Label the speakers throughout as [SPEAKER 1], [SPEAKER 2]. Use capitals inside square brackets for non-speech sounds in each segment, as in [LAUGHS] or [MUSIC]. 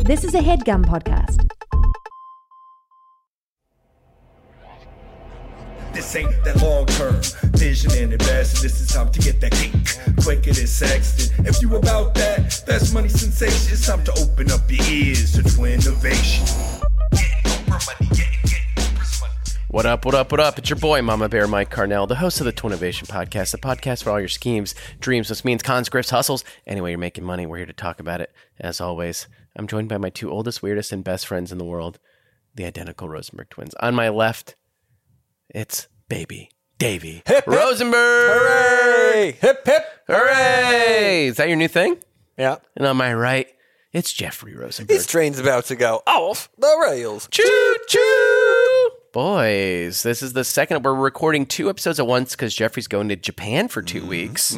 [SPEAKER 1] This is a headgum podcast.
[SPEAKER 2] This ain't that long term vision and investing. This is time to get that cake quicker than Sexton. If you about that, that's money sensation. It's time to open up your ears to twin innovation. Getting Oprah money, getting, getting Oprah's money.
[SPEAKER 3] What up, what up, what up? It's your boy, Mama Bear Mike Carnell, the host of the Twinnovation Podcast, the podcast for all your schemes, dreams, this means cons, grifts, hustles. Anyway, you're making money. We're here to talk about it. As always, I'm joined by my two oldest, weirdest, and best friends in the world, the identical Rosenberg twins. On my left, it's baby Davey Rosenberg.
[SPEAKER 4] Hooray! Hip hip.
[SPEAKER 3] Hooray! Is that your new thing?
[SPEAKER 4] Yeah.
[SPEAKER 3] And on my right, it's Jeffrey Rosenberg.
[SPEAKER 4] This train's about to go off the rails.
[SPEAKER 3] Choo choo! Boys, this is the second. We're recording two episodes at once because Jeffrey's going to Japan for 2 weeks.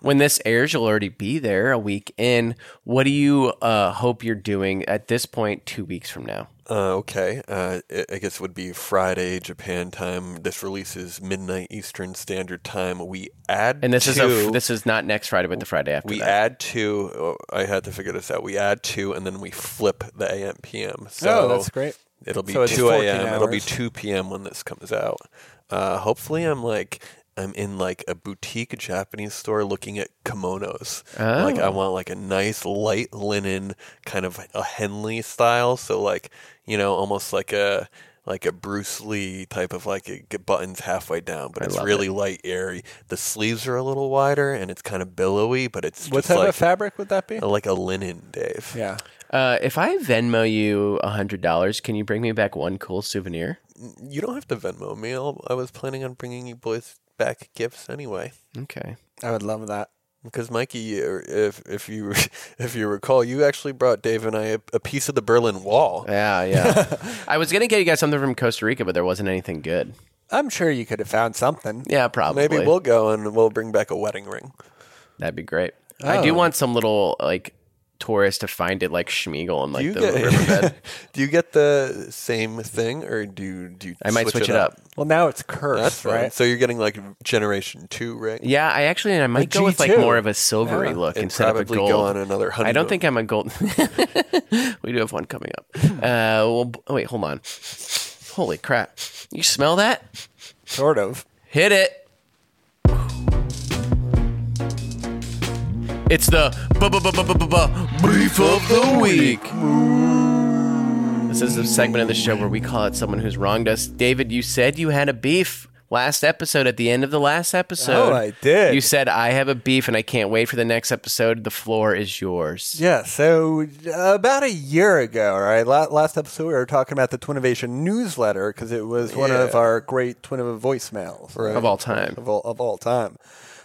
[SPEAKER 3] When this airs, you'll already be there a week in. What do you uh, hope you're doing at this point two weeks from now?
[SPEAKER 4] Uh, okay. Uh, I I guess it would be Friday Japan time. This releases midnight Eastern Standard Time. We add
[SPEAKER 3] And this
[SPEAKER 4] to,
[SPEAKER 3] is a, this is not next Friday, but the Friday after.
[SPEAKER 4] we
[SPEAKER 3] that.
[SPEAKER 4] add to. oh, I had to figure this out. We add to, and then we flip the AM PM. So
[SPEAKER 5] Oh, that's great.
[SPEAKER 4] It'll be
[SPEAKER 5] So it's
[SPEAKER 4] 2
[SPEAKER 5] 14
[SPEAKER 4] a.m. It'll be
[SPEAKER 5] hours.
[SPEAKER 4] 2 p.m. when this comes out. Uh, hopefully, I'm like I'm in like a boutique Japanese store looking at kimonos. Like
[SPEAKER 5] Oh.
[SPEAKER 4] I want like a nice light linen kind of a Henley style. So like you know almost like a like a Bruce Lee type of like it g- buttons halfway down, but it's
[SPEAKER 3] love
[SPEAKER 4] really light, airy. The sleeves are a little wider and it's kind of billowy, but it's
[SPEAKER 5] What
[SPEAKER 4] just
[SPEAKER 5] type
[SPEAKER 4] like,
[SPEAKER 5] of fabric would that be?
[SPEAKER 4] like a linen, Dave.
[SPEAKER 5] Yeah.
[SPEAKER 3] Uh, if I Venmo you hundred dollars, can you bring me back one cool souvenir?
[SPEAKER 4] You don't have to Venmo me. I'll, I was planning on bringing you boys back gifts anyway.
[SPEAKER 3] Okay.
[SPEAKER 5] I would love that.
[SPEAKER 4] Because Mikey, you- if if you [LAUGHS] if you recall, you actually brought Dave and I a, a piece of the Berlin Wall.
[SPEAKER 3] Yeah, yeah. [LAUGHS] I was gonna get you guys something from Costa Rica, but there wasn't anything good.
[SPEAKER 5] I'm sure you could have found something.
[SPEAKER 3] Yeah, probably.
[SPEAKER 4] Maybe we'll go and we'll bring back a wedding ring.
[SPEAKER 3] That'd be great. I
[SPEAKER 4] Oh.
[SPEAKER 3] do want some little like tourist to find it like Schmiegel and like
[SPEAKER 4] Do you
[SPEAKER 3] the
[SPEAKER 4] get
[SPEAKER 3] riverbed.
[SPEAKER 4] [LAUGHS] do you get the same thing, or do do you?
[SPEAKER 3] I might switch, it up.
[SPEAKER 5] Well, now it's cursed,
[SPEAKER 4] That's right.
[SPEAKER 5] right?
[SPEAKER 4] So you're getting like Generation Two ring.
[SPEAKER 3] Yeah, I actually I might go with like
[SPEAKER 5] G2.
[SPEAKER 3] more of a silvery look
[SPEAKER 4] And
[SPEAKER 3] instead of a
[SPEAKER 4] probably
[SPEAKER 3] gold.
[SPEAKER 4] go on another
[SPEAKER 3] I don't
[SPEAKER 4] honeymoon.
[SPEAKER 3] think I'm a
[SPEAKER 4] [LAUGHS]
[SPEAKER 3] gold. [LAUGHS] we do have one coming up. Uh, well, b- oh, wait, hold on. Holy crap! You smell that?
[SPEAKER 5] sort of.
[SPEAKER 3] Hit it. It's the bu- bu- bu- bu- bu- bu- bu- brief of the week. This is a segment of the show where we call out someone who's wronged us. David, you said you had a beef last episode at the end of the last episode.
[SPEAKER 5] Oh, I did.
[SPEAKER 3] You said, I have a beef and I can't wait for the next episode. The floor is yours.
[SPEAKER 5] Yeah. So uh, about a year ago, right? La- last episode, we were talking about the Twinnovation newsletter because it was one of our great Twinova voicemails right?
[SPEAKER 3] Of all time.
[SPEAKER 5] of all, of all time.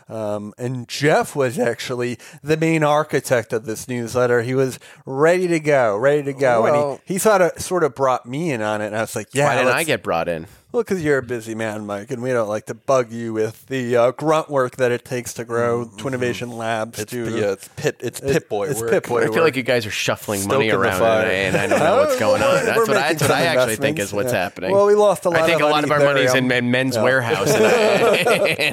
[SPEAKER 5] Um, and Jeff was actually the main architect of this newsletter. He was ready to go, ready to go.
[SPEAKER 4] Well-
[SPEAKER 5] and he, he sort of, sort of brought me in on it. And I was like, yeah.
[SPEAKER 3] Why didn't I
[SPEAKER 5] let's-
[SPEAKER 3] get brought in?
[SPEAKER 5] Well, because you're a busy man, Mike, and we don't like to bug you with the uh, grunt work that it takes to grow Twinnovation Labs.
[SPEAKER 4] It's, uh,
[SPEAKER 5] to,
[SPEAKER 4] yeah, it's pit. It's
[SPEAKER 5] It-
[SPEAKER 4] pit boy.
[SPEAKER 5] it's
[SPEAKER 4] work.
[SPEAKER 5] pit boy
[SPEAKER 3] I
[SPEAKER 4] [LAUGHS]
[SPEAKER 5] They
[SPEAKER 3] feel
[SPEAKER 5] were
[SPEAKER 3] like you guys are shuffling money
[SPEAKER 4] stoking the
[SPEAKER 3] around,
[SPEAKER 4] fire.
[SPEAKER 3] and, and I don't know
[SPEAKER 5] [LAUGHS]
[SPEAKER 3] what's going on. That's
[SPEAKER 5] We're
[SPEAKER 3] what I,
[SPEAKER 5] making
[SPEAKER 3] that's what I
[SPEAKER 5] some
[SPEAKER 3] actually think
[SPEAKER 5] investments,
[SPEAKER 3] is what's
[SPEAKER 5] yeah.
[SPEAKER 3] happening.
[SPEAKER 5] Well, we lost a lot
[SPEAKER 3] I think
[SPEAKER 5] of
[SPEAKER 3] a lot of
[SPEAKER 5] money
[SPEAKER 3] our money's
[SPEAKER 5] there,
[SPEAKER 3] in
[SPEAKER 5] um,
[SPEAKER 3] men- men's
[SPEAKER 5] yeah.
[SPEAKER 3] warehouse,
[SPEAKER 5] [LAUGHS]
[SPEAKER 3] [LAUGHS] and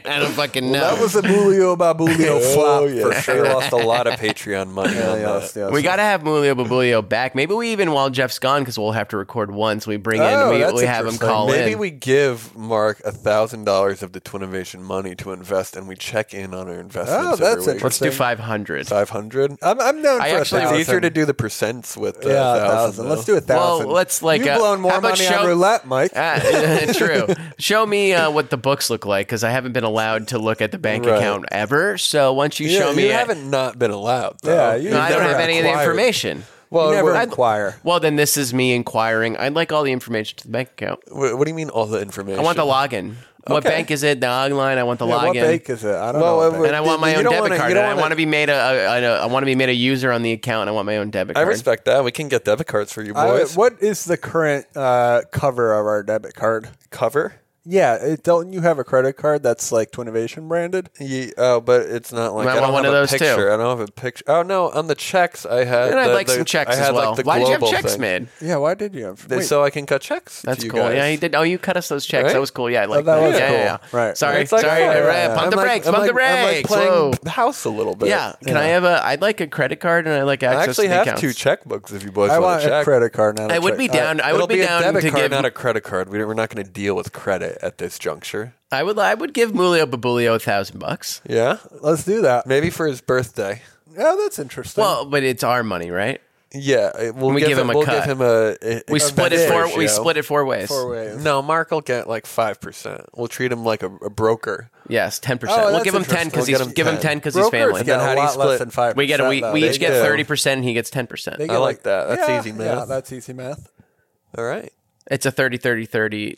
[SPEAKER 3] I, I don't fucking know.
[SPEAKER 5] That was a Bulio Babulio
[SPEAKER 4] [LAUGHS]
[SPEAKER 5] flop
[SPEAKER 4] Oh yeah,
[SPEAKER 5] for
[SPEAKER 4] we
[SPEAKER 5] sure.
[SPEAKER 4] lost a lot of Patreon money.
[SPEAKER 5] Yeah,
[SPEAKER 4] on
[SPEAKER 5] yes,
[SPEAKER 4] that.
[SPEAKER 5] yes.
[SPEAKER 3] we got to have Mulio Babulio back. Maybe we even while Jeff's gone, because we'll have to record once. We bring
[SPEAKER 5] Oh,
[SPEAKER 3] in,
[SPEAKER 5] that's
[SPEAKER 3] we, we have him
[SPEAKER 5] interesting.
[SPEAKER 3] call
[SPEAKER 4] Maybe
[SPEAKER 3] in.
[SPEAKER 4] we give Mark a thousand dollars of the Twinnovation money to invest, and we check in on our investments.
[SPEAKER 5] Oh, that's
[SPEAKER 4] every week.
[SPEAKER 3] Let's do
[SPEAKER 5] interesting.
[SPEAKER 3] five hundred.
[SPEAKER 4] Five hundred.
[SPEAKER 5] I'm, I'm known for
[SPEAKER 3] I
[SPEAKER 5] a
[SPEAKER 3] actually-
[SPEAKER 4] It's
[SPEAKER 5] thousand.
[SPEAKER 4] easier to do the percents with uh, the
[SPEAKER 5] yeah, a
[SPEAKER 4] 1000
[SPEAKER 5] thousand. Let's do a
[SPEAKER 3] Well,
[SPEAKER 5] thousand.
[SPEAKER 3] let's like
[SPEAKER 5] you've
[SPEAKER 3] uh,
[SPEAKER 5] blown
[SPEAKER 3] how
[SPEAKER 5] more
[SPEAKER 3] about
[SPEAKER 5] money
[SPEAKER 3] show-
[SPEAKER 5] on roulette, Mike.
[SPEAKER 3] Ah, [LAUGHS] true. Show me uh, what the books look like because I haven't been allowed to look at the bank
[SPEAKER 4] Right.
[SPEAKER 3] account ever. So once you
[SPEAKER 4] You,
[SPEAKER 3] show me,
[SPEAKER 4] you
[SPEAKER 3] it-
[SPEAKER 4] haven't not been allowed. Though.
[SPEAKER 5] Yeah, you-
[SPEAKER 3] No, I don't
[SPEAKER 5] never
[SPEAKER 3] have any of the
[SPEAKER 5] acquired.
[SPEAKER 3] information.
[SPEAKER 5] Well, never
[SPEAKER 3] I'd-
[SPEAKER 5] inquire.
[SPEAKER 3] Well, then this is me inquiring. I'd like all the information to the bank account.
[SPEAKER 4] Wha- What do you mean all the information?
[SPEAKER 3] I want the login. What
[SPEAKER 4] Okay.
[SPEAKER 3] bank is it? The online. I want the
[SPEAKER 5] Yeah,
[SPEAKER 3] login.
[SPEAKER 5] what bank is it? I don't
[SPEAKER 4] Well,
[SPEAKER 5] know. what
[SPEAKER 4] uh,
[SPEAKER 5] bank.
[SPEAKER 3] and I want my
[SPEAKER 4] You
[SPEAKER 3] own
[SPEAKER 4] don't
[SPEAKER 3] debit
[SPEAKER 4] wanna-
[SPEAKER 3] card.
[SPEAKER 4] you don't
[SPEAKER 3] and I
[SPEAKER 4] wanna-
[SPEAKER 3] want to be made a, a, a, I want to be made a user on the account. and I want my own debit
[SPEAKER 4] I
[SPEAKER 3] card.
[SPEAKER 4] respect that. We can get debit cards for you
[SPEAKER 5] I-
[SPEAKER 4] boys.
[SPEAKER 5] what is the current uh, cover of our debit card?
[SPEAKER 4] cover?
[SPEAKER 5] Yeah, it, don't you have a credit card that's like Twinnovation branded?
[SPEAKER 4] Ye- oh, but it's not like
[SPEAKER 3] Might
[SPEAKER 4] I don't
[SPEAKER 3] want one
[SPEAKER 4] have
[SPEAKER 3] of
[SPEAKER 4] a
[SPEAKER 3] those, too.
[SPEAKER 4] picture. I don't have a picture. Oh no, on the checks I had.
[SPEAKER 3] And I'd
[SPEAKER 4] the-
[SPEAKER 3] like
[SPEAKER 4] the-
[SPEAKER 3] some checks
[SPEAKER 4] I
[SPEAKER 3] as
[SPEAKER 4] had,
[SPEAKER 3] well.
[SPEAKER 4] Like, the
[SPEAKER 3] Why did you have
[SPEAKER 4] global
[SPEAKER 3] checks
[SPEAKER 4] thing.
[SPEAKER 3] made?
[SPEAKER 5] Yeah, why did you have?
[SPEAKER 4] They-
[SPEAKER 5] wait.
[SPEAKER 4] So I can cut checks.
[SPEAKER 3] That's
[SPEAKER 4] to you
[SPEAKER 3] cool.
[SPEAKER 4] Guys.
[SPEAKER 3] Yeah, you did. Oh, you cut us those checks.
[SPEAKER 4] Right?
[SPEAKER 3] That was cool. Yeah, I like
[SPEAKER 5] that
[SPEAKER 3] that.
[SPEAKER 5] was
[SPEAKER 3] yeah,
[SPEAKER 5] cool.
[SPEAKER 3] yeah, yeah.
[SPEAKER 5] Right,
[SPEAKER 3] Sorry,
[SPEAKER 4] It's like,
[SPEAKER 3] sorry.
[SPEAKER 4] oh,
[SPEAKER 3] right,
[SPEAKER 4] yeah.
[SPEAKER 3] Pump
[SPEAKER 4] I'm
[SPEAKER 3] the
[SPEAKER 4] like-
[SPEAKER 3] brakes.
[SPEAKER 4] I'm
[SPEAKER 3] Pump the
[SPEAKER 4] like- I'm like
[SPEAKER 3] brakes.
[SPEAKER 4] playing
[SPEAKER 3] Whoa.
[SPEAKER 4] house a little bit.
[SPEAKER 3] Yeah. Can I have a? I'd like a credit card, and I like
[SPEAKER 4] I
[SPEAKER 3] access. to
[SPEAKER 4] actually
[SPEAKER 3] the
[SPEAKER 4] have
[SPEAKER 3] accounts.
[SPEAKER 4] two checkbooks. If you boys
[SPEAKER 5] I
[SPEAKER 4] want
[SPEAKER 5] want
[SPEAKER 4] to
[SPEAKER 5] a Uh,
[SPEAKER 4] check,
[SPEAKER 5] credit card now.
[SPEAKER 3] I would be down. I
[SPEAKER 4] It'll
[SPEAKER 3] would be,
[SPEAKER 4] be, a
[SPEAKER 3] down
[SPEAKER 4] debit
[SPEAKER 3] to
[SPEAKER 4] card,
[SPEAKER 3] give.
[SPEAKER 4] not a credit card. We- We're not going to deal with credit at this juncture.
[SPEAKER 3] I would. I would give Mulio Babulio a thousand bucks.
[SPEAKER 4] Yeah,
[SPEAKER 5] Let's do that.
[SPEAKER 4] maybe for his birthday.
[SPEAKER 5] Yeah, that's interesting.
[SPEAKER 3] Well, but it's our money, right?
[SPEAKER 4] Yeah, it- we'll
[SPEAKER 3] We
[SPEAKER 4] give,
[SPEAKER 3] give him a
[SPEAKER 4] we'll
[SPEAKER 3] cut.
[SPEAKER 4] give him a. a
[SPEAKER 3] We split it
[SPEAKER 4] expense
[SPEAKER 3] four. We
[SPEAKER 4] ratio.
[SPEAKER 3] split it four ways.
[SPEAKER 5] Four ways.
[SPEAKER 4] No, Mark will get like five percent. We'll treat him like a, a broker.
[SPEAKER 3] Yes, ten
[SPEAKER 5] Oh,
[SPEAKER 3] percent. We'll
[SPEAKER 5] that's
[SPEAKER 3] give him ten because
[SPEAKER 5] interesting.
[SPEAKER 3] he's
[SPEAKER 4] We'll get him
[SPEAKER 3] give him
[SPEAKER 4] 10.
[SPEAKER 3] ten because he's
[SPEAKER 5] Brokers
[SPEAKER 3] family.
[SPEAKER 5] get
[SPEAKER 4] Then how
[SPEAKER 5] a
[SPEAKER 4] do you
[SPEAKER 5] lot less
[SPEAKER 4] split?
[SPEAKER 5] than five.
[SPEAKER 3] We get a, we,
[SPEAKER 5] though.
[SPEAKER 3] we
[SPEAKER 5] They
[SPEAKER 3] each get
[SPEAKER 4] do.
[SPEAKER 3] thirty percent. and He gets ten percent.
[SPEAKER 5] They
[SPEAKER 4] I like that. That's
[SPEAKER 5] yeah,
[SPEAKER 4] easy
[SPEAKER 5] Yeah,
[SPEAKER 4] math.
[SPEAKER 5] that's easy math.
[SPEAKER 4] All right.
[SPEAKER 3] It's a 30 30 30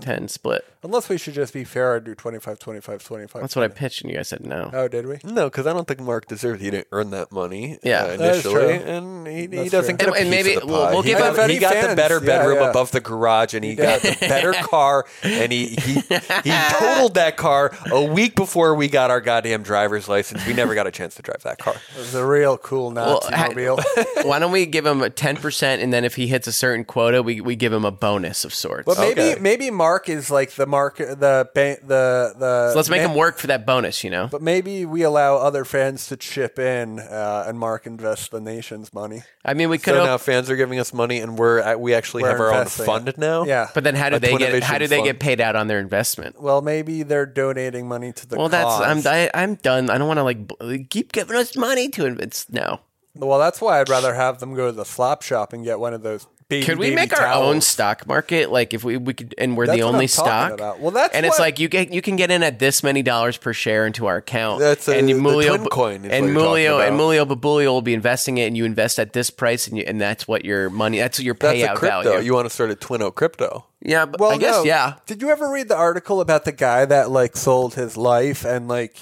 [SPEAKER 3] 10, split.
[SPEAKER 5] Unless we should just be fair and do 25, 25, 25.
[SPEAKER 3] That's what I pitched, and you guys said no.
[SPEAKER 5] Oh, did we?
[SPEAKER 4] No, because I don't think Mark deserves. He didn't earn that money.
[SPEAKER 3] Yeah.
[SPEAKER 4] uh,
[SPEAKER 5] That is
[SPEAKER 4] initially,
[SPEAKER 5] true.
[SPEAKER 4] and he, he
[SPEAKER 5] That's
[SPEAKER 4] doesn't
[SPEAKER 5] true.
[SPEAKER 4] get a
[SPEAKER 3] And- and
[SPEAKER 4] piece
[SPEAKER 3] maybe
[SPEAKER 4] of the pie.
[SPEAKER 3] we'll- we'll
[SPEAKER 4] he
[SPEAKER 3] give
[SPEAKER 4] got,
[SPEAKER 5] up-
[SPEAKER 4] he got
[SPEAKER 5] fans,
[SPEAKER 4] the better
[SPEAKER 5] yeah,
[SPEAKER 4] bedroom
[SPEAKER 5] yeah.
[SPEAKER 4] above the garage, and he got the
[SPEAKER 5] [LAUGHS]
[SPEAKER 4] better car, and he he he totaled that car a week before we got our goddamn driver's license. We never got a chance to drive that [LAUGHS] car.
[SPEAKER 5] It was a real cool Nazi
[SPEAKER 3] I-
[SPEAKER 5] mobile.
[SPEAKER 3] [LAUGHS] Why don't we give him a 10%, and then if he hits a certain quota, we, we give him a bonus of sorts.
[SPEAKER 5] But maybe
[SPEAKER 4] Okay.
[SPEAKER 5] maybe Mark is like the mark the ba- the the.
[SPEAKER 3] So let's make
[SPEAKER 5] ma-
[SPEAKER 3] him work for that bonus, you know?
[SPEAKER 5] But maybe we allow other fans to chip in, uh, and Mark invests the nation's money.
[SPEAKER 3] I mean, we could.
[SPEAKER 4] So
[SPEAKER 3] op-
[SPEAKER 4] now fans are giving us money, and we're at- we actually
[SPEAKER 5] We're
[SPEAKER 4] have our own
[SPEAKER 5] investing
[SPEAKER 4] fund
[SPEAKER 5] it.
[SPEAKER 4] now.
[SPEAKER 5] Yeah,
[SPEAKER 3] but then how do
[SPEAKER 4] a
[SPEAKER 3] they get how
[SPEAKER 4] Twinnovation
[SPEAKER 3] do they
[SPEAKER 4] fund.
[SPEAKER 3] get paid out on their investment?
[SPEAKER 5] well, maybe they're donating money to the.
[SPEAKER 3] Well, that's I'm
[SPEAKER 5] cause.
[SPEAKER 3] I, I'm done. I don't want to like b- keep giving us money to invest. No,
[SPEAKER 5] Well, that's why I'd rather have them go to the flop shop and get one of those. Baby,
[SPEAKER 3] Could we
[SPEAKER 5] baby
[SPEAKER 3] make our own
[SPEAKER 5] towels.
[SPEAKER 3] stock market? Like if we, we could, and we're
[SPEAKER 5] That's
[SPEAKER 3] the
[SPEAKER 5] what
[SPEAKER 3] only
[SPEAKER 5] I'm talking
[SPEAKER 3] stock.
[SPEAKER 5] about. Well, that's
[SPEAKER 3] and it's
[SPEAKER 5] what-
[SPEAKER 3] like you get you can get in at this many dollars per share into our account.
[SPEAKER 4] That's, uh,
[SPEAKER 3] and
[SPEAKER 4] the twin coin
[SPEAKER 3] and
[SPEAKER 4] is what you're talking
[SPEAKER 3] Mulio and
[SPEAKER 4] about.
[SPEAKER 3] Mulio Babulio will be investing it, and you invest at this price, and you, and that's what your money. That's your
[SPEAKER 4] That's
[SPEAKER 3] payout
[SPEAKER 4] a crypto.
[SPEAKER 3] value.
[SPEAKER 4] You want to start a Twinno crypto?
[SPEAKER 3] yeah, but
[SPEAKER 5] Well,
[SPEAKER 3] I guess
[SPEAKER 5] no.
[SPEAKER 3] yeah.
[SPEAKER 5] Did you ever read the article about the guy that like sold his life and like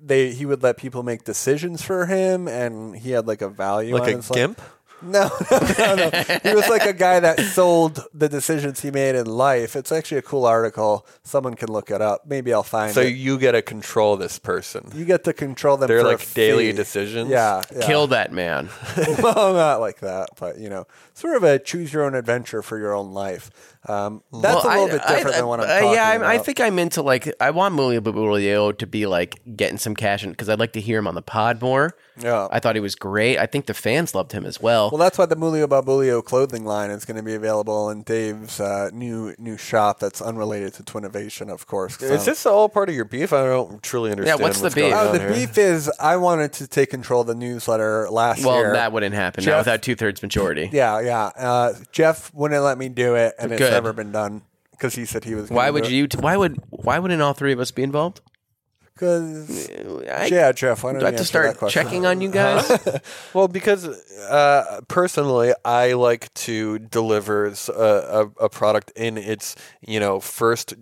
[SPEAKER 5] they he would let people make decisions for him and he had like a value
[SPEAKER 4] Like
[SPEAKER 5] on
[SPEAKER 4] a
[SPEAKER 5] his life?
[SPEAKER 4] gimp?
[SPEAKER 5] [LAUGHS] No, no, no, no. He was like a guy that sold the decisions he made in life. It's actually a cool article. Someone can look it up. Maybe I'll find
[SPEAKER 4] So
[SPEAKER 5] it.
[SPEAKER 4] you get to control this person.
[SPEAKER 5] you get to control them.
[SPEAKER 4] They're
[SPEAKER 5] for a
[SPEAKER 4] like daily
[SPEAKER 5] fee.
[SPEAKER 4] decisions?
[SPEAKER 5] Yeah, yeah.
[SPEAKER 3] Kill that man. [LAUGHS]
[SPEAKER 5] well, not like that, but you know, sort of a choose your own adventure for your own life. Um, that's
[SPEAKER 3] Well,
[SPEAKER 5] a
[SPEAKER 3] I-
[SPEAKER 5] little bit
[SPEAKER 3] I-
[SPEAKER 5] different than what I'm
[SPEAKER 3] uh,
[SPEAKER 5] talking
[SPEAKER 3] yeah,
[SPEAKER 5] about.
[SPEAKER 3] I, I think I'm into like I want Mulio Babulio to be like getting some cash in because I'd like to hear him on the pod more.
[SPEAKER 5] Yeah.
[SPEAKER 3] I thought he was great. I think the fans loved him as well.
[SPEAKER 5] Well, that's why the Mulio Babulio clothing line is going to be available in Dave's uh, new new shop. That's unrelated to Twinnovation, of course. 'cause I'm-
[SPEAKER 4] Is this all part of your beef? I don't truly understand.
[SPEAKER 3] what's the
[SPEAKER 4] what's going
[SPEAKER 3] beef?
[SPEAKER 5] Oh,
[SPEAKER 4] on
[SPEAKER 5] the
[SPEAKER 4] here.
[SPEAKER 5] beef is I wanted to take control of the newsletter last
[SPEAKER 3] Well,
[SPEAKER 5] year.
[SPEAKER 3] that wouldn't happen now
[SPEAKER 5] Jeff-
[SPEAKER 3] without two thirds majority.
[SPEAKER 5] yeah, yeah. Uh, Jeff wouldn't let me do it, and
[SPEAKER 3] Good.
[SPEAKER 5] it's never been done because he said he was.
[SPEAKER 3] Why would you? T- why would? Why wouldn't all three of us be involved?
[SPEAKER 5] Because
[SPEAKER 3] I,
[SPEAKER 5] yeah, Jeff. Why don't
[SPEAKER 3] do I have
[SPEAKER 5] you
[SPEAKER 3] to
[SPEAKER 5] answer that
[SPEAKER 3] start
[SPEAKER 5] question?
[SPEAKER 3] checking on you guys?
[SPEAKER 4] [LAUGHS] Well, because uh, personally, I like to deliver s- a, a, a product in its you know first,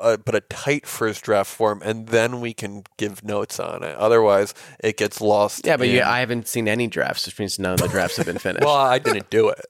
[SPEAKER 4] uh, but a tight first draft form, and then we can give notes on it. Otherwise, it gets lost.
[SPEAKER 3] yeah, but
[SPEAKER 4] in-
[SPEAKER 3] you, I haven't seen any drafts, which means none of the drafts have been finished.
[SPEAKER 4] [LAUGHS] well, I didn't do it.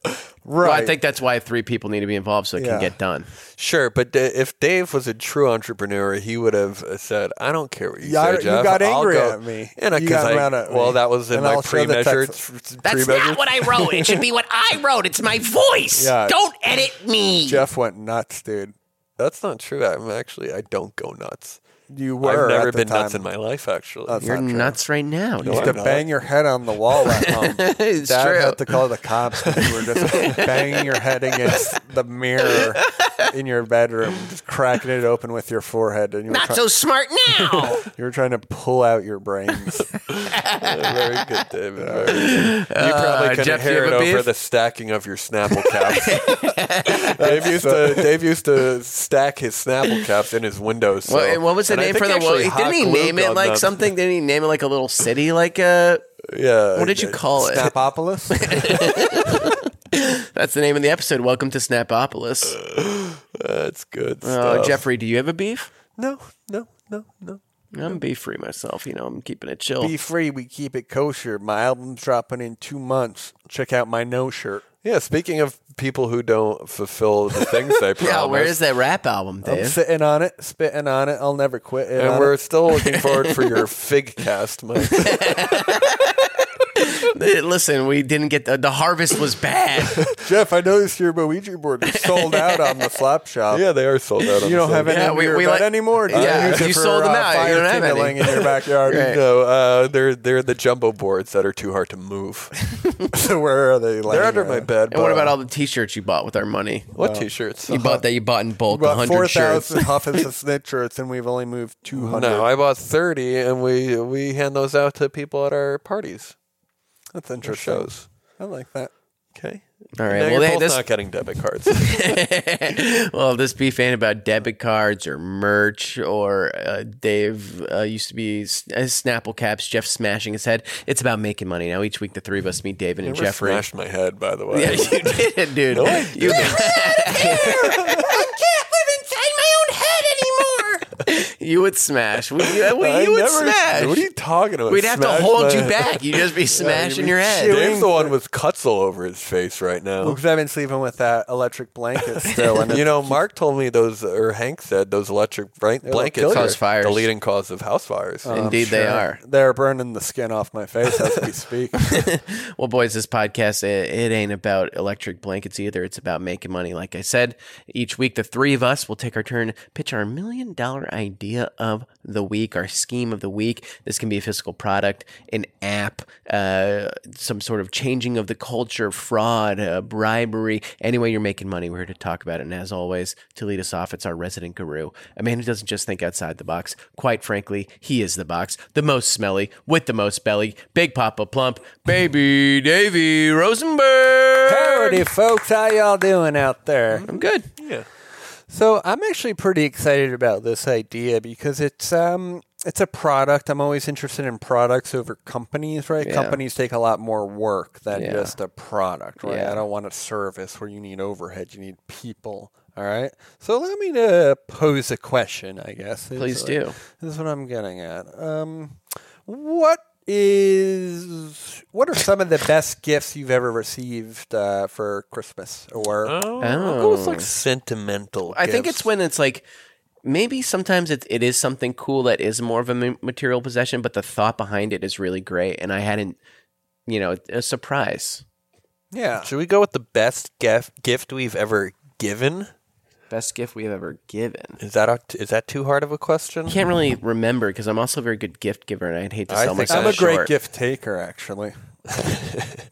[SPEAKER 5] Right.
[SPEAKER 3] Well, I think that's why three people need to be involved so it can
[SPEAKER 5] Yeah.
[SPEAKER 3] get done.
[SPEAKER 4] Sure, but da- if Dave was a true entrepreneur, he would have uh, said, "I don't care what you
[SPEAKER 5] Yeah, I-
[SPEAKER 4] say,
[SPEAKER 5] you
[SPEAKER 4] Jeff.
[SPEAKER 5] got
[SPEAKER 4] I'll
[SPEAKER 5] angry
[SPEAKER 4] go-
[SPEAKER 5] at me.
[SPEAKER 4] and I,
[SPEAKER 5] You
[SPEAKER 4] 'cause
[SPEAKER 5] got
[SPEAKER 4] I-
[SPEAKER 5] mad at
[SPEAKER 4] well,
[SPEAKER 5] me.
[SPEAKER 4] that was in
[SPEAKER 5] And
[SPEAKER 4] my
[SPEAKER 5] I'll show the
[SPEAKER 4] pre-measured.
[SPEAKER 5] text-
[SPEAKER 3] That's not what I wrote. It should be what I wrote. It's my voice.
[SPEAKER 5] Yeah.
[SPEAKER 3] Don't edit me.
[SPEAKER 5] Jeff went nuts, dude.
[SPEAKER 4] That's not true. I'm actually, I don't go nuts.
[SPEAKER 5] You were.
[SPEAKER 4] I've never
[SPEAKER 5] at the
[SPEAKER 4] been
[SPEAKER 5] time.
[SPEAKER 4] nuts in my life, actually.
[SPEAKER 5] That's
[SPEAKER 3] You're
[SPEAKER 5] not true.
[SPEAKER 3] nuts right now.
[SPEAKER 5] You used
[SPEAKER 4] I'm
[SPEAKER 5] to
[SPEAKER 4] not.
[SPEAKER 5] bang your head on the wall
[SPEAKER 4] [LAUGHS]
[SPEAKER 5] at home.
[SPEAKER 3] It's
[SPEAKER 5] Dad
[SPEAKER 3] true.
[SPEAKER 5] had to call the cops because you were
[SPEAKER 4] [LAUGHS]
[SPEAKER 5] just banging your head against the mirror in your bedroom, just cracking it open with your forehead, and you were, try-
[SPEAKER 3] smart
[SPEAKER 5] [LAUGHS]
[SPEAKER 3] now.
[SPEAKER 5] you were trying to pull out
[SPEAKER 4] [LAUGHS]
[SPEAKER 5] your brains.
[SPEAKER 4] Very
[SPEAKER 3] [LAUGHS]
[SPEAKER 4] good, David. Very good. You probably couldn't
[SPEAKER 3] Uh, Jeff, do you
[SPEAKER 4] hear it
[SPEAKER 3] have a
[SPEAKER 4] over
[SPEAKER 3] beef?
[SPEAKER 4] the stacking of your Snapple
[SPEAKER 3] [LAUGHS]
[SPEAKER 4] caps. Dave used to Dave used to stack his Snapple caps in his windows. So.
[SPEAKER 3] Well, and what was the
[SPEAKER 4] And I
[SPEAKER 3] name
[SPEAKER 4] think
[SPEAKER 3] for the
[SPEAKER 4] actually
[SPEAKER 3] one?
[SPEAKER 4] hot
[SPEAKER 3] Didn't he
[SPEAKER 4] glue
[SPEAKER 3] name it
[SPEAKER 4] gun
[SPEAKER 3] like
[SPEAKER 4] them.
[SPEAKER 3] something? Didn't he name it like a little city? Like a
[SPEAKER 4] Yeah.
[SPEAKER 3] what did you call it?
[SPEAKER 5] Snapopolis?
[SPEAKER 3] [LAUGHS]
[SPEAKER 4] [LAUGHS]
[SPEAKER 3] That's the name of the episode. Welcome to Snapopolis.
[SPEAKER 4] That's good.
[SPEAKER 3] Uh,
[SPEAKER 4] stuff.
[SPEAKER 3] Jeffrey, do you have a beef?
[SPEAKER 4] No, no, no, no.
[SPEAKER 3] I'm beef free myself. You know, I'm keeping it chill.
[SPEAKER 5] Be free, we keep it kosher. My album's dropping in two months. Check out my no shirt.
[SPEAKER 4] Yeah, speaking of people who don't fulfill the things they
[SPEAKER 3] [LAUGHS]
[SPEAKER 4] promise.
[SPEAKER 3] Yeah, where is Oh, that rap album,
[SPEAKER 5] I'm
[SPEAKER 3] Dave?
[SPEAKER 5] sitting on it, spitting on it. I'll never quit. It
[SPEAKER 4] And
[SPEAKER 5] on
[SPEAKER 4] we're
[SPEAKER 5] it.
[SPEAKER 4] still looking forward for
[SPEAKER 5] [LAUGHS]
[SPEAKER 4] your fig cast, Mike.
[SPEAKER 3] [LAUGHS] Listen, we didn't get the, the harvest was
[SPEAKER 5] [LAUGHS]
[SPEAKER 3] bad.
[SPEAKER 5] Jeff. I noticed your Ouija board is sold out on the flop shop.
[SPEAKER 4] uh, yeah, they are sold out. On
[SPEAKER 5] You don't
[SPEAKER 4] the
[SPEAKER 5] have
[SPEAKER 4] Sunday.
[SPEAKER 5] any
[SPEAKER 3] Yeah,
[SPEAKER 5] under
[SPEAKER 3] we-
[SPEAKER 5] your
[SPEAKER 3] we
[SPEAKER 5] bed
[SPEAKER 3] like-
[SPEAKER 5] anymore. Do
[SPEAKER 3] Yeah,
[SPEAKER 5] use it
[SPEAKER 3] you
[SPEAKER 5] for,
[SPEAKER 3] sold them
[SPEAKER 5] uh,
[SPEAKER 3] out. You
[SPEAKER 5] fire
[SPEAKER 3] don't have any.
[SPEAKER 5] kindling in your backyard.
[SPEAKER 3] [LAUGHS] Right.
[SPEAKER 4] No, uh, they're they're the jumbo [LAUGHS] boards that are too hard
[SPEAKER 3] [LAUGHS]
[SPEAKER 4] to move.
[SPEAKER 5] So where are they?
[SPEAKER 4] They're
[SPEAKER 5] laying
[SPEAKER 4] under my
[SPEAKER 5] around?
[SPEAKER 4] bed.
[SPEAKER 3] and what
[SPEAKER 4] but-
[SPEAKER 3] about all the T-shirts you bought with our money?
[SPEAKER 4] what t-shirts? [LAUGHS]
[SPEAKER 3] You bought that you bought in bulk,
[SPEAKER 5] About
[SPEAKER 3] hundred
[SPEAKER 5] four
[SPEAKER 3] shirts.
[SPEAKER 5] thousand
[SPEAKER 3] [LAUGHS]
[SPEAKER 5] Huff and Snit shirts, and we've only moved two hundred.
[SPEAKER 4] No, I bought thirty, and we we hand those out to people at our parties
[SPEAKER 5] That's
[SPEAKER 4] or
[SPEAKER 5] interesting.
[SPEAKER 4] shows.
[SPEAKER 5] I like that.
[SPEAKER 4] Okay.
[SPEAKER 3] All right.
[SPEAKER 4] Now
[SPEAKER 3] Well,
[SPEAKER 4] you're
[SPEAKER 3] hey,
[SPEAKER 4] both
[SPEAKER 3] this
[SPEAKER 4] not getting debit cards.
[SPEAKER 3] [LAUGHS] well, this beef ain't about debit cards or merch or uh, Dave uh, used to be s- uh, Snapple caps. Jeff smashing his head. It's about making money. Now each week the three of us, me, David, and
[SPEAKER 4] Never
[SPEAKER 3] Jeffrey.
[SPEAKER 4] smashed my head, by the way.
[SPEAKER 3] Yeah,
[SPEAKER 4] [LAUGHS]
[SPEAKER 3] you did it, dude.
[SPEAKER 4] I
[SPEAKER 3] you
[SPEAKER 4] didn't.
[SPEAKER 3] you would smash. We, you we- [LAUGHS]
[SPEAKER 4] I
[SPEAKER 3] you would
[SPEAKER 4] never-
[SPEAKER 3] smash.
[SPEAKER 4] What are you talking about?
[SPEAKER 3] We'd have to
[SPEAKER 4] Smash
[SPEAKER 3] hold
[SPEAKER 4] my
[SPEAKER 3] you
[SPEAKER 4] head.
[SPEAKER 3] back. You'd
[SPEAKER 4] [LAUGHS]
[SPEAKER 3] just be smashing
[SPEAKER 5] be
[SPEAKER 3] your head.
[SPEAKER 5] shooting.
[SPEAKER 4] Dave's the one with cuts all over his face right now.
[SPEAKER 5] Because I've been sleeping with that electric blanket still, and
[SPEAKER 4] [LAUGHS] You know, Mark told me those, or Hank said those electric blank-
[SPEAKER 5] kill
[SPEAKER 4] blankets
[SPEAKER 5] you.
[SPEAKER 4] are
[SPEAKER 3] Cause fires. Um,
[SPEAKER 4] the leading cause of house fires.
[SPEAKER 3] Indeed, they are.
[SPEAKER 5] They're burning the skin off my face as
[SPEAKER 4] [LAUGHS]
[SPEAKER 5] we speak.
[SPEAKER 3] Well, boys, this podcast, it, it ain't about electric blankets either. It's about making money. Like I said, each week, the three of us will take our turn, pitch our million dollar idea of the week, our scheme of the week. This can be a physical product, an app, uh, some sort of changing of the culture, fraud, uh, bribery. Anyway, you're making money. We're here to talk about it. And as always, to lead us off, it's our resident guru, a man who doesn't just think outside the box. Quite frankly, he is the box, the most smelly, with the most belly, Big Papa Plump, Baby Davy Rosenberg.
[SPEAKER 5] Howdy, folks. How y'all doing out there?
[SPEAKER 3] I'm good.
[SPEAKER 4] Yeah.
[SPEAKER 5] So I'm actually pretty excited about this idea because it's um it's a product. I'm always interested in products over companies, right? Companies take a lot more work than
[SPEAKER 3] Yeah.
[SPEAKER 5] just a product, right?
[SPEAKER 3] Yeah.
[SPEAKER 5] I don't want a service where you need overhead, you need people. All right. So allow me to pose a question, I guess. It's
[SPEAKER 3] Please
[SPEAKER 5] like-
[SPEAKER 3] do.
[SPEAKER 5] This is what I'm getting at. Um, what is what are some of the best gifts you've ever received uh, for Christmas or
[SPEAKER 3] Oh,
[SPEAKER 4] I'll go with, like Um, sentimental.
[SPEAKER 3] I think
[SPEAKER 4] gifts.
[SPEAKER 3] it's when it's like maybe sometimes it, it is something cool that is more of a ma- material possession, but the thought behind it is really great. And I hadn't, you know, a surprise.
[SPEAKER 5] yeah?
[SPEAKER 4] Should we go with the best gift gift we've ever given?
[SPEAKER 3] Best gift we have ever given.
[SPEAKER 4] Is that a- is that too hard of a question?
[SPEAKER 3] can't really remember because I'm also a very good gift giver, and I'd hate to
[SPEAKER 4] I
[SPEAKER 3] sell
[SPEAKER 4] think
[SPEAKER 3] myself
[SPEAKER 5] I'm a great
[SPEAKER 3] short.
[SPEAKER 5] gift
[SPEAKER 4] [LAUGHS]
[SPEAKER 5] taker, actually.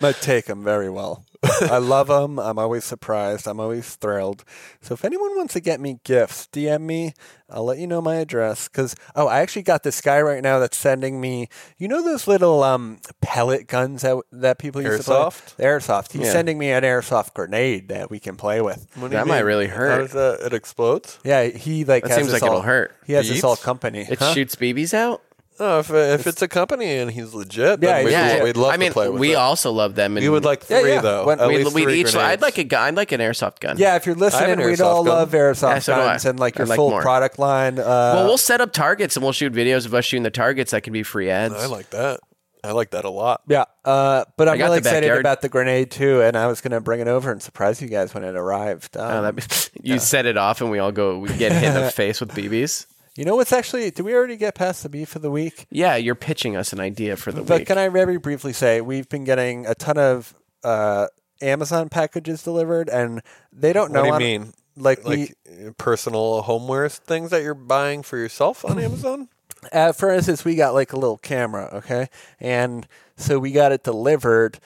[SPEAKER 5] I take them very well. I love them. I'm always surprised. I'm always thrilled. So if anyone wants to get me gifts, DM me. I'll let you know my address. Cause oh, I actually got this guy right now that's sending me. You know those little um pellet guns that that people used
[SPEAKER 4] Airsoft?
[SPEAKER 5] to play. Airsoft. He's sending me an airsoft grenade that we can play with.
[SPEAKER 4] What do
[SPEAKER 3] That
[SPEAKER 4] you
[SPEAKER 3] might
[SPEAKER 4] mean?
[SPEAKER 3] really
[SPEAKER 4] How
[SPEAKER 3] hurt.
[SPEAKER 4] does that? It explodes.
[SPEAKER 5] Yeah, he like
[SPEAKER 3] That
[SPEAKER 5] has
[SPEAKER 3] seems
[SPEAKER 5] this
[SPEAKER 3] like it'll
[SPEAKER 5] all-
[SPEAKER 3] hurt.
[SPEAKER 5] He has this
[SPEAKER 4] Beats?
[SPEAKER 5] all company.
[SPEAKER 3] It
[SPEAKER 5] Huh?
[SPEAKER 3] shoots BBs out.
[SPEAKER 4] Oh, if, if it's a company and he's legit,
[SPEAKER 5] Yeah,
[SPEAKER 4] then [LAUGHS] we'd,
[SPEAKER 5] yeah, yeah.
[SPEAKER 4] we'd love
[SPEAKER 3] I mean,
[SPEAKER 4] to play with
[SPEAKER 3] we
[SPEAKER 4] it.
[SPEAKER 3] also love them. And
[SPEAKER 4] We would like
[SPEAKER 5] Yeah,
[SPEAKER 4] three
[SPEAKER 5] yeah.
[SPEAKER 4] though.
[SPEAKER 5] When-
[SPEAKER 4] At
[SPEAKER 5] we'd-
[SPEAKER 3] We'd,
[SPEAKER 4] least
[SPEAKER 3] we'd
[SPEAKER 4] three
[SPEAKER 3] each. I'd
[SPEAKER 4] grenades.
[SPEAKER 3] like a gun. I'd like an airsoft gun.
[SPEAKER 5] Yeah, if you're listening,
[SPEAKER 4] an
[SPEAKER 5] we'd
[SPEAKER 4] airsoft
[SPEAKER 5] all
[SPEAKER 4] gun.
[SPEAKER 5] love airsoft
[SPEAKER 3] Yeah, so do I.
[SPEAKER 5] guns and like your
[SPEAKER 3] I like
[SPEAKER 5] full
[SPEAKER 3] more.
[SPEAKER 5] product line. Uh,
[SPEAKER 3] Well, we'll set up targets and we'll shoot videos of us shooting the targets. That can be free ads.
[SPEAKER 4] I like that. I like that a lot.
[SPEAKER 5] yeah, uh, but I'm
[SPEAKER 3] got
[SPEAKER 5] really
[SPEAKER 3] the
[SPEAKER 5] excited
[SPEAKER 3] backyard.
[SPEAKER 5] about the grenade too, and I was going to bring it over and surprise you guys when it arrived. Um,
[SPEAKER 3] Oh, that'd be- [LAUGHS] you set it off and we all go. We get hit in
[SPEAKER 4] [LAUGHS]
[SPEAKER 3] the face with BBs.
[SPEAKER 5] you know what's actually? Did we already get past the beef of the week?
[SPEAKER 3] Yeah, you're pitching us an idea for the
[SPEAKER 5] But
[SPEAKER 3] week.
[SPEAKER 5] can I very briefly say we've been getting a ton of uh, Amazon packages delivered, and they don't know.
[SPEAKER 4] What do you
[SPEAKER 5] on-
[SPEAKER 4] mean?
[SPEAKER 5] Like, we-
[SPEAKER 4] Like uh, personal homewares, things that you're buying for yourself
[SPEAKER 3] Hmm.
[SPEAKER 4] on Amazon.
[SPEAKER 5] uh, for instance, we got like a little camera, okay, and so we got it delivered.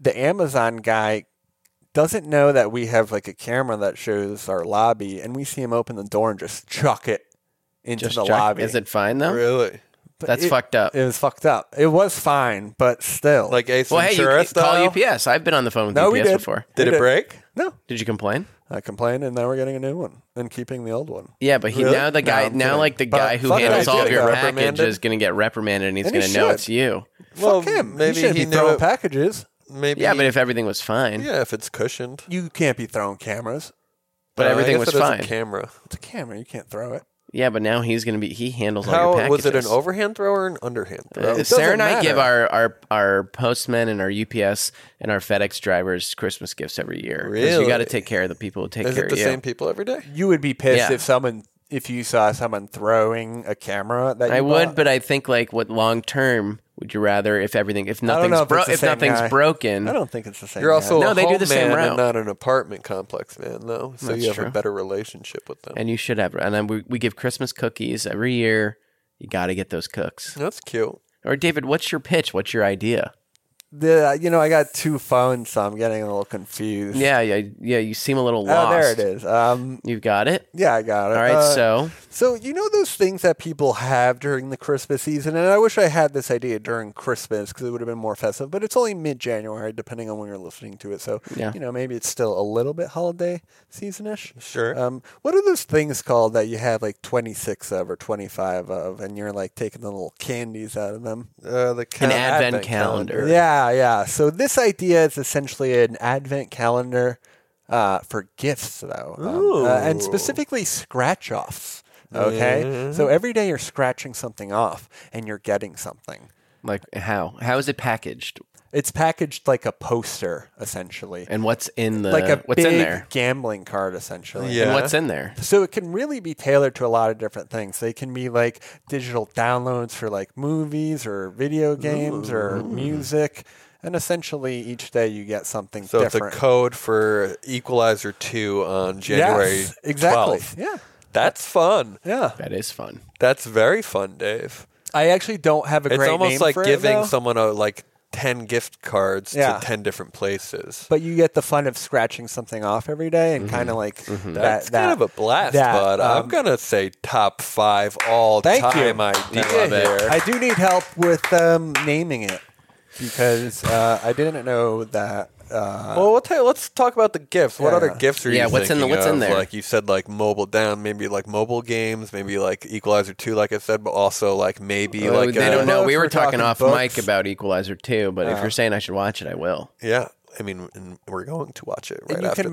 [SPEAKER 5] The Amazon guy doesn't know that we have like a camera that shows our lobby, and we see him open the door and just chuck it into
[SPEAKER 3] Just
[SPEAKER 5] the
[SPEAKER 3] check-
[SPEAKER 5] lobby.
[SPEAKER 3] Is it fine though?
[SPEAKER 4] Really?
[SPEAKER 5] But
[SPEAKER 3] That's
[SPEAKER 5] it-
[SPEAKER 3] fucked up.
[SPEAKER 5] It was fucked up. It was fine, but still,
[SPEAKER 4] Like Ace
[SPEAKER 3] well, hey, you
[SPEAKER 4] Ventura
[SPEAKER 3] can
[SPEAKER 4] style?
[SPEAKER 3] call UPS. I've been on the phone with
[SPEAKER 5] No, we
[SPEAKER 3] UPS
[SPEAKER 5] did.
[SPEAKER 3] before.
[SPEAKER 4] Did
[SPEAKER 5] We
[SPEAKER 3] [LAUGHS]
[SPEAKER 4] it break?
[SPEAKER 5] no,
[SPEAKER 3] Did you complain?
[SPEAKER 5] I complained, and now we're getting a new one and keeping the old one.
[SPEAKER 3] Yeah, but he
[SPEAKER 4] Really?
[SPEAKER 3] now the guy
[SPEAKER 5] I'm
[SPEAKER 3] now
[SPEAKER 5] kidding.
[SPEAKER 3] like the
[SPEAKER 5] But
[SPEAKER 3] guy who
[SPEAKER 5] fuck it,
[SPEAKER 3] handles
[SPEAKER 5] he's
[SPEAKER 3] all of
[SPEAKER 5] gonna
[SPEAKER 3] your
[SPEAKER 5] get
[SPEAKER 3] package
[SPEAKER 4] reprimanded.
[SPEAKER 3] is going to get reprimanded and he's
[SPEAKER 5] And he
[SPEAKER 3] going to know
[SPEAKER 5] should.
[SPEAKER 3] it's you.
[SPEAKER 4] Well,
[SPEAKER 5] Fuck him.
[SPEAKER 4] maybe
[SPEAKER 5] he shouldn't
[SPEAKER 4] he
[SPEAKER 5] be throwing
[SPEAKER 4] knew-
[SPEAKER 5] packages.
[SPEAKER 4] Maybe.
[SPEAKER 3] Yeah, but if everything was fine,
[SPEAKER 4] yeah, if it's cushioned.
[SPEAKER 5] You can't be throwing cameras.
[SPEAKER 3] but
[SPEAKER 4] Uh, I
[SPEAKER 3] everything
[SPEAKER 4] guess
[SPEAKER 3] was
[SPEAKER 4] it is a
[SPEAKER 3] fine.
[SPEAKER 4] camera.
[SPEAKER 5] It's a camera. You can't throw it.
[SPEAKER 3] Yeah, but now he's going to be. He handles all your
[SPEAKER 4] How
[SPEAKER 3] packages.
[SPEAKER 4] was it an overhand throw or an underhand throw?
[SPEAKER 3] Uh,
[SPEAKER 5] It
[SPEAKER 3] Sarah
[SPEAKER 5] doesn't
[SPEAKER 3] and I
[SPEAKER 5] matter.
[SPEAKER 3] give our, our our postmen and our UPS and our FedEx drivers Christmas gifts every year. 'Cause You got to
[SPEAKER 4] Really?
[SPEAKER 3] take care of the people who take
[SPEAKER 4] Is
[SPEAKER 3] care
[SPEAKER 4] it the
[SPEAKER 3] of you.
[SPEAKER 4] same people every day?
[SPEAKER 5] You would be pissed
[SPEAKER 3] Yeah.
[SPEAKER 5] if someone if you saw someone throwing a camera that you
[SPEAKER 3] I would,
[SPEAKER 5] bought.
[SPEAKER 3] but I think like what long term would you rather if everything if
[SPEAKER 5] I don't
[SPEAKER 3] nothing's
[SPEAKER 5] know if,
[SPEAKER 3] bro-
[SPEAKER 5] it's the
[SPEAKER 3] if
[SPEAKER 5] same
[SPEAKER 3] nothing's
[SPEAKER 5] guy.
[SPEAKER 3] broken?
[SPEAKER 5] I don't think it's the same.
[SPEAKER 4] You're
[SPEAKER 5] guy.
[SPEAKER 4] also
[SPEAKER 3] No,
[SPEAKER 4] a
[SPEAKER 3] they do
[SPEAKER 4] home
[SPEAKER 3] the same
[SPEAKER 4] man
[SPEAKER 3] route.
[SPEAKER 4] and not an apartment complex man, though. So
[SPEAKER 3] That's
[SPEAKER 4] you have
[SPEAKER 3] true.
[SPEAKER 4] a better relationship with them.
[SPEAKER 3] and you should have. And then we we give Christmas cookies every year. You got to get those cooks.
[SPEAKER 4] That's cute.
[SPEAKER 3] Or David, what's your pitch? What's your idea?
[SPEAKER 5] the, uh, you know I got two phones, so I'm getting a little confused.
[SPEAKER 3] Yeah, yeah, yeah. You seem a little
[SPEAKER 5] Oh,
[SPEAKER 3] lost.
[SPEAKER 5] there it is. Um,
[SPEAKER 3] You've got it.
[SPEAKER 5] yeah, I got it.
[SPEAKER 3] All right,
[SPEAKER 5] Uh,
[SPEAKER 3] so
[SPEAKER 5] So you know those things that people have during the Christmas season, and I wish I had this idea during Christmas because it would have been more festive. But it's only mid-January, depending on when you're listening to it. So
[SPEAKER 3] Yeah.
[SPEAKER 5] you know maybe it's still a little bit holiday seasonish.
[SPEAKER 4] Sure.
[SPEAKER 5] Um, what are those things called that you have like 26 of or 25 of, and you're like taking the little candies out of them?
[SPEAKER 4] Uh, the ca-
[SPEAKER 3] An advent calendar.
[SPEAKER 5] Yeah, yeah. So this idea is essentially an advent calendar uh, for gifts, though, um, uh, and
[SPEAKER 4] Ooh. Mm-hmm.
[SPEAKER 5] specifically scratch offs. Okay, so every day you're scratching something off, and you're getting something.
[SPEAKER 3] like how how is it packaged?
[SPEAKER 5] It's packaged like a poster, essentially,
[SPEAKER 3] And what's in the
[SPEAKER 5] like a
[SPEAKER 3] what's
[SPEAKER 5] big
[SPEAKER 3] in there?
[SPEAKER 5] gambling card, essentially.
[SPEAKER 4] Yeah.
[SPEAKER 3] And what's in there?
[SPEAKER 5] So it can really be tailored to a lot of different things. They can be like digital downloads for like movies or video games or music. And essentially each day you get something
[SPEAKER 4] So
[SPEAKER 5] different.
[SPEAKER 4] it's a code for Equalizer 2 on January
[SPEAKER 5] Yes, exactly.
[SPEAKER 4] 12th.
[SPEAKER 5] Yeah.
[SPEAKER 4] That's fun.
[SPEAKER 5] Yeah.
[SPEAKER 3] That is fun.
[SPEAKER 4] That's very fun, Dave.
[SPEAKER 5] I actually don't have a
[SPEAKER 4] It's
[SPEAKER 5] great
[SPEAKER 4] almost
[SPEAKER 5] name
[SPEAKER 4] like
[SPEAKER 5] for it,
[SPEAKER 4] giving
[SPEAKER 5] though,
[SPEAKER 4] someone a, like 10 gift cards
[SPEAKER 5] Yeah.
[SPEAKER 4] to 10 different places.
[SPEAKER 5] but you get the fun of scratching something off every day and kind of like that,
[SPEAKER 4] Mm-hmm. That's kind
[SPEAKER 5] that-
[SPEAKER 4] of a blast,
[SPEAKER 5] that,
[SPEAKER 4] bud. I'm
[SPEAKER 5] um,
[SPEAKER 4] going to say top five all
[SPEAKER 5] Thank you.
[SPEAKER 4] time idea here.
[SPEAKER 5] I do need help with um, naming it because uh, I didn't know that uh,
[SPEAKER 4] Well, we'll tell you, let's talk about the gifts. What
[SPEAKER 5] Yeah.
[SPEAKER 4] other gifts are you?
[SPEAKER 3] Yeah, what's in the-
[SPEAKER 4] thinking
[SPEAKER 3] what's in
[SPEAKER 4] of?
[SPEAKER 3] there?
[SPEAKER 4] Like you said, like mobile down, maybe like mobile games, maybe like Equalizer Two, like I said, but also like maybe
[SPEAKER 3] Oh,
[SPEAKER 4] like
[SPEAKER 3] they
[SPEAKER 4] a-
[SPEAKER 3] don't know.
[SPEAKER 5] books,
[SPEAKER 3] We were
[SPEAKER 5] uh, we're
[SPEAKER 3] talking,
[SPEAKER 5] talking
[SPEAKER 3] off
[SPEAKER 5] books.
[SPEAKER 3] mic about Equalizer 2, but if you're saying I should watch it, I will.
[SPEAKER 4] Yeah, I mean, and we're going to watch it right
[SPEAKER 5] and you
[SPEAKER 4] after this.
[SPEAKER 5] can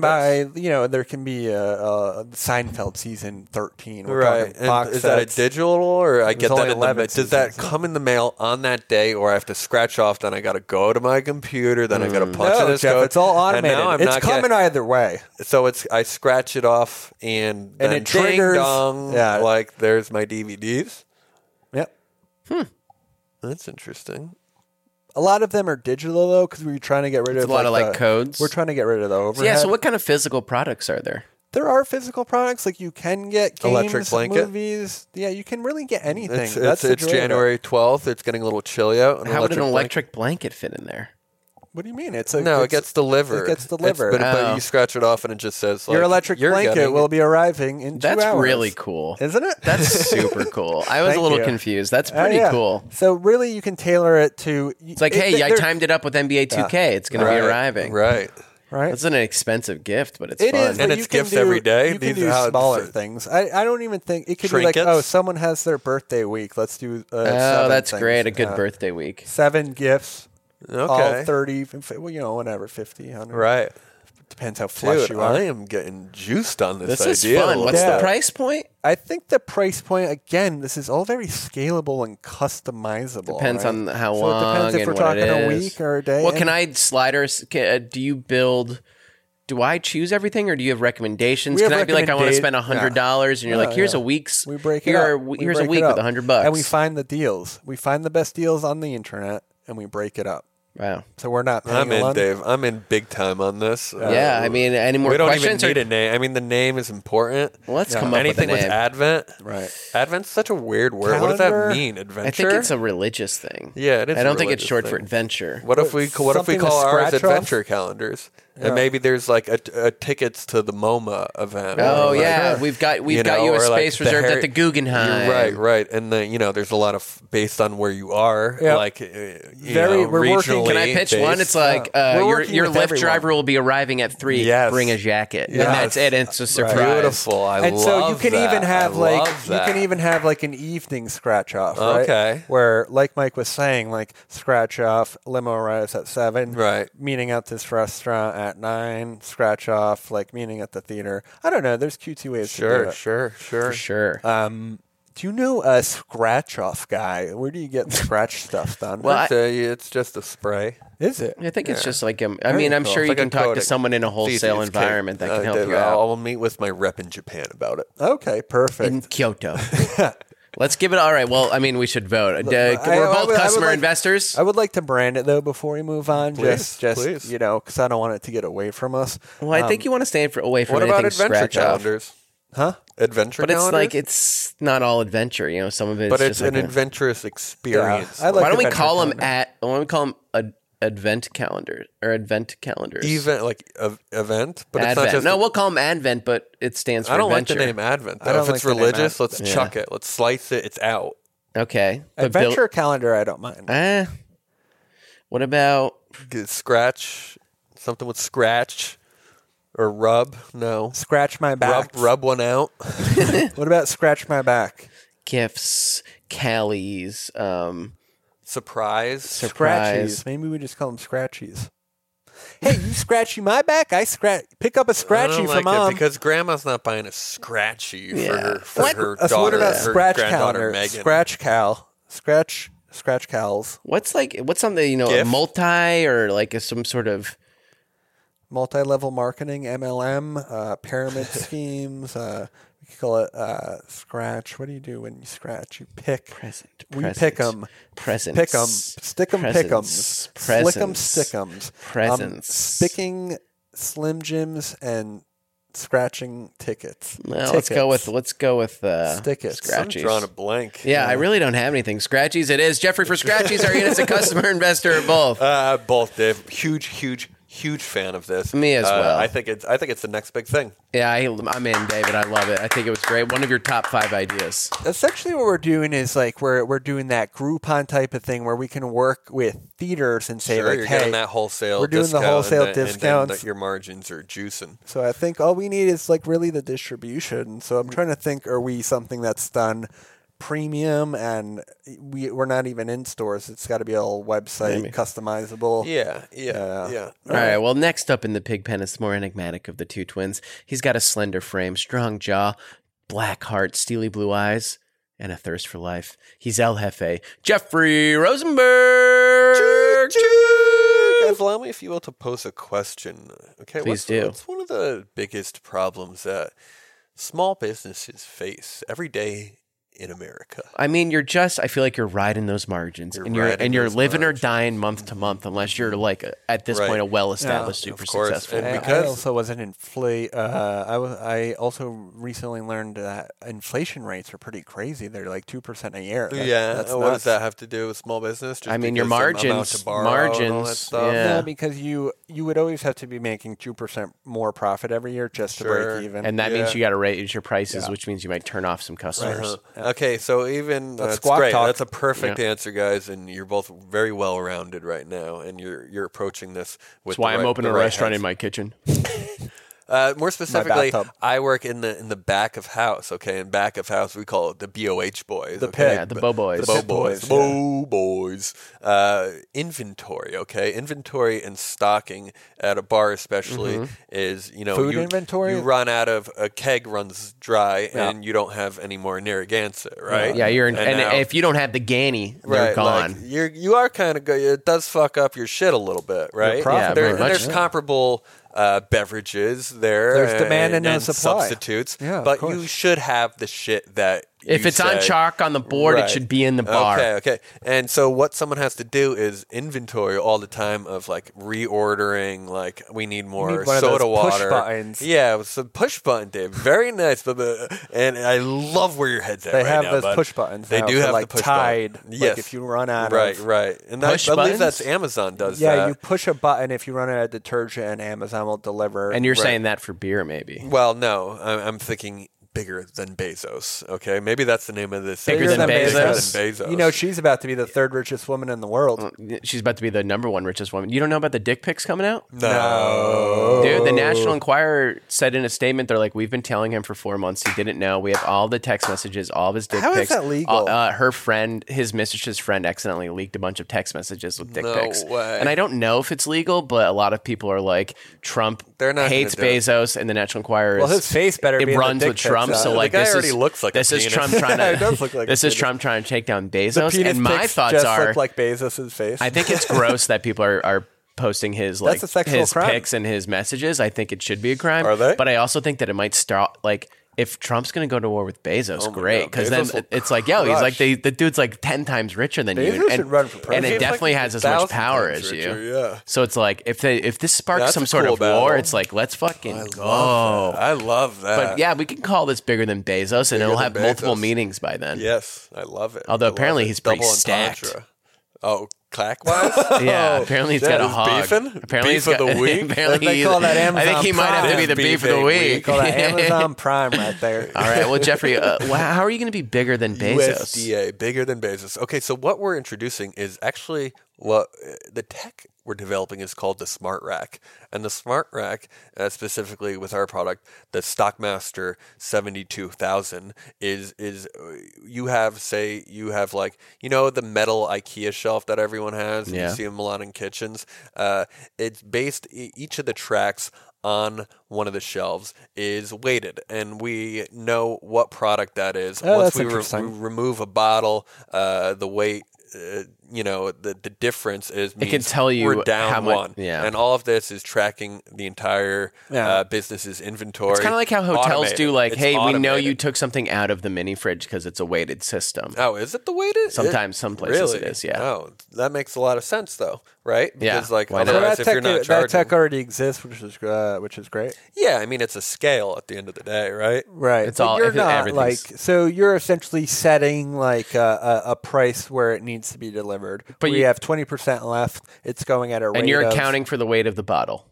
[SPEAKER 5] buy, you know, there can be a, a Seinfeld season 13. We're
[SPEAKER 4] Right,
[SPEAKER 5] talking box
[SPEAKER 4] and is that a
[SPEAKER 5] sets.
[SPEAKER 4] digital or I get
[SPEAKER 5] only
[SPEAKER 4] that in the
[SPEAKER 5] 11
[SPEAKER 4] ma- Does that
[SPEAKER 5] seasons.
[SPEAKER 4] come in the mail on that day, or I have to scratch off? Then I got to go to my computer. Then I got to punch in
[SPEAKER 5] Mm. No,
[SPEAKER 4] this
[SPEAKER 5] Jeff,
[SPEAKER 4] code.
[SPEAKER 5] it's all
[SPEAKER 4] and now
[SPEAKER 5] automated.
[SPEAKER 4] I'm
[SPEAKER 5] It's
[SPEAKER 4] not get-
[SPEAKER 5] coming either way.
[SPEAKER 4] so it's I scratch it off, and then
[SPEAKER 5] it
[SPEAKER 4] ding
[SPEAKER 5] triggers-
[SPEAKER 4] dong,
[SPEAKER 5] yeah.
[SPEAKER 4] like there's my DVDs.
[SPEAKER 5] Yep.
[SPEAKER 4] That's interesting.
[SPEAKER 5] A lot of them are digital though, because we were trying to get rid of
[SPEAKER 3] a lot of, like,
[SPEAKER 5] the-
[SPEAKER 3] codes.
[SPEAKER 5] We're trying to get rid of the overhead.
[SPEAKER 3] yeah, so what kind of physical products are there?
[SPEAKER 5] There are physical products like you can get games,
[SPEAKER 4] Electric blanket?
[SPEAKER 5] movies. Yeah, you can really get anything.
[SPEAKER 4] It's, it's,
[SPEAKER 5] That's the
[SPEAKER 4] it's
[SPEAKER 5] joy of it.
[SPEAKER 4] January 12th. It's getting a little chilly out.
[SPEAKER 3] How would an electric blanket fit in there?
[SPEAKER 5] What do you mean? It's a,
[SPEAKER 4] No, it
[SPEAKER 5] it's-
[SPEAKER 4] gets delivered.
[SPEAKER 5] It gets
[SPEAKER 4] It's-
[SPEAKER 5] delivered.
[SPEAKER 4] but, but
[SPEAKER 3] Oh.
[SPEAKER 4] you scratch it off and it just says, like,
[SPEAKER 5] Your electric
[SPEAKER 4] "You're
[SPEAKER 5] blanket
[SPEAKER 4] getting
[SPEAKER 5] will
[SPEAKER 4] it."
[SPEAKER 5] be arriving in two
[SPEAKER 3] That's
[SPEAKER 5] hours.
[SPEAKER 3] really cool.
[SPEAKER 5] isn't it? [LAUGHS]
[SPEAKER 3] That's super cool. I was a
[SPEAKER 5] Thank
[SPEAKER 3] little
[SPEAKER 5] you.
[SPEAKER 3] confused. That's
[SPEAKER 5] Uh,
[SPEAKER 3] pretty
[SPEAKER 5] yeah.
[SPEAKER 3] cool.
[SPEAKER 5] So really, you can tailor it to.
[SPEAKER 3] It's like, hey, I timed it up with NBA 2K. It's going to
[SPEAKER 4] Right,
[SPEAKER 3] be arriving.
[SPEAKER 4] Right.
[SPEAKER 5] Right.
[SPEAKER 3] That's an expensive gift, but it's
[SPEAKER 5] It
[SPEAKER 3] fun.
[SPEAKER 5] is,
[SPEAKER 4] And
[SPEAKER 5] but
[SPEAKER 4] it's
[SPEAKER 5] you can
[SPEAKER 4] gifts
[SPEAKER 5] do-
[SPEAKER 4] every day?
[SPEAKER 5] You can
[SPEAKER 4] These
[SPEAKER 5] do
[SPEAKER 4] are-
[SPEAKER 5] smaller things. I, I don't even think it could be like,
[SPEAKER 4] Trinkets?
[SPEAKER 5] oh, someone has their birthday week. Let's do. Uh,
[SPEAKER 3] oh,
[SPEAKER 5] seven
[SPEAKER 3] that's
[SPEAKER 5] things.
[SPEAKER 3] great. A good
[SPEAKER 5] Uh,
[SPEAKER 3] birthday week.
[SPEAKER 5] Seven gifts.
[SPEAKER 4] Okay.
[SPEAKER 5] All thirty. f- Well, you know, whatever, 50, 100.
[SPEAKER 4] Right.
[SPEAKER 5] Depends how flush
[SPEAKER 4] Dude,
[SPEAKER 5] you are.
[SPEAKER 4] I am getting juiced on this,
[SPEAKER 3] This is
[SPEAKER 4] idea.
[SPEAKER 3] fun. What's
[SPEAKER 5] Yeah.
[SPEAKER 3] the price point?
[SPEAKER 5] I think the price point again. This is all very scalable and customizable.
[SPEAKER 3] Depends
[SPEAKER 5] right?
[SPEAKER 3] on how
[SPEAKER 5] so
[SPEAKER 3] long
[SPEAKER 5] It depends
[SPEAKER 3] and
[SPEAKER 5] if we're
[SPEAKER 3] what
[SPEAKER 5] talking
[SPEAKER 3] it
[SPEAKER 5] a
[SPEAKER 3] is.
[SPEAKER 5] week or a day.
[SPEAKER 3] Well,
[SPEAKER 5] and-
[SPEAKER 3] can I sliders? Can, uh, do you build? Do I choose everything, or do you have recommendations?
[SPEAKER 5] We have
[SPEAKER 3] can I be like, I want to
[SPEAKER 5] recommenda-
[SPEAKER 3] spend hundred dollars, and you're
[SPEAKER 5] Yeah,
[SPEAKER 3] like, here's
[SPEAKER 5] yeah.
[SPEAKER 3] a week's.
[SPEAKER 5] We break
[SPEAKER 3] here
[SPEAKER 5] it
[SPEAKER 3] are-
[SPEAKER 5] up. We
[SPEAKER 3] here's
[SPEAKER 5] break
[SPEAKER 3] a
[SPEAKER 5] it
[SPEAKER 3] week
[SPEAKER 5] up.
[SPEAKER 3] with hundred bucks.
[SPEAKER 5] and we find the deals. We find the best deals on the internet, and we break it up.
[SPEAKER 3] Wow.
[SPEAKER 5] So we're not. paying
[SPEAKER 4] I'm in,
[SPEAKER 5] alum-
[SPEAKER 4] Dave. I'm in big time on this.
[SPEAKER 3] Yeah, I mean, any more
[SPEAKER 4] we don't even
[SPEAKER 3] questions?
[SPEAKER 4] need
[SPEAKER 3] or-
[SPEAKER 4] a name. I mean, the name is important.
[SPEAKER 3] Well, let's come up with a
[SPEAKER 4] Anything
[SPEAKER 3] name.
[SPEAKER 4] Advent.
[SPEAKER 5] Right.
[SPEAKER 4] Advent's such a weird word. What does that
[SPEAKER 5] Calendar?
[SPEAKER 4] mean?
[SPEAKER 3] I
[SPEAKER 4] Adventure?
[SPEAKER 3] think it's a religious thing.
[SPEAKER 4] Yeah, it is
[SPEAKER 3] I
[SPEAKER 4] a
[SPEAKER 3] don't think it's
[SPEAKER 4] religious
[SPEAKER 3] short for
[SPEAKER 4] thing.
[SPEAKER 3] adventure.
[SPEAKER 4] What if we what if we
[SPEAKER 5] something to
[SPEAKER 4] call ours
[SPEAKER 5] scratch off?
[SPEAKER 4] adventure calendars?
[SPEAKER 5] Yeah.
[SPEAKER 4] And maybe there's like a, a tickets to the MoMA event.
[SPEAKER 3] Oh
[SPEAKER 4] or like,
[SPEAKER 3] yeah, we've got we've
[SPEAKER 4] you
[SPEAKER 3] got
[SPEAKER 4] know,
[SPEAKER 3] you a
[SPEAKER 4] or, like,
[SPEAKER 3] space reserved
[SPEAKER 4] Har-
[SPEAKER 3] at the Guggenheim.
[SPEAKER 4] You're right, right, and the you know there's a lot of based on where you are,
[SPEAKER 5] Yeah.
[SPEAKER 4] like uh, you
[SPEAKER 5] Very-
[SPEAKER 4] know,
[SPEAKER 5] we're working-
[SPEAKER 4] regionally
[SPEAKER 3] Can I pitch one?
[SPEAKER 4] based.
[SPEAKER 3] It's like uh,
[SPEAKER 5] We're
[SPEAKER 3] your
[SPEAKER 5] working
[SPEAKER 3] your
[SPEAKER 5] with
[SPEAKER 3] Lyft
[SPEAKER 5] everyone.
[SPEAKER 3] driver will be arriving at three.
[SPEAKER 4] Yes.
[SPEAKER 3] Bring a jacket,
[SPEAKER 4] Yes.
[SPEAKER 3] and that's it. and It's a surprise.
[SPEAKER 4] beautiful. I
[SPEAKER 5] and
[SPEAKER 4] love
[SPEAKER 5] so you can
[SPEAKER 4] that.
[SPEAKER 5] even have
[SPEAKER 4] I
[SPEAKER 5] like
[SPEAKER 4] love
[SPEAKER 5] you
[SPEAKER 4] that.
[SPEAKER 5] can even have like an evening scratch off, right?
[SPEAKER 4] Okay.
[SPEAKER 5] Where like Mike was saying, like scratch off limo arrives at seven,
[SPEAKER 4] Right.
[SPEAKER 5] Meeting at this restaurant at nine, scratch off, like meeting at the theater. I don't know. There's cutesy ways to do
[SPEAKER 4] Sure,
[SPEAKER 5] it.
[SPEAKER 4] sure, sure.
[SPEAKER 3] For sure.
[SPEAKER 4] Uh,
[SPEAKER 5] Um, do you know a scratch off guy? Where do you get scratch stuff done?
[SPEAKER 3] Well, I-
[SPEAKER 4] I'd say it's just a spray.
[SPEAKER 5] is it?
[SPEAKER 3] I think it's just like um, I mean, I'm
[SPEAKER 4] Cool.
[SPEAKER 3] sure
[SPEAKER 4] It's
[SPEAKER 3] you
[SPEAKER 4] like a
[SPEAKER 3] can talk to
[SPEAKER 4] codec.
[SPEAKER 3] someone in a wholesale
[SPEAKER 4] It's- it's
[SPEAKER 3] environment that
[SPEAKER 4] uh,
[SPEAKER 3] can help
[SPEAKER 4] Dave,
[SPEAKER 3] you out.
[SPEAKER 4] I'll meet with my rep in Japan about it.
[SPEAKER 5] Okay, perfect.
[SPEAKER 3] in
[SPEAKER 4] [LAUGHS]
[SPEAKER 3] Kyoto. Let's give it. All right. Well, I mean, we should vote. Uh, we're
[SPEAKER 5] I- I would- I
[SPEAKER 3] both
[SPEAKER 5] would
[SPEAKER 3] customer
[SPEAKER 5] like-
[SPEAKER 3] investors.
[SPEAKER 5] I would like to brand it though before we move on. just,
[SPEAKER 4] Please,
[SPEAKER 5] just
[SPEAKER 4] please.
[SPEAKER 5] you know, because I don't want it to get away from us.
[SPEAKER 3] Well, I think you want to stand for away from
[SPEAKER 4] um, What
[SPEAKER 3] anything
[SPEAKER 4] about adventure
[SPEAKER 3] scratch off.
[SPEAKER 4] calendars?
[SPEAKER 5] Huh?
[SPEAKER 4] Adventure
[SPEAKER 3] But it's
[SPEAKER 4] calendars?
[SPEAKER 3] like it's not all adventure. You know, some of it.
[SPEAKER 4] but
[SPEAKER 3] is
[SPEAKER 4] it's
[SPEAKER 3] just like
[SPEAKER 4] an
[SPEAKER 3] a-
[SPEAKER 4] adventurous experience.
[SPEAKER 5] I like
[SPEAKER 3] why don't we
[SPEAKER 5] adventure
[SPEAKER 3] call them at? Why don't we call them ad, advent calendar or advent calendars?
[SPEAKER 4] event like ev- event, but it's not
[SPEAKER 3] Advent.
[SPEAKER 4] just.
[SPEAKER 3] No, we'll call them advent, but it stands for
[SPEAKER 4] I don't
[SPEAKER 3] adventure.
[SPEAKER 4] like the name Advent.
[SPEAKER 5] I don't
[SPEAKER 4] Though. If
[SPEAKER 5] like
[SPEAKER 4] it's
[SPEAKER 5] the name
[SPEAKER 4] religious,
[SPEAKER 5] Advent.
[SPEAKER 4] let's chuck it. Let's slice it. It's out.
[SPEAKER 3] Okay, but Bill-
[SPEAKER 5] Adventure calendar, I don't mind.
[SPEAKER 3] eh. What about
[SPEAKER 4] G- Scratch something with scratch or rub. No,
[SPEAKER 5] Scratch my
[SPEAKER 4] rub
[SPEAKER 5] back.
[SPEAKER 4] rub one out.
[SPEAKER 5] [LAUGHS] What about scratch my back?
[SPEAKER 3] gifts, callies, um,
[SPEAKER 4] Surprise.
[SPEAKER 3] surprise?
[SPEAKER 5] Scratchies. Maybe we just call them scratchies. Hey, you scratchy my back. I scratch. Pick up a
[SPEAKER 4] I
[SPEAKER 5] scratchy
[SPEAKER 4] don't
[SPEAKER 5] from
[SPEAKER 4] like
[SPEAKER 5] mom.
[SPEAKER 4] it because grandma's not buying a scratchy for
[SPEAKER 3] Yeah.
[SPEAKER 4] her for
[SPEAKER 3] What-
[SPEAKER 4] her
[SPEAKER 5] Uh,
[SPEAKER 4] daughter.
[SPEAKER 5] so what about
[SPEAKER 4] her
[SPEAKER 5] scratch
[SPEAKER 4] granddaughter
[SPEAKER 5] calendar?
[SPEAKER 4] Megan.
[SPEAKER 5] Scratch cal. Scratch. Scratch cows.
[SPEAKER 3] What's like what's something you know a
[SPEAKER 4] Gift?
[SPEAKER 3] multi or like a, some sort of
[SPEAKER 5] multi-level marketing MLM
[SPEAKER 3] [LAUGHS]
[SPEAKER 5] uh, pyramid schemes. Uh, we could call it uh, scratch. What do you do when you scratch? You pick.
[SPEAKER 3] present?
[SPEAKER 5] We
[SPEAKER 3] present,
[SPEAKER 5] pick 'em.
[SPEAKER 3] Presents.
[SPEAKER 5] Pick 'em, stick 'em, pick 'em,
[SPEAKER 3] presents,
[SPEAKER 5] slick 'em,
[SPEAKER 3] presents,
[SPEAKER 5] stick 'ems. Um,
[SPEAKER 3] Presents.
[SPEAKER 5] sticking Slim Jims and scratching tickets.
[SPEAKER 3] Well, let's go with
[SPEAKER 5] Tickets.
[SPEAKER 3] let's go with uh,
[SPEAKER 5] Stick it.
[SPEAKER 4] I'm
[SPEAKER 3] Scratchies.
[SPEAKER 4] drawing a blank.
[SPEAKER 3] yeah, I really don't have anything. Scratchies, it is. Jeffrey for Scratchies, are you as a customer, investor, or both?
[SPEAKER 4] Uh, both, Dave. Huge, huge, huge fan of this.
[SPEAKER 3] Me as
[SPEAKER 4] Uh,
[SPEAKER 3] well.
[SPEAKER 4] I think it's. I think it's the next big thing.
[SPEAKER 3] yeah, I, I'm in, David. I love it. I think it was great. One of your top five ideas.
[SPEAKER 5] essentially what we're doing is like we're we're doing that Groupon type of thing where we can work with theaters and say
[SPEAKER 4] sure,
[SPEAKER 5] like,
[SPEAKER 4] you're
[SPEAKER 5] hey,
[SPEAKER 4] getting that wholesale.
[SPEAKER 5] we're doing the
[SPEAKER 4] discount
[SPEAKER 5] wholesale
[SPEAKER 4] and then- and then
[SPEAKER 5] discounts.
[SPEAKER 4] that your margins are juicing.
[SPEAKER 5] So I think all we need is like really the distribution. So I'm trying to think: Are we something that's done premium and we we're not even in stores? It's got to be all website customizable.
[SPEAKER 4] Yeah, yeah,
[SPEAKER 5] Yeah.
[SPEAKER 4] yeah.
[SPEAKER 3] All right. Well, next up in the pig pen is the more enigmatic of the two twins. He's got a slender frame, strong jaw, black heart, steely blue eyes, and a thirst for life. He's El Jefe, Jeffrey Rosenberg.
[SPEAKER 4] Guys, allow me, if you will, to pose a question. Okay,
[SPEAKER 3] Please
[SPEAKER 4] what's,
[SPEAKER 3] do.
[SPEAKER 4] What's one of the biggest problems that small businesses face every day in America?
[SPEAKER 3] I mean, you're just. I feel like you're riding those margins,
[SPEAKER 4] You're
[SPEAKER 3] and you're
[SPEAKER 4] riding
[SPEAKER 3] and you're
[SPEAKER 4] those
[SPEAKER 3] living or dying month to month, unless you're like a- at this
[SPEAKER 4] Right.
[SPEAKER 3] point a well-established,
[SPEAKER 4] Yeah,
[SPEAKER 3] super
[SPEAKER 4] of course.
[SPEAKER 3] successful.
[SPEAKER 4] And
[SPEAKER 5] I-
[SPEAKER 4] because-
[SPEAKER 5] I also wasn't inflate. Uh, I was. I also recently learned that inflation rates are pretty crazy. They're like two percent a year. That-
[SPEAKER 4] yeah,
[SPEAKER 5] that's
[SPEAKER 4] what does
[SPEAKER 5] nuts.
[SPEAKER 4] that have to do with small business? Just
[SPEAKER 3] I mean, your
[SPEAKER 4] because I'm out to
[SPEAKER 3] margins-
[SPEAKER 4] borrow and all that
[SPEAKER 3] margins,
[SPEAKER 4] stuff?
[SPEAKER 3] yeah.
[SPEAKER 5] Uh, No, because you you would always have to be making two percent more profit every year just to
[SPEAKER 4] Sure.
[SPEAKER 5] break even.
[SPEAKER 3] And that
[SPEAKER 4] Yeah.
[SPEAKER 3] means you got to raise your prices, which means you might turn off some customers.
[SPEAKER 4] Uh-huh. Okay, so even that's,
[SPEAKER 5] Squawk
[SPEAKER 4] great.
[SPEAKER 5] Talk.
[SPEAKER 4] That's a perfect answer, guys, and you're both very well rounded right now, and you're you're approaching this with.
[SPEAKER 3] That's why
[SPEAKER 4] the
[SPEAKER 3] I'm
[SPEAKER 4] right-
[SPEAKER 3] opening
[SPEAKER 4] the
[SPEAKER 3] a
[SPEAKER 4] right
[SPEAKER 3] restaurant
[SPEAKER 4] heads.
[SPEAKER 3] in my kitchen.
[SPEAKER 4] Uh, more specifically,
[SPEAKER 5] bathtub.
[SPEAKER 4] I work in the in the back of house. Okay, in back of house, we call it the boh boys. The
[SPEAKER 5] pig.
[SPEAKER 3] Yeah, the Bo Boys.
[SPEAKER 4] The Bo
[SPEAKER 5] Pit
[SPEAKER 4] boys.
[SPEAKER 5] Boys,
[SPEAKER 4] Bo boys. Uh, inventory. Okay, inventory and stocking at a bar, especially, is you know
[SPEAKER 5] Food
[SPEAKER 4] you,
[SPEAKER 5] inventory?
[SPEAKER 4] You run out of a keg runs dry, and you don't have any more Narragansett, right?
[SPEAKER 3] Yeah, you're in, and,
[SPEAKER 4] now-
[SPEAKER 3] if you don't have the Ganny, they're
[SPEAKER 4] Right, like,
[SPEAKER 3] gone.
[SPEAKER 4] you're you are kind of go- it does fuck up your shit a little bit, right?
[SPEAKER 5] profit
[SPEAKER 3] Yeah,
[SPEAKER 4] There-
[SPEAKER 3] very
[SPEAKER 4] and
[SPEAKER 3] much
[SPEAKER 4] there's
[SPEAKER 3] so.
[SPEAKER 4] comparable uh, beverages there.
[SPEAKER 5] There's demand and no supply.
[SPEAKER 4] substitutes.
[SPEAKER 5] Yeah, of
[SPEAKER 4] but
[SPEAKER 5] course.
[SPEAKER 4] you should have the shit that
[SPEAKER 3] if
[SPEAKER 4] you
[SPEAKER 3] it's on
[SPEAKER 4] say-
[SPEAKER 3] chalk on the board, it
[SPEAKER 4] Right.
[SPEAKER 3] should be in the bar.
[SPEAKER 4] Okay, okay. And so what someone has to do is inventory all the time of like reordering, like we need more
[SPEAKER 5] need one of
[SPEAKER 4] soda
[SPEAKER 5] those push
[SPEAKER 4] water.
[SPEAKER 5] buttons.
[SPEAKER 4] Yeah, it was a push button, Dave. Very nice, but but- and I love where your head's at.
[SPEAKER 5] They
[SPEAKER 4] right
[SPEAKER 5] have
[SPEAKER 4] now,
[SPEAKER 5] those
[SPEAKER 4] bud.
[SPEAKER 5] push buttons
[SPEAKER 4] They
[SPEAKER 5] now
[SPEAKER 4] do
[SPEAKER 5] for,
[SPEAKER 4] have
[SPEAKER 5] like,
[SPEAKER 4] the push
[SPEAKER 5] Tide,
[SPEAKER 4] Button.
[SPEAKER 5] like,
[SPEAKER 4] Yes,
[SPEAKER 5] if you run out of-
[SPEAKER 4] right, right, and I-
[SPEAKER 3] Push
[SPEAKER 4] I
[SPEAKER 3] buttons?
[SPEAKER 4] believe that's Amazon does
[SPEAKER 5] Yeah,
[SPEAKER 4] that.
[SPEAKER 5] you push a button if you run out of detergent, and Amazon will deliver.
[SPEAKER 3] And you're saying that for beer, maybe.
[SPEAKER 4] Well, no, I- I'm thinking bigger than Bezos. Okay, maybe that's the name of this.
[SPEAKER 3] Bigger
[SPEAKER 4] segment.
[SPEAKER 3] than Bezos?
[SPEAKER 4] Bezos.
[SPEAKER 5] You know, she's about to be the third richest woman in the world.
[SPEAKER 3] She's about to be the number one richest woman. You don't know about the dick pics coming out?
[SPEAKER 4] no.
[SPEAKER 3] Dude, the
[SPEAKER 5] Oh.
[SPEAKER 3] National Enquirer said in a statement, they're like, "We've been telling him for four months. He didn't know. We have all the text messages, all of his dick
[SPEAKER 5] How is
[SPEAKER 3] pics.
[SPEAKER 5] that legal?
[SPEAKER 3] all- uh, her friend, his mistress's friend, accidentally leaked a bunch of text messages with dick
[SPEAKER 4] No
[SPEAKER 3] pics.
[SPEAKER 4] way.
[SPEAKER 3] And I don't know if it's legal, but a lot of people are like, Trump
[SPEAKER 4] They're not
[SPEAKER 3] hates
[SPEAKER 4] gonna do it.
[SPEAKER 3] Bezos, and the National Enquirer.
[SPEAKER 5] Well,
[SPEAKER 3] is-
[SPEAKER 5] his face better
[SPEAKER 3] It
[SPEAKER 5] be in the
[SPEAKER 3] runs
[SPEAKER 5] dick
[SPEAKER 3] with
[SPEAKER 5] pics,
[SPEAKER 3] Trump,
[SPEAKER 5] huh?
[SPEAKER 3] so
[SPEAKER 5] The
[SPEAKER 3] like
[SPEAKER 4] guy
[SPEAKER 3] this
[SPEAKER 4] already
[SPEAKER 3] is,
[SPEAKER 4] looks like a
[SPEAKER 3] this is
[SPEAKER 4] penis.
[SPEAKER 3] Trump
[SPEAKER 5] [LAUGHS]
[SPEAKER 3] trying to
[SPEAKER 5] It does
[SPEAKER 3] [LAUGHS]
[SPEAKER 5] look like a
[SPEAKER 3] this is
[SPEAKER 5] penis.
[SPEAKER 3] Trump trying to take down
[SPEAKER 5] The
[SPEAKER 3] Bezos.
[SPEAKER 5] penis
[SPEAKER 3] And my
[SPEAKER 5] pics
[SPEAKER 3] thoughts
[SPEAKER 5] just
[SPEAKER 3] are
[SPEAKER 5] look like Bezos's face.
[SPEAKER 3] I think it's gross that people are, are posting his like
[SPEAKER 5] That's a sexual
[SPEAKER 3] his
[SPEAKER 5] crime.
[SPEAKER 3] pics and his messages. I think it should be a crime.
[SPEAKER 4] Are they?
[SPEAKER 3] But I also think that it might start like if Trump's going to go to war with Bezos,
[SPEAKER 4] Oh my
[SPEAKER 3] great,
[SPEAKER 4] God,
[SPEAKER 3] because
[SPEAKER 4] Bezos
[SPEAKER 3] then
[SPEAKER 4] will
[SPEAKER 3] it's like, yo, he's like
[SPEAKER 4] crush.
[SPEAKER 3] the, the dude's like ten times richer than you,
[SPEAKER 5] Bezos
[SPEAKER 3] and,
[SPEAKER 5] should run for
[SPEAKER 3] and
[SPEAKER 5] president.
[SPEAKER 3] it
[SPEAKER 4] He's like
[SPEAKER 3] definitely has as much
[SPEAKER 4] 1,000
[SPEAKER 3] power
[SPEAKER 4] times
[SPEAKER 3] as you.
[SPEAKER 4] richer, yeah.
[SPEAKER 3] So it's like if they if this sparks
[SPEAKER 4] That's
[SPEAKER 3] some
[SPEAKER 4] a
[SPEAKER 3] sort
[SPEAKER 4] cool
[SPEAKER 3] of war,
[SPEAKER 4] battle.
[SPEAKER 3] it's like let's fucking
[SPEAKER 4] I
[SPEAKER 3] go.
[SPEAKER 4] love that. I love that.
[SPEAKER 3] Oh. But yeah, we can call this bigger than Bezos, and it'll
[SPEAKER 4] than
[SPEAKER 3] have multiple
[SPEAKER 4] Bezos.
[SPEAKER 3] meanings by then.
[SPEAKER 4] Yes, I love it.
[SPEAKER 3] Although
[SPEAKER 4] I love
[SPEAKER 3] apparently
[SPEAKER 4] it.
[SPEAKER 3] he's pretty
[SPEAKER 4] Double
[SPEAKER 3] stacked.
[SPEAKER 4] entendre. Oh,
[SPEAKER 3] [LAUGHS]
[SPEAKER 4] clackwise?
[SPEAKER 3] Yeah, apparently he's got a
[SPEAKER 4] Oh, Is
[SPEAKER 3] hog.
[SPEAKER 4] beefing?
[SPEAKER 3] Apparently
[SPEAKER 4] Beef
[SPEAKER 3] he's got [LAUGHS]
[SPEAKER 4] of the week?
[SPEAKER 3] apparently
[SPEAKER 5] They call
[SPEAKER 3] [LAUGHS]
[SPEAKER 5] that
[SPEAKER 3] I think he
[SPEAKER 5] Amazon
[SPEAKER 3] might have to
[SPEAKER 5] Prime.
[SPEAKER 3] be the beef,
[SPEAKER 4] Beef
[SPEAKER 3] of the
[SPEAKER 4] of the
[SPEAKER 5] They
[SPEAKER 3] week.
[SPEAKER 4] week.
[SPEAKER 5] call that Amazon Prime right there.
[SPEAKER 3] [LAUGHS] All right, well, Jeffrey, uh, wh- how are you going to be bigger
[SPEAKER 4] [LAUGHS]
[SPEAKER 3] than Bezos?
[SPEAKER 4] USDA, bigger than Bezos. Okay, so what we're introducing is actually what uh, the tech we're developing is called the smart rack, and the smart rack, uh, specifically with our product, the Stockmaster seventy two thousand, is is uh, you have say you have like you know the metal IKEA shelf that everyone has, and
[SPEAKER 3] Yeah.
[SPEAKER 4] you see them a lot in kitchens. Uh, it's based e- each of the tracks on one of the shelves is weighted and we know what product that is
[SPEAKER 5] Oh,
[SPEAKER 4] once
[SPEAKER 5] that's
[SPEAKER 4] we, re-
[SPEAKER 5] interesting.
[SPEAKER 4] we remove a bottle, uh, the weight, uh, you know, the, the difference is means
[SPEAKER 3] can tell you
[SPEAKER 4] we're down
[SPEAKER 3] how much-
[SPEAKER 4] one.
[SPEAKER 3] yeah.
[SPEAKER 4] And all of this is tracking the entire
[SPEAKER 5] Yeah.
[SPEAKER 4] uh, business's inventory.
[SPEAKER 3] It's kind of like how hotels do,
[SPEAKER 4] Automated.
[SPEAKER 3] like,
[SPEAKER 4] It's
[SPEAKER 3] hey, we know
[SPEAKER 4] automated.
[SPEAKER 3] you took something out of the mini fridge because it's a weighted system.
[SPEAKER 4] Oh, is it the weighted?
[SPEAKER 3] Sometimes,
[SPEAKER 4] It-
[SPEAKER 3] some places it
[SPEAKER 4] really?
[SPEAKER 3] is, yeah.
[SPEAKER 4] Oh, that makes a lot of sense, though, right?
[SPEAKER 3] Yeah,
[SPEAKER 4] Because like
[SPEAKER 3] why not?
[SPEAKER 5] So
[SPEAKER 4] otherwise,
[SPEAKER 5] that
[SPEAKER 4] if
[SPEAKER 5] tech,
[SPEAKER 4] you're not
[SPEAKER 5] that
[SPEAKER 4] charging,
[SPEAKER 5] tech already exists, which is uh, which is great.
[SPEAKER 4] yeah, I mean, it's a scale at the end of the day, right?
[SPEAKER 5] Right.
[SPEAKER 3] It's
[SPEAKER 5] But
[SPEAKER 3] all-
[SPEAKER 5] you're
[SPEAKER 3] every-
[SPEAKER 5] not like
[SPEAKER 3] everything's-
[SPEAKER 5] so you're essentially setting like a, a, a price where it needs to be delivered.
[SPEAKER 3] But
[SPEAKER 5] we
[SPEAKER 3] you-
[SPEAKER 5] have twenty percent left. It's going at a rate
[SPEAKER 3] and you're
[SPEAKER 5] of-
[SPEAKER 3] accounting for the weight of the bottle.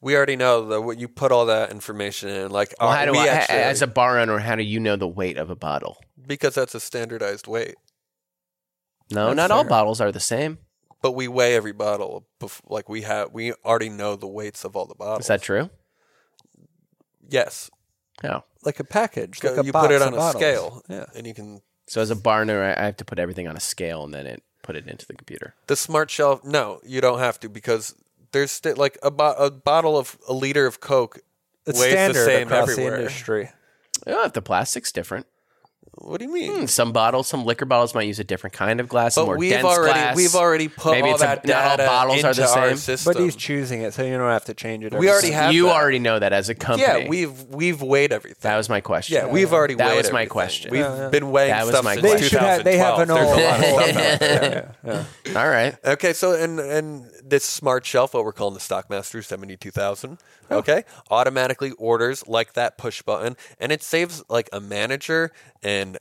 [SPEAKER 4] We already know that what you put all that information in, like
[SPEAKER 3] Well,
[SPEAKER 4] our-
[SPEAKER 3] how do
[SPEAKER 4] we
[SPEAKER 3] I,
[SPEAKER 4] actually-
[SPEAKER 3] as a bar owner, how do you know the weight of a bottle?
[SPEAKER 4] because that's a standardized weight.
[SPEAKER 3] No,
[SPEAKER 5] That's
[SPEAKER 3] not all
[SPEAKER 5] fair.
[SPEAKER 3] bottles are the same.
[SPEAKER 4] but we weigh every bottle bef- like we have we already know the weights of all the bottles
[SPEAKER 3] Is that true?
[SPEAKER 4] yes
[SPEAKER 3] No.
[SPEAKER 5] like a package. Like a
[SPEAKER 4] you
[SPEAKER 5] box
[SPEAKER 4] put it on
[SPEAKER 5] of
[SPEAKER 4] a
[SPEAKER 5] bottles.
[SPEAKER 4] scale
[SPEAKER 5] Yeah.
[SPEAKER 4] and you can
[SPEAKER 3] So as a bar owner, I I have to put everything on a scale and then it put it into the computer.
[SPEAKER 4] the smart shelf no you don't have to because there's sti- like a, bo- a bottle of a liter of coke
[SPEAKER 5] It's
[SPEAKER 4] weighs
[SPEAKER 5] standard
[SPEAKER 4] the same
[SPEAKER 5] across
[SPEAKER 4] everywhere
[SPEAKER 5] the industry.
[SPEAKER 3] Oh, if the plastic's different.
[SPEAKER 4] what do you mean
[SPEAKER 3] Mm, Some bottles, some liquor bottles might use a different kind of glass, a
[SPEAKER 4] but
[SPEAKER 3] more
[SPEAKER 4] we've
[SPEAKER 3] dense
[SPEAKER 4] already
[SPEAKER 3] glass.
[SPEAKER 4] we've already put
[SPEAKER 3] Maybe
[SPEAKER 4] all
[SPEAKER 3] it's a-
[SPEAKER 4] that
[SPEAKER 3] not all
[SPEAKER 4] data
[SPEAKER 3] bottles are the
[SPEAKER 4] into our
[SPEAKER 3] same.
[SPEAKER 4] system.
[SPEAKER 5] But he's choosing it, so you don't have to change it.
[SPEAKER 4] We
[SPEAKER 5] every
[SPEAKER 4] already
[SPEAKER 5] time.
[SPEAKER 4] have-
[SPEAKER 3] you
[SPEAKER 4] that.
[SPEAKER 3] already know that as a company.
[SPEAKER 4] yeah we've we've weighed everything
[SPEAKER 3] that was my question.
[SPEAKER 4] yeah, we've already
[SPEAKER 3] That
[SPEAKER 4] weighed
[SPEAKER 3] was my
[SPEAKER 4] everything.
[SPEAKER 3] question.
[SPEAKER 4] We've
[SPEAKER 3] Yeah,
[SPEAKER 4] been weighing
[SPEAKER 3] That was
[SPEAKER 4] stuff
[SPEAKER 3] my
[SPEAKER 4] since
[SPEAKER 3] question.
[SPEAKER 5] They should have. They have an
[SPEAKER 3] [LAUGHS]
[SPEAKER 4] 2012.
[SPEAKER 5] old.
[SPEAKER 4] There's a lot of
[SPEAKER 5] [LAUGHS]
[SPEAKER 4] stuff out there.
[SPEAKER 5] yeah, yeah,
[SPEAKER 3] all right.
[SPEAKER 4] Right. Okay, so and and this smart shelf, what we're calling the Stockmaster seventy two thousand,
[SPEAKER 5] Oh.
[SPEAKER 4] okay, automatically orders like that push button, and it saves like a manager and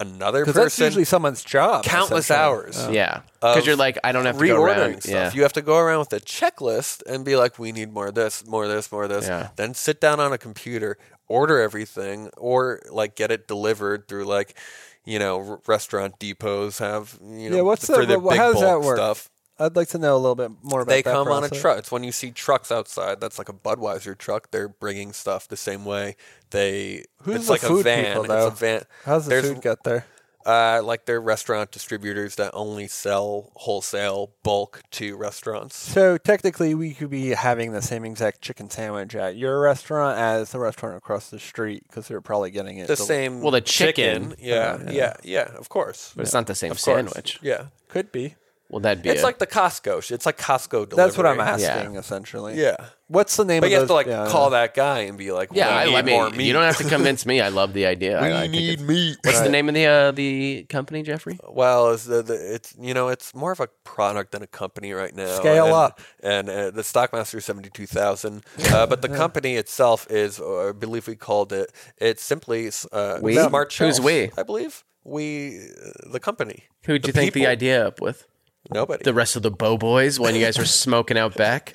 [SPEAKER 4] another
[SPEAKER 5] because
[SPEAKER 4] person
[SPEAKER 5] that's usually someone's job.
[SPEAKER 4] countless
[SPEAKER 5] essentially.
[SPEAKER 4] hours.
[SPEAKER 3] Yeah, because
[SPEAKER 4] Uh, Of
[SPEAKER 3] you're like, I don't have to go
[SPEAKER 4] Reordering
[SPEAKER 3] around.
[SPEAKER 4] stuff.
[SPEAKER 3] Yeah.
[SPEAKER 4] You have to go around with a checklist and be like, we need more of this, more of this, more of this.
[SPEAKER 3] Yeah.
[SPEAKER 4] Then sit down on a computer, order everything, or like get it delivered through like, you know, r- restaurant depots have, you know,
[SPEAKER 5] Yeah, what's
[SPEAKER 4] for
[SPEAKER 5] the,
[SPEAKER 4] their
[SPEAKER 5] well,
[SPEAKER 4] big
[SPEAKER 5] how does that
[SPEAKER 4] bulk
[SPEAKER 5] work?
[SPEAKER 4] stuff.
[SPEAKER 5] I'd like to know a little bit more about
[SPEAKER 4] They
[SPEAKER 5] that
[SPEAKER 4] come on a
[SPEAKER 5] process.
[SPEAKER 4] truck. It's when you see trucks outside. That's like a Budweiser truck. They're bringing stuff the same way. They
[SPEAKER 5] Who's
[SPEAKER 4] it's
[SPEAKER 5] the
[SPEAKER 4] like
[SPEAKER 5] food
[SPEAKER 4] a van.
[SPEAKER 5] people,
[SPEAKER 4] it's
[SPEAKER 5] though?
[SPEAKER 4] a van.
[SPEAKER 5] How's the
[SPEAKER 4] There's,
[SPEAKER 5] food get there?
[SPEAKER 4] Uh, like they're restaurant distributors that only sell wholesale bulk to restaurants.
[SPEAKER 5] So technically, we could be having the same exact chicken sandwich at your restaurant as the restaurant across the street because they're probably getting it.
[SPEAKER 4] The
[SPEAKER 5] del-
[SPEAKER 4] same.
[SPEAKER 3] Well, the chicken.
[SPEAKER 4] Yeah, yeah, yeah, Of course.
[SPEAKER 3] but it's not the same
[SPEAKER 4] Of course.
[SPEAKER 3] sandwich.
[SPEAKER 4] Yeah.
[SPEAKER 5] Could be.
[SPEAKER 3] Well, that'd be
[SPEAKER 4] It's
[SPEAKER 3] it.
[SPEAKER 4] like the Costco. sh- It's like Costco delivery.
[SPEAKER 5] That's what I'm
[SPEAKER 3] Yeah.
[SPEAKER 5] asking, essentially.
[SPEAKER 4] Yeah.
[SPEAKER 5] What's the name?
[SPEAKER 4] But
[SPEAKER 5] of
[SPEAKER 4] you have to
[SPEAKER 5] those-
[SPEAKER 4] like
[SPEAKER 5] yeah,
[SPEAKER 4] call
[SPEAKER 5] yeah.
[SPEAKER 4] that guy and be like,
[SPEAKER 3] yeah,
[SPEAKER 4] "We
[SPEAKER 3] I,
[SPEAKER 4] need
[SPEAKER 3] I mean,
[SPEAKER 4] more meat.
[SPEAKER 3] you don't have to convince me. I love the idea. I, I think it's- [LAUGHS]
[SPEAKER 4] meat.
[SPEAKER 3] What's the name of the uh, the company, Jeffrey?
[SPEAKER 4] Well, it's, the, the, it's you know it's more of a product than a company right now.
[SPEAKER 5] Scale
[SPEAKER 4] and,
[SPEAKER 5] up.
[SPEAKER 4] and uh, the Stockmaster seventy two
[SPEAKER 5] [LAUGHS]
[SPEAKER 4] thousand, uh, but the company itself is, or I believe we called it. It's simply uh,
[SPEAKER 3] We?
[SPEAKER 4] smart
[SPEAKER 3] Who's
[SPEAKER 4] shelf,
[SPEAKER 3] we?
[SPEAKER 4] I believe we, uh, the company.
[SPEAKER 3] Who do you think the
[SPEAKER 4] people.
[SPEAKER 3] idea up with?
[SPEAKER 4] Nobody.
[SPEAKER 3] the rest of the Bow Boys when you guys were smoking out back.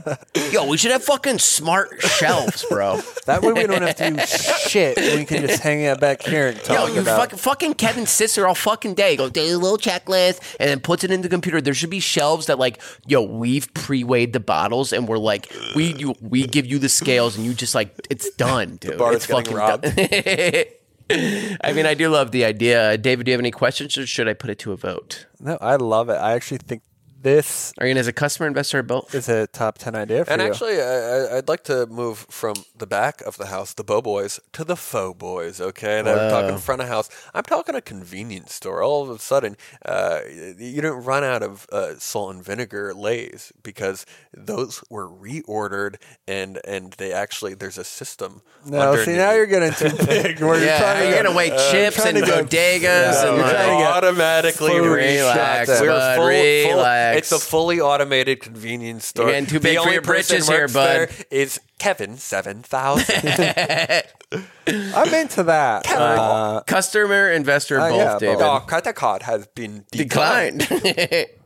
[SPEAKER 3] [LAUGHS] Yo, we should have fucking smart shelves, bro.
[SPEAKER 5] That way we don't have to do shit. We can just hang out back
[SPEAKER 4] [LAUGHS]
[SPEAKER 5] here and
[SPEAKER 3] Yo,
[SPEAKER 5] talk
[SPEAKER 3] you
[SPEAKER 5] about.
[SPEAKER 3] fucking, fucking Kevin Sisser all fucking day. Go do a little checklist and then puts it in the computer. There should be shelves that like, yo, we've pre-weighed the bottles and we're like, we you, we give you the scales and you just like, it's done, dude.
[SPEAKER 4] bar
[SPEAKER 3] it's
[SPEAKER 4] is getting
[SPEAKER 3] done. [LAUGHS] I mean, I do love the idea. Uh, David, do you have any questions or should I put it to a vote?
[SPEAKER 5] no, I love it. I actually think this
[SPEAKER 3] Are you in as a customer investor or both?
[SPEAKER 5] is a top ten idea for
[SPEAKER 4] And
[SPEAKER 5] you.
[SPEAKER 4] actually, I, I, I'd like to move from the back of the house, the bow boys, to the faux boys. Okay, now I'm talking front of house. I'm talking a convenience store. All of a sudden, uh, you didn't run out of uh, salt and vinegar lays because those were reordered, and and they actually there's a system.
[SPEAKER 5] no, see now you're getting too big. Where
[SPEAKER 3] [LAUGHS]
[SPEAKER 5] you're
[SPEAKER 3] Yeah,
[SPEAKER 5] trying
[SPEAKER 3] you're
[SPEAKER 5] to
[SPEAKER 3] gonna weigh chips
[SPEAKER 5] trying
[SPEAKER 3] and
[SPEAKER 5] to go-
[SPEAKER 3] bodegas
[SPEAKER 5] Yeah.
[SPEAKER 3] and
[SPEAKER 5] You're
[SPEAKER 3] like,
[SPEAKER 5] trying to get
[SPEAKER 4] automatically
[SPEAKER 5] food
[SPEAKER 3] Relax,
[SPEAKER 5] shot
[SPEAKER 4] We're
[SPEAKER 5] down.
[SPEAKER 3] bud,
[SPEAKER 4] full- full-
[SPEAKER 3] relax.
[SPEAKER 4] It's a fully automated convenience store.
[SPEAKER 3] You're getting too big
[SPEAKER 4] the
[SPEAKER 3] for
[SPEAKER 4] only
[SPEAKER 3] your
[SPEAKER 4] person
[SPEAKER 3] britches here,
[SPEAKER 4] works
[SPEAKER 3] bud.
[SPEAKER 4] there Is Kevin seven thousand?
[SPEAKER 3] [LAUGHS]
[SPEAKER 5] I'm into that. Uh,
[SPEAKER 3] Customer, investor,
[SPEAKER 5] Uh,
[SPEAKER 3] both,
[SPEAKER 5] yeah,
[SPEAKER 3] David.
[SPEAKER 5] both.
[SPEAKER 4] Your credit Oh, card has been declined.
[SPEAKER 3] Declined. [LAUGHS]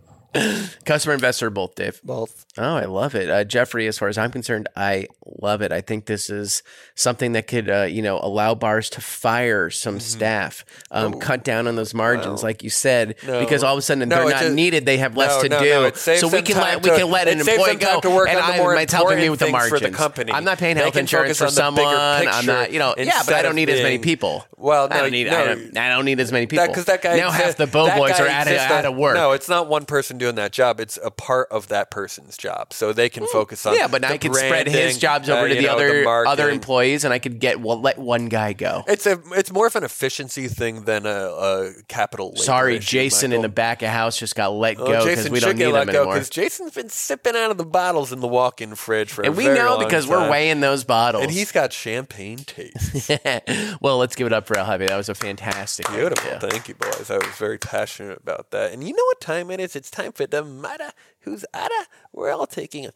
[SPEAKER 3] Customer, investor, both, Dave.
[SPEAKER 5] both.
[SPEAKER 3] Oh, I love it, uh, Jeffrey. As far as I'm concerned, I love it. I think this is something that could, uh, you know, allow bars to fire some
[SPEAKER 4] Mm-hmm.
[SPEAKER 3] staff, um, cut down on those margins, like you said, because all of a sudden
[SPEAKER 4] No,
[SPEAKER 3] they're
[SPEAKER 4] it
[SPEAKER 3] not
[SPEAKER 4] just-
[SPEAKER 3] needed. They have less
[SPEAKER 4] No,
[SPEAKER 3] to
[SPEAKER 4] no,
[SPEAKER 3] do,
[SPEAKER 4] no, it saves
[SPEAKER 3] so we
[SPEAKER 4] them
[SPEAKER 3] can
[SPEAKER 4] time
[SPEAKER 3] let
[SPEAKER 4] to-
[SPEAKER 3] we can let
[SPEAKER 4] it
[SPEAKER 3] an
[SPEAKER 4] saves
[SPEAKER 3] employee
[SPEAKER 4] them time
[SPEAKER 3] go,
[SPEAKER 4] to work
[SPEAKER 3] and
[SPEAKER 4] on the
[SPEAKER 3] I'm
[SPEAKER 4] more
[SPEAKER 3] it's helping me
[SPEAKER 4] important
[SPEAKER 3] with the
[SPEAKER 4] things for
[SPEAKER 3] margins.
[SPEAKER 4] the company.
[SPEAKER 3] I'm not paying
[SPEAKER 4] They
[SPEAKER 3] health
[SPEAKER 4] can
[SPEAKER 3] insurance for
[SPEAKER 4] focus on the bigger
[SPEAKER 3] someone. I'm not,
[SPEAKER 4] picture
[SPEAKER 3] you know, yeah, but I
[SPEAKER 4] instead
[SPEAKER 3] don't
[SPEAKER 4] of
[SPEAKER 3] need as many
[SPEAKER 4] being-
[SPEAKER 3] people.
[SPEAKER 4] Well,
[SPEAKER 3] I
[SPEAKER 4] no,
[SPEAKER 3] don't need. I,
[SPEAKER 4] no.
[SPEAKER 3] don't, I don't need as many people
[SPEAKER 4] Because that guy
[SPEAKER 3] now half
[SPEAKER 4] exist-
[SPEAKER 3] the bow
[SPEAKER 4] that
[SPEAKER 3] boys
[SPEAKER 4] guy
[SPEAKER 3] are out of,
[SPEAKER 4] exists
[SPEAKER 3] out of
[SPEAKER 4] on-
[SPEAKER 3] work.
[SPEAKER 4] No, it's not one person doing that job. It's a part of that person's job, so they can focus on.
[SPEAKER 3] Hmm. yeah, but now
[SPEAKER 4] the
[SPEAKER 3] I could spread his
[SPEAKER 4] branding,
[SPEAKER 3] jobs
[SPEAKER 4] uh,
[SPEAKER 3] over to
[SPEAKER 4] you
[SPEAKER 3] the
[SPEAKER 4] know,
[SPEAKER 3] other other
[SPEAKER 4] marketing.
[SPEAKER 3] employees, and I could get one, let one guy go.
[SPEAKER 4] It's a it's more of an efficiency thing than a, a capital. labor
[SPEAKER 3] Sorry,
[SPEAKER 4] issue,
[SPEAKER 3] Jason in
[SPEAKER 4] Michael.
[SPEAKER 3] the back of house just got let
[SPEAKER 4] Well,
[SPEAKER 3] go because
[SPEAKER 4] Jason
[SPEAKER 3] we don't
[SPEAKER 4] should
[SPEAKER 3] need
[SPEAKER 4] get
[SPEAKER 3] him
[SPEAKER 4] let go
[SPEAKER 3] anymore.
[SPEAKER 4] because Jason's been sipping out of the bottles in the walk-in fridge for. a
[SPEAKER 3] And we
[SPEAKER 4] very
[SPEAKER 3] know
[SPEAKER 4] long
[SPEAKER 3] because we're
[SPEAKER 4] time.
[SPEAKER 3] weighing those bottles.
[SPEAKER 4] And he's got champagne taste.
[SPEAKER 3] [LAUGHS] well, let's give it up for El Javi. That was a fantastic,
[SPEAKER 4] Beautiful.
[SPEAKER 3] idea.
[SPEAKER 4] Thank you, boys. I was very passionate about that. And you know what time it is? It's time for the Mata Who's Ada? We're all taking a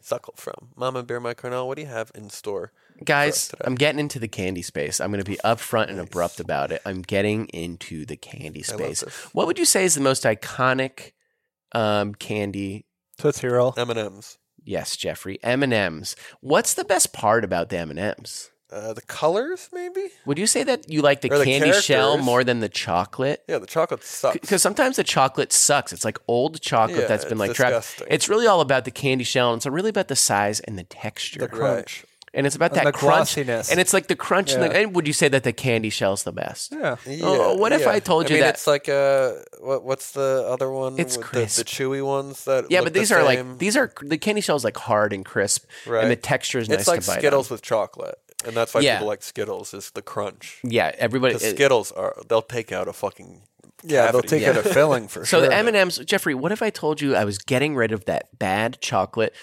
[SPEAKER 4] suckle from. Mama Bear My Cornell, what do you have in store?
[SPEAKER 3] Guys, I'm getting into the candy space. I'm going to be upfront and abrupt about it. I'm getting into the candy
[SPEAKER 4] I love
[SPEAKER 3] space.
[SPEAKER 4] this.
[SPEAKER 3] What would you say is the most iconic um, candy
[SPEAKER 5] Tootsie Roll.
[SPEAKER 4] M&M's.
[SPEAKER 3] Yes, Jeffrey. M and M's. What's the best part about the M and M's?
[SPEAKER 4] Uh, the colors, maybe?
[SPEAKER 3] Would you say that you like the
[SPEAKER 4] Or the
[SPEAKER 3] candy shell
[SPEAKER 4] characters.
[SPEAKER 3] more than the chocolate?
[SPEAKER 4] Yeah, the chocolate sucks.
[SPEAKER 3] Because sometimes the chocolate sucks. It's like old chocolate
[SPEAKER 4] Yeah,
[SPEAKER 3] that's been
[SPEAKER 4] it's
[SPEAKER 3] like
[SPEAKER 4] disgusting.
[SPEAKER 3] trapped. It's really all about the candy shell, and it's really about the size and the texture.
[SPEAKER 5] The crunch.
[SPEAKER 3] And it's about
[SPEAKER 5] And
[SPEAKER 3] that
[SPEAKER 5] the
[SPEAKER 3] crunch.
[SPEAKER 5] glossiness.
[SPEAKER 3] And it's like the crunch. And, the,
[SPEAKER 5] Yeah.
[SPEAKER 3] and would you say that the candy shell's the best?
[SPEAKER 5] Yeah.
[SPEAKER 4] Yeah,
[SPEAKER 3] Oh, what if I told you
[SPEAKER 4] mean,
[SPEAKER 3] that-
[SPEAKER 4] it's like uh, what, what's the other one?
[SPEAKER 3] It's
[SPEAKER 4] with the, the
[SPEAKER 3] crisp.
[SPEAKER 4] chewy ones that
[SPEAKER 3] Yeah,
[SPEAKER 4] look
[SPEAKER 3] but
[SPEAKER 4] the
[SPEAKER 3] these are
[SPEAKER 4] same?
[SPEAKER 3] like these are the candy shell's like hard and crisp,
[SPEAKER 4] Right.
[SPEAKER 3] and the texture is nice
[SPEAKER 4] It's like
[SPEAKER 3] to bite. on.
[SPEAKER 4] Skittles with chocolate, and that's why
[SPEAKER 3] Yeah.
[SPEAKER 4] people like Skittles is the crunch.
[SPEAKER 3] Yeah, everybody.
[SPEAKER 4] The
[SPEAKER 3] it-
[SPEAKER 4] Skittles are they'll take out a fucking
[SPEAKER 5] Yeah, they'll
[SPEAKER 4] cavity.
[SPEAKER 5] take it a filling
[SPEAKER 3] [LAUGHS]
[SPEAKER 5] for
[SPEAKER 3] So
[SPEAKER 5] sure.
[SPEAKER 3] the M and M's, Jeffrey. What if I told you I was getting rid of that bad chocolate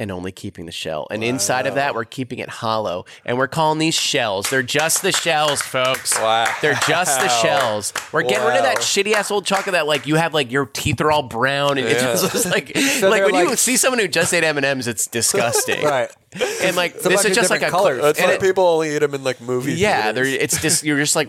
[SPEAKER 3] and only keeping the shell, and inside of that we're keeping it hollow, and we're calling these shells. They're just the shells, folks.
[SPEAKER 4] Wow.
[SPEAKER 3] They're just
[SPEAKER 5] [LAUGHS]
[SPEAKER 3] the shells. We're getting rid of that
[SPEAKER 4] Wow.
[SPEAKER 3] shitty ass old chocolate that like you have like your teeth are all brown, and it
[SPEAKER 4] Yeah.
[SPEAKER 3] just looks like like
[SPEAKER 5] [LAUGHS] they're
[SPEAKER 3] when you
[SPEAKER 5] like-
[SPEAKER 3] see someone who just ate M and M's, it's
[SPEAKER 5] [LAUGHS]
[SPEAKER 3] disgusting.
[SPEAKER 5] right.
[SPEAKER 3] And like
[SPEAKER 5] a
[SPEAKER 3] this
[SPEAKER 5] bunch
[SPEAKER 3] is
[SPEAKER 5] of
[SPEAKER 3] just like a
[SPEAKER 5] different colors.
[SPEAKER 4] That's
[SPEAKER 3] and
[SPEAKER 4] why
[SPEAKER 3] it-
[SPEAKER 4] people only eat them in like [LAUGHS] movies.
[SPEAKER 3] yeah, they're, it's just you're just like, [LAUGHS]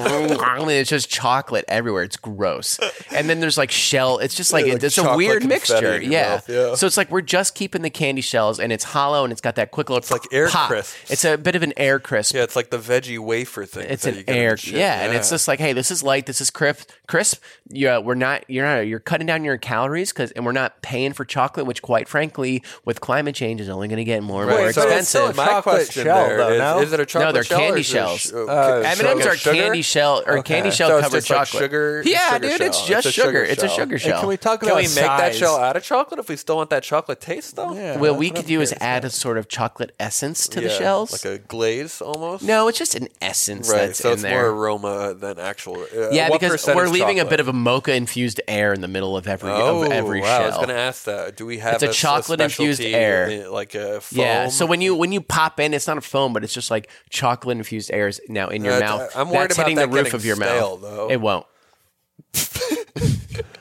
[SPEAKER 3] and it's just chocolate everywhere. It's gross. And then there's like shell. It's just like,
[SPEAKER 4] Yeah, like
[SPEAKER 3] it's a
[SPEAKER 4] chocolate
[SPEAKER 3] weird
[SPEAKER 4] confetti in
[SPEAKER 3] mixture.
[SPEAKER 4] your
[SPEAKER 3] Yeah.
[SPEAKER 4] mouth, yeah.
[SPEAKER 3] So it's like we're just keeping the candy shells, and it's hollow, and it's got that quick little. It's
[SPEAKER 4] like air
[SPEAKER 3] pop.
[SPEAKER 4] crisps.
[SPEAKER 3] It's a bit of an air crisp.
[SPEAKER 4] yeah. It's like the veggie wafer thing.
[SPEAKER 3] It's
[SPEAKER 4] that you
[SPEAKER 3] an
[SPEAKER 4] get in
[SPEAKER 3] air,
[SPEAKER 4] the
[SPEAKER 3] yeah,
[SPEAKER 4] shit.
[SPEAKER 3] and it's just like, hey, this is light, this is crisp, crisp. Yeah, we're not, you're not, you're cutting down your calories because, and we're not paying for chocolate, which, quite frankly, with climate change, is only going to get more and
[SPEAKER 4] Right,
[SPEAKER 3] more
[SPEAKER 4] so
[SPEAKER 3] expensive.
[SPEAKER 4] it's still a My
[SPEAKER 5] Chocolate
[SPEAKER 4] question
[SPEAKER 5] shell,
[SPEAKER 4] there
[SPEAKER 5] though,
[SPEAKER 4] is-
[SPEAKER 5] no?
[SPEAKER 4] is it a chocolate
[SPEAKER 3] no, they're
[SPEAKER 4] shell or
[SPEAKER 3] candy
[SPEAKER 4] is it a
[SPEAKER 3] shells.
[SPEAKER 4] sh-
[SPEAKER 5] Uh,
[SPEAKER 3] M and M's
[SPEAKER 5] sugar.
[SPEAKER 3] are candy shell or candy shell
[SPEAKER 4] So it's
[SPEAKER 3] covered
[SPEAKER 4] just like
[SPEAKER 3] chocolate.
[SPEAKER 4] sugar-
[SPEAKER 3] yeah,
[SPEAKER 4] sugar
[SPEAKER 3] dude, it's
[SPEAKER 4] shell.
[SPEAKER 3] just
[SPEAKER 4] It's a
[SPEAKER 3] sugar.
[SPEAKER 4] sugar
[SPEAKER 3] It's a
[SPEAKER 4] shell.
[SPEAKER 3] sugar
[SPEAKER 4] And
[SPEAKER 3] shell.
[SPEAKER 5] can we talk
[SPEAKER 4] Can
[SPEAKER 5] about
[SPEAKER 4] we make that
[SPEAKER 5] size?
[SPEAKER 4] shell out of chocolate if we still want that chocolate taste though?
[SPEAKER 5] Yeah.
[SPEAKER 3] what we
[SPEAKER 5] that's
[SPEAKER 3] could
[SPEAKER 5] what
[SPEAKER 3] do
[SPEAKER 5] I'm
[SPEAKER 3] is
[SPEAKER 5] curious
[SPEAKER 3] add a sort of chocolate essence to the
[SPEAKER 4] Yeah,
[SPEAKER 3] shells.
[SPEAKER 4] like a glaze almost.
[SPEAKER 3] no, it's just an essence
[SPEAKER 4] right.
[SPEAKER 3] that's
[SPEAKER 4] So
[SPEAKER 3] in
[SPEAKER 4] it's
[SPEAKER 3] there.
[SPEAKER 4] more aroma than actual. uh,
[SPEAKER 3] yeah,
[SPEAKER 4] what
[SPEAKER 3] because
[SPEAKER 4] percent
[SPEAKER 3] we're
[SPEAKER 4] is
[SPEAKER 3] leaving a
[SPEAKER 4] chocolate?
[SPEAKER 3] bit of a mocha infused air in the middle of every
[SPEAKER 4] Oh,
[SPEAKER 3] of every
[SPEAKER 4] wow! I was
[SPEAKER 3] shell.
[SPEAKER 4] going to ask that. Do we have
[SPEAKER 3] It's a
[SPEAKER 4] s-
[SPEAKER 3] chocolate-infused
[SPEAKER 4] specialty,
[SPEAKER 3] air.
[SPEAKER 4] uh, like a foam?
[SPEAKER 3] yeah, so when you when you pop in, it's not a foam, but it's just like chocolate infused air is now in your
[SPEAKER 4] That's-
[SPEAKER 3] mouth.
[SPEAKER 4] I'm worried
[SPEAKER 3] That's
[SPEAKER 4] about
[SPEAKER 3] hitting
[SPEAKER 4] that [LAUGHS]
[SPEAKER 3] the roof
[SPEAKER 4] getting
[SPEAKER 3] of your
[SPEAKER 4] stale,
[SPEAKER 3] mouth.
[SPEAKER 4] though.
[SPEAKER 3] It won't.